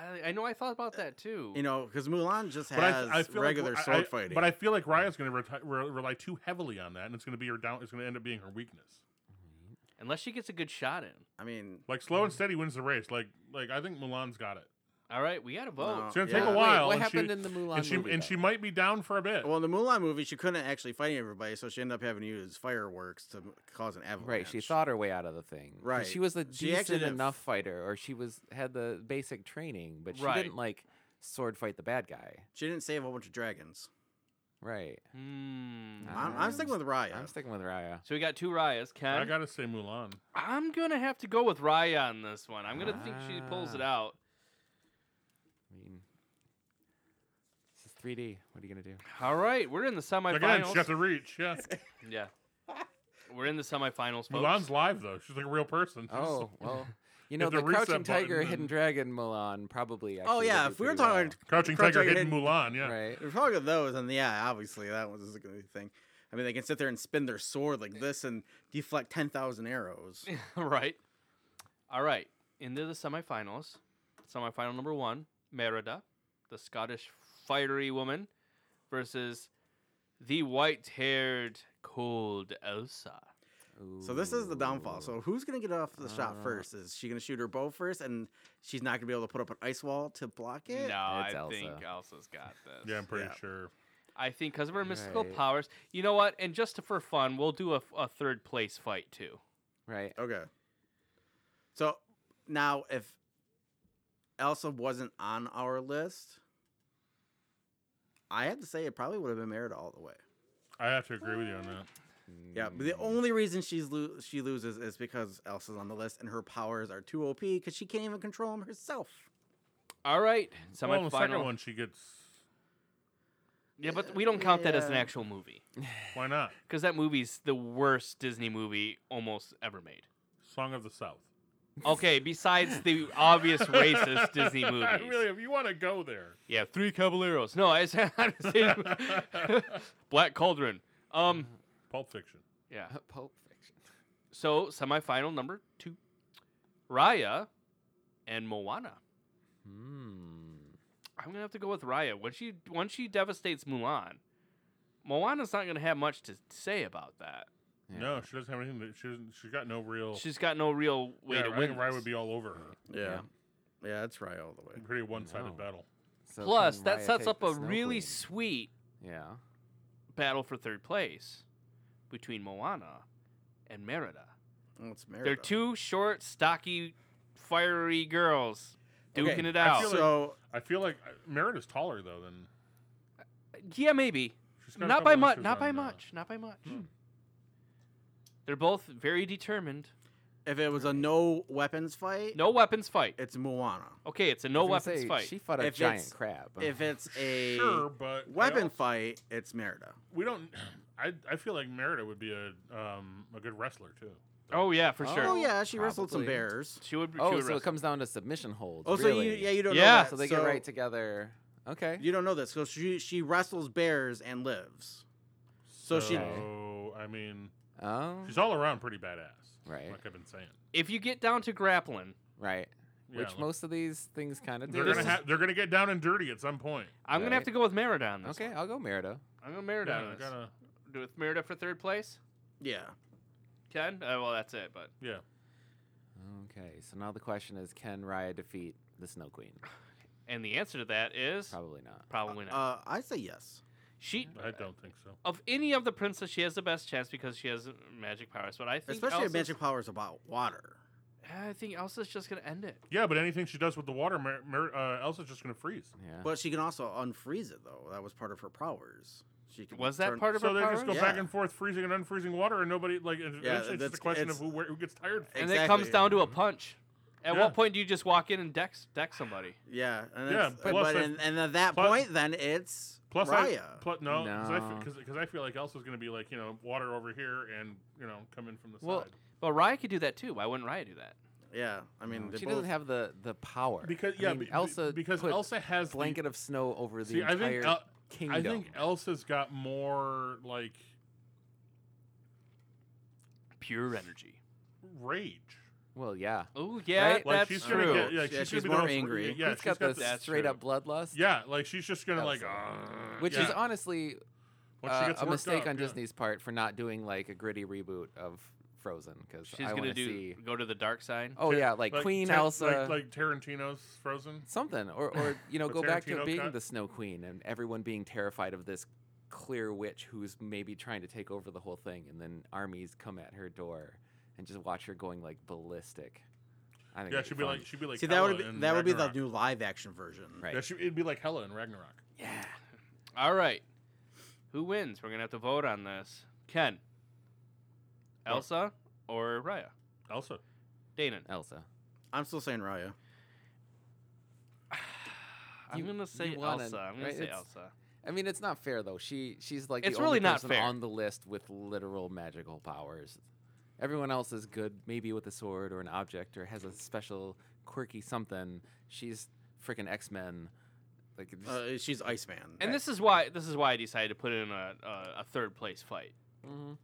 S3: I- I know. I thought about that too.
S2: Uh, You know, because Mulan just
S1: But
S2: has
S1: I, I feel
S2: regular
S1: like, I-
S2: sword
S1: I-
S2: fighting.
S1: But I feel like Raya's going to reti- re- rely too heavily on that, and it's going to be her down. It's going to end up being her weakness.
S3: Unless she gets a good shot in.
S2: I mean,
S1: Like slow and steady wins the race. Like like I think Mulan's got it.
S3: All right, we gotta vote.
S2: No.
S1: It's going to
S2: Yeah.
S1: take
S2: Wait,
S1: a while.
S4: what
S1: and
S4: happened
S1: she,
S4: in the Mulan
S1: and she
S4: movie?
S1: and she might be down for a bit.
S2: well, in the Mulan movie, she couldn't actually fight everybody, so she ended up having to use fireworks to m- cause an avalanche.
S4: Right, she thought her way out of the thing. 'cause
S2: Right.
S4: she was a
S2: She actually
S4: decent
S2: didn't
S4: enough
S2: f-
S4: fighter, or she was had the basic training, but she
S3: Right.
S4: didn't like sword fight the bad guy.
S2: she didn't save a whole bunch of dragons.
S4: Right.
S3: Hmm.
S4: Uh,
S2: I'm, I'm
S4: I'm
S2: sticking with Raya.
S4: I'm sticking with Raya.
S3: So we got two Ryas.
S1: I
S3: Ken,
S1: got to say Mulan.
S3: I'm gonna have to go with Raya on this one. I'm gonna think she pulls
S1: Ah.
S3: it out.
S4: I mean, this is 3D. What are you gonna do?
S3: All right, we're in the
S1: Again, she
S3: semifinals.
S1: got the reach. Yeah,
S3: yeah, we're in the semifinals. Folks.
S1: Mulan's live though. She's like a real person. She's-
S4: Oh well, you know
S1: Hit the
S4: the Crouching
S1: reset button
S4: Tiger,
S1: and-
S4: Hidden Dragon, Mulan probably.
S2: oh
S4: actually
S2: yeah,
S4: did
S2: if we were
S4: pretty well.
S2: talking
S1: Crouching
S2: Crouching
S1: Tiger,
S2: Tiger,
S1: hidden Mulan. Yeah.
S4: right?
S2: If talking those, and yeah, obviously that was a good thing. I mean, they can sit there and spin their sword like this and deflect ten thousand arrows.
S3: right. All right, into the semifinals. Semifinal number one: Merida, the Scottish fiery woman, versus the white-haired cold Elsa.
S2: So this is the downfall.
S4: Ooh.
S2: So who's gonna get off the shot
S4: Ah.
S2: first? Is she gonna shoot her bow first, and she's not gonna be able to put up an ice wall to block
S3: No,
S2: it?
S3: I
S4: It's Elsa.
S3: think Elsa's got this.
S1: Yeah, I'm pretty
S2: Yeah.
S1: sure.
S3: I think because of her mystical
S4: Right.
S3: powers. You know what? And just for fun, we'll do a, a third place fight too.
S4: right?
S2: Okay. So now, if Elsa wasn't on our list, I have to say it probably would have been Merida all the way.
S1: I have to agree with you on that.
S2: Yeah, but the
S4: Mm.
S2: only reason she's lo- she loses is because Elsa's on the list and her powers are too OP because she can't even control them herself.
S3: All right,
S1: well, in
S3: semifinal.
S1: Oh, the second one, she gets.
S3: Yeah, but we don't count that as an
S2: Yeah.
S3: actual movie
S1: Why not?
S3: because that movie's the worst Disney movie almost ever made.
S1: Song of the South.
S3: Okay, besides the obvious racist Disney movies.
S1: I really, if you want to go there,
S3: Yeah, Three Caballeros. No, I said Black Cauldron. Um,
S1: Mm-hmm. Pulp Fiction.
S3: yeah.
S4: Mm. Pulp Fiction.
S3: So semifinal number two, Raya and Moana.
S4: Hmm.
S3: I'm gonna have to go with Raya. When she once she devastates Mulan, Moana's not gonna have much to say about that.
S4: Yeah.
S1: No, she doesn't have anything. That, she doesn't, she's got no real.
S3: She's got no real way
S1: yeah,
S3: to
S1: I
S3: win.
S1: think Raya
S3: this.
S1: would be all over her.
S4: Yeah.
S2: Yeah, that's right all the way.
S1: Pretty one-sided
S4: Wow.
S1: battle.
S4: So
S3: Plus,
S4: can
S3: that
S4: Raya
S3: sets
S4: take
S3: up
S4: the
S3: a
S4: Snow
S3: really
S4: Queen?
S3: sweet
S4: yeah.
S3: battle for third place between Moana and Merida.
S2: Well, it's Merida.
S3: They're two short, stocky, fiery girls duking
S2: Okay,
S3: it
S1: I
S3: out.
S1: feel
S2: So
S1: I feel like uh, Merida's taller though than.
S3: yeah, maybe.
S1: She's got a
S3: Not by
S1: couple
S3: much.
S1: inches
S3: Not by
S1: on, uh,
S3: much. Not by much. They're both very determined.
S2: if it was a no weapons fight,
S3: No weapons fight.
S2: it's Moana.
S3: Okay, it's a no
S4: I was gonna
S3: weapons
S4: say,
S3: fight.
S4: She fought a
S2: If it's-
S4: giant crab.
S2: If it's a
S1: sure, but I
S2: weapon
S1: al-
S2: fight, it's Merida.
S1: we don't. I I feel like Merida would be a um a good wrestler too.
S3: Oh yeah, for sure.
S2: Oh yeah, she wrestled some
S4: Probably.
S2: bears.
S3: She would. she
S4: oh,
S3: would
S4: so
S3: wrestle.
S4: it comes down to submission holds.
S2: Oh, so you
S4: really.
S2: yeah you don't know
S3: Yeah.
S2: that.
S4: So they get right together. Okay.
S2: You don't know this. So she she wrestles bears and lives. So she-
S1: So, I mean,
S4: oh.
S1: she's all around pretty badass.
S4: Right.
S1: Like I've been saying.
S3: if you get down to grappling,
S4: Right. which
S1: Yeah,
S4: most of these things kind of do.
S1: They're
S3: This
S1: gonna
S3: is-
S1: ha- they're gonna get down and dirty at some point.
S3: I'm gonna have
S4: Right.
S3: to go with Merida on this.
S4: okay,
S3: one.
S4: I'll go Merida.
S3: I'm gonna Merida
S1: Yeah,
S3: on this.
S1: gotta-
S3: Do with Merida for third place.
S2: Yeah.
S3: Ken, uh, well that's it. But
S1: yeah.
S4: Okay, so now the question is, can Raya defeat the Snow Queen?
S3: and the answer to that is
S4: Probably not.
S3: probably not.
S2: Uh, I say yes.
S3: she
S1: I don't think so.
S3: of any of the princess, she has the best chance because she has magic powers. But I think
S2: Especially if
S3: Elsa's-
S2: magic powers about water.
S3: I think Elsa's just gonna end it.
S1: Yeah, but anything she does with the water, Mer- Mer- uh, Elsa's just gonna freeze.
S4: Yeah.
S2: But she can also unfreeze it though. That was part of her powers. She could
S3: Was that part of
S1: So
S3: her
S1: they
S3: power?
S1: just go
S2: Yeah.
S1: back and forth, freezing and unfreezing water, and nobody like. It's,
S2: Yeah,
S1: it's just
S2: that's-
S1: a question
S2: it's-
S1: of who where, who gets tired. first.
S3: And it comes
S2: Exactly.
S3: down to a punch. At
S1: Yeah.
S3: what point do you just walk in and deck deck somebody?
S2: Yeah. And
S1: Yeah,
S2: yeah. But,
S1: plus I-
S2: and, and at that
S1: plus-
S2: point, then it's
S1: Plus,
S2: Raya.
S1: I plus, no, because I,
S4: No.
S1: fe- 'cause- 'cause I feel like Elsa's gonna be like you know water over here and you know coming from the
S3: Well,
S1: side
S3: Well, Raya could do that too. Why wouldn't Raya do that?
S2: yeah. I mean,
S4: No,
S2: they
S4: she
S2: both,
S4: doesn't have the the power.
S1: because
S4: I
S1: yeah,
S4: mean,
S1: be- be-
S4: Elsa
S1: because
S4: put
S1: Elsa has the-
S4: blanket of snow over the
S1: See, I
S4: entire
S1: think El-
S4: kingdom.
S1: I think Elsa's got more like
S3: Pure energy.
S1: rage.
S4: well, yeah.
S3: Oh yeah,
S4: Right?
S1: Like
S3: that's
S1: she's
S3: true.
S1: gonna get yeah,
S2: Yeah,
S1: she's, gonna
S2: she's
S1: be
S2: more
S1: the most-
S2: angry.
S1: Yeah,
S4: He's
S1: she's
S4: got, the
S3: that's
S4: straight
S3: true.
S4: up bloodlust.
S1: Yeah, like she's just gonna like,
S4: Elsa.
S1: "Argh,"
S4: Which
S1: yeah.
S4: is honestly
S1: Once she
S4: uh,
S1: gets
S4: a
S1: worked
S4: mistake
S1: up,
S4: on
S1: yeah.
S4: Disney's part for not doing like a gritty reboot of Frozen because
S3: She's
S4: I want
S3: gonna
S4: to
S3: do
S4: see.
S3: go to the dark side.
S4: Oh
S1: Tar-
S4: yeah, like, Queen
S1: Tar-
S4: Elsa,
S1: like, like Tarantino's Frozen.
S4: something, or or you know,
S1: The
S4: go back to
S1: Tarantino
S4: being
S1: cut?
S4: the Snow Queen and everyone being terrified of this clear witch who's maybe trying to take over the whole thing, and then armies come at her door and just watch her going like ballistic. I think
S1: Yeah,
S4: that'd
S1: she'd be
S4: fun.
S1: like she'd be like
S2: see, that would
S1: Hela
S2: be,
S1: in
S2: that would be the
S1: Ragnarok.
S2: new live action version.
S4: Right.
S1: Yeah, she, it'd be like Hella in Ragnarok.
S4: yeah.
S3: All right, who wins? We're gonna have to vote on this. Ken,
S1: What?
S3: Elsa, or Raya?
S1: Elsa.
S3: Danon.
S4: Elsa.
S2: I'm still saying Raya.
S3: I'm
S4: You-
S3: gonna
S4: you
S3: say
S4: wanna-
S3: Elsa. I'm gonna
S4: right,
S3: say
S4: it's-
S3: Elsa.
S4: I mean, it's not fair though. She she's like the
S3: It's
S4: only
S3: really not
S4: person
S3: fair.
S4: on the list with literal magical powers. Everyone else is good, maybe with a sword or an object or has a special quirky something. She's freaking X Men. Like it's-
S2: Uh, she's Iceman.
S3: And this is why this is why I decided to put in a a, a third place fight.
S4: Mhm.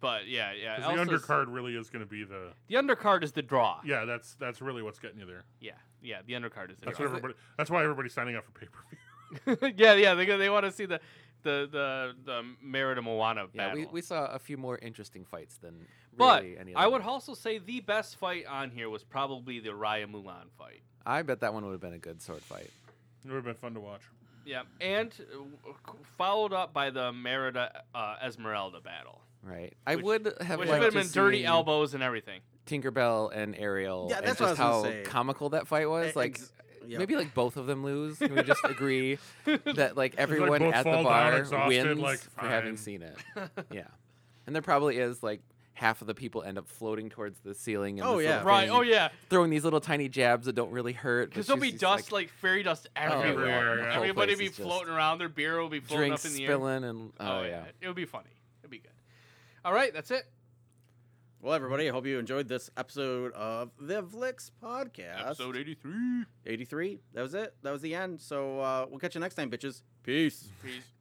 S3: But yeah, yeah.
S1: 'Cause the
S3: Elsa's-
S1: undercard really is going to be the
S3: The undercard is the draw.
S1: yeah. That's that's really what's getting you there.
S3: yeah, yeah. The undercard is the
S1: That's
S3: draw.
S1: what everybody. That's why everybody's signing up for pay per view.
S3: yeah, yeah. They go, they want to see the the the the Merida Moana
S4: yeah,
S3: battle.
S4: we, we saw a few more interesting fights than
S3: but
S4: really any.
S3: I
S4: other
S3: would
S4: one.
S3: also say the best fight on here was probably the Raya Mulan fight.
S4: I bet that one would have been a good sword fight.
S1: It would have been fun to watch.
S3: Yeah, and uh, w- followed up by the Merida uh, Esmeralda battle,
S4: Right, I
S3: Which-
S4: would have
S3: which
S4: liked
S3: would have
S4: to
S3: been dirty
S4: see
S3: elbows and everything.
S4: Tinkerbell and Ariel.
S2: Yeah,
S4: and
S2: that's
S4: just
S2: what I was
S4: how
S2: gonna say. E,
S4: comical that fight was.
S2: Eh, Ex-
S4: Like
S2: yeah.
S4: Maybe like both of them lose. Can we just agree that like everyone
S1: both
S4: at the
S1: fall down
S4: bar
S1: exhausted,
S4: wins
S1: like,
S4: for having
S1: fine.
S4: seen it? Yeah, and there probably is like half of the people end up floating towards the ceiling. And
S2: Oh,
S4: this
S2: yeah.
S4: little
S3: Right?
S4: thing,
S3: Oh yeah,
S4: throwing these little tiny jabs that don't really hurt.
S3: because
S4: Because
S3: there'll be dust like, fairy dust
S4: Oh,
S3: everywhere.
S1: Everywhere, yeah.
S3: Everybody
S4: Whole
S3: be
S4: place is just
S3: floating around. Their beer will be floating
S4: drinks
S3: up in the air.
S4: spilling and oh, yeah.
S3: it would be funny. It'd be good. All right, that's it.
S2: Well, everybody, I hope you enjoyed this episode of the Vlix podcast.
S3: Episode eighty three.
S2: 83. That was it. That was the end. So uh, we'll catch you next time, bitches. Peace.
S3: Peace.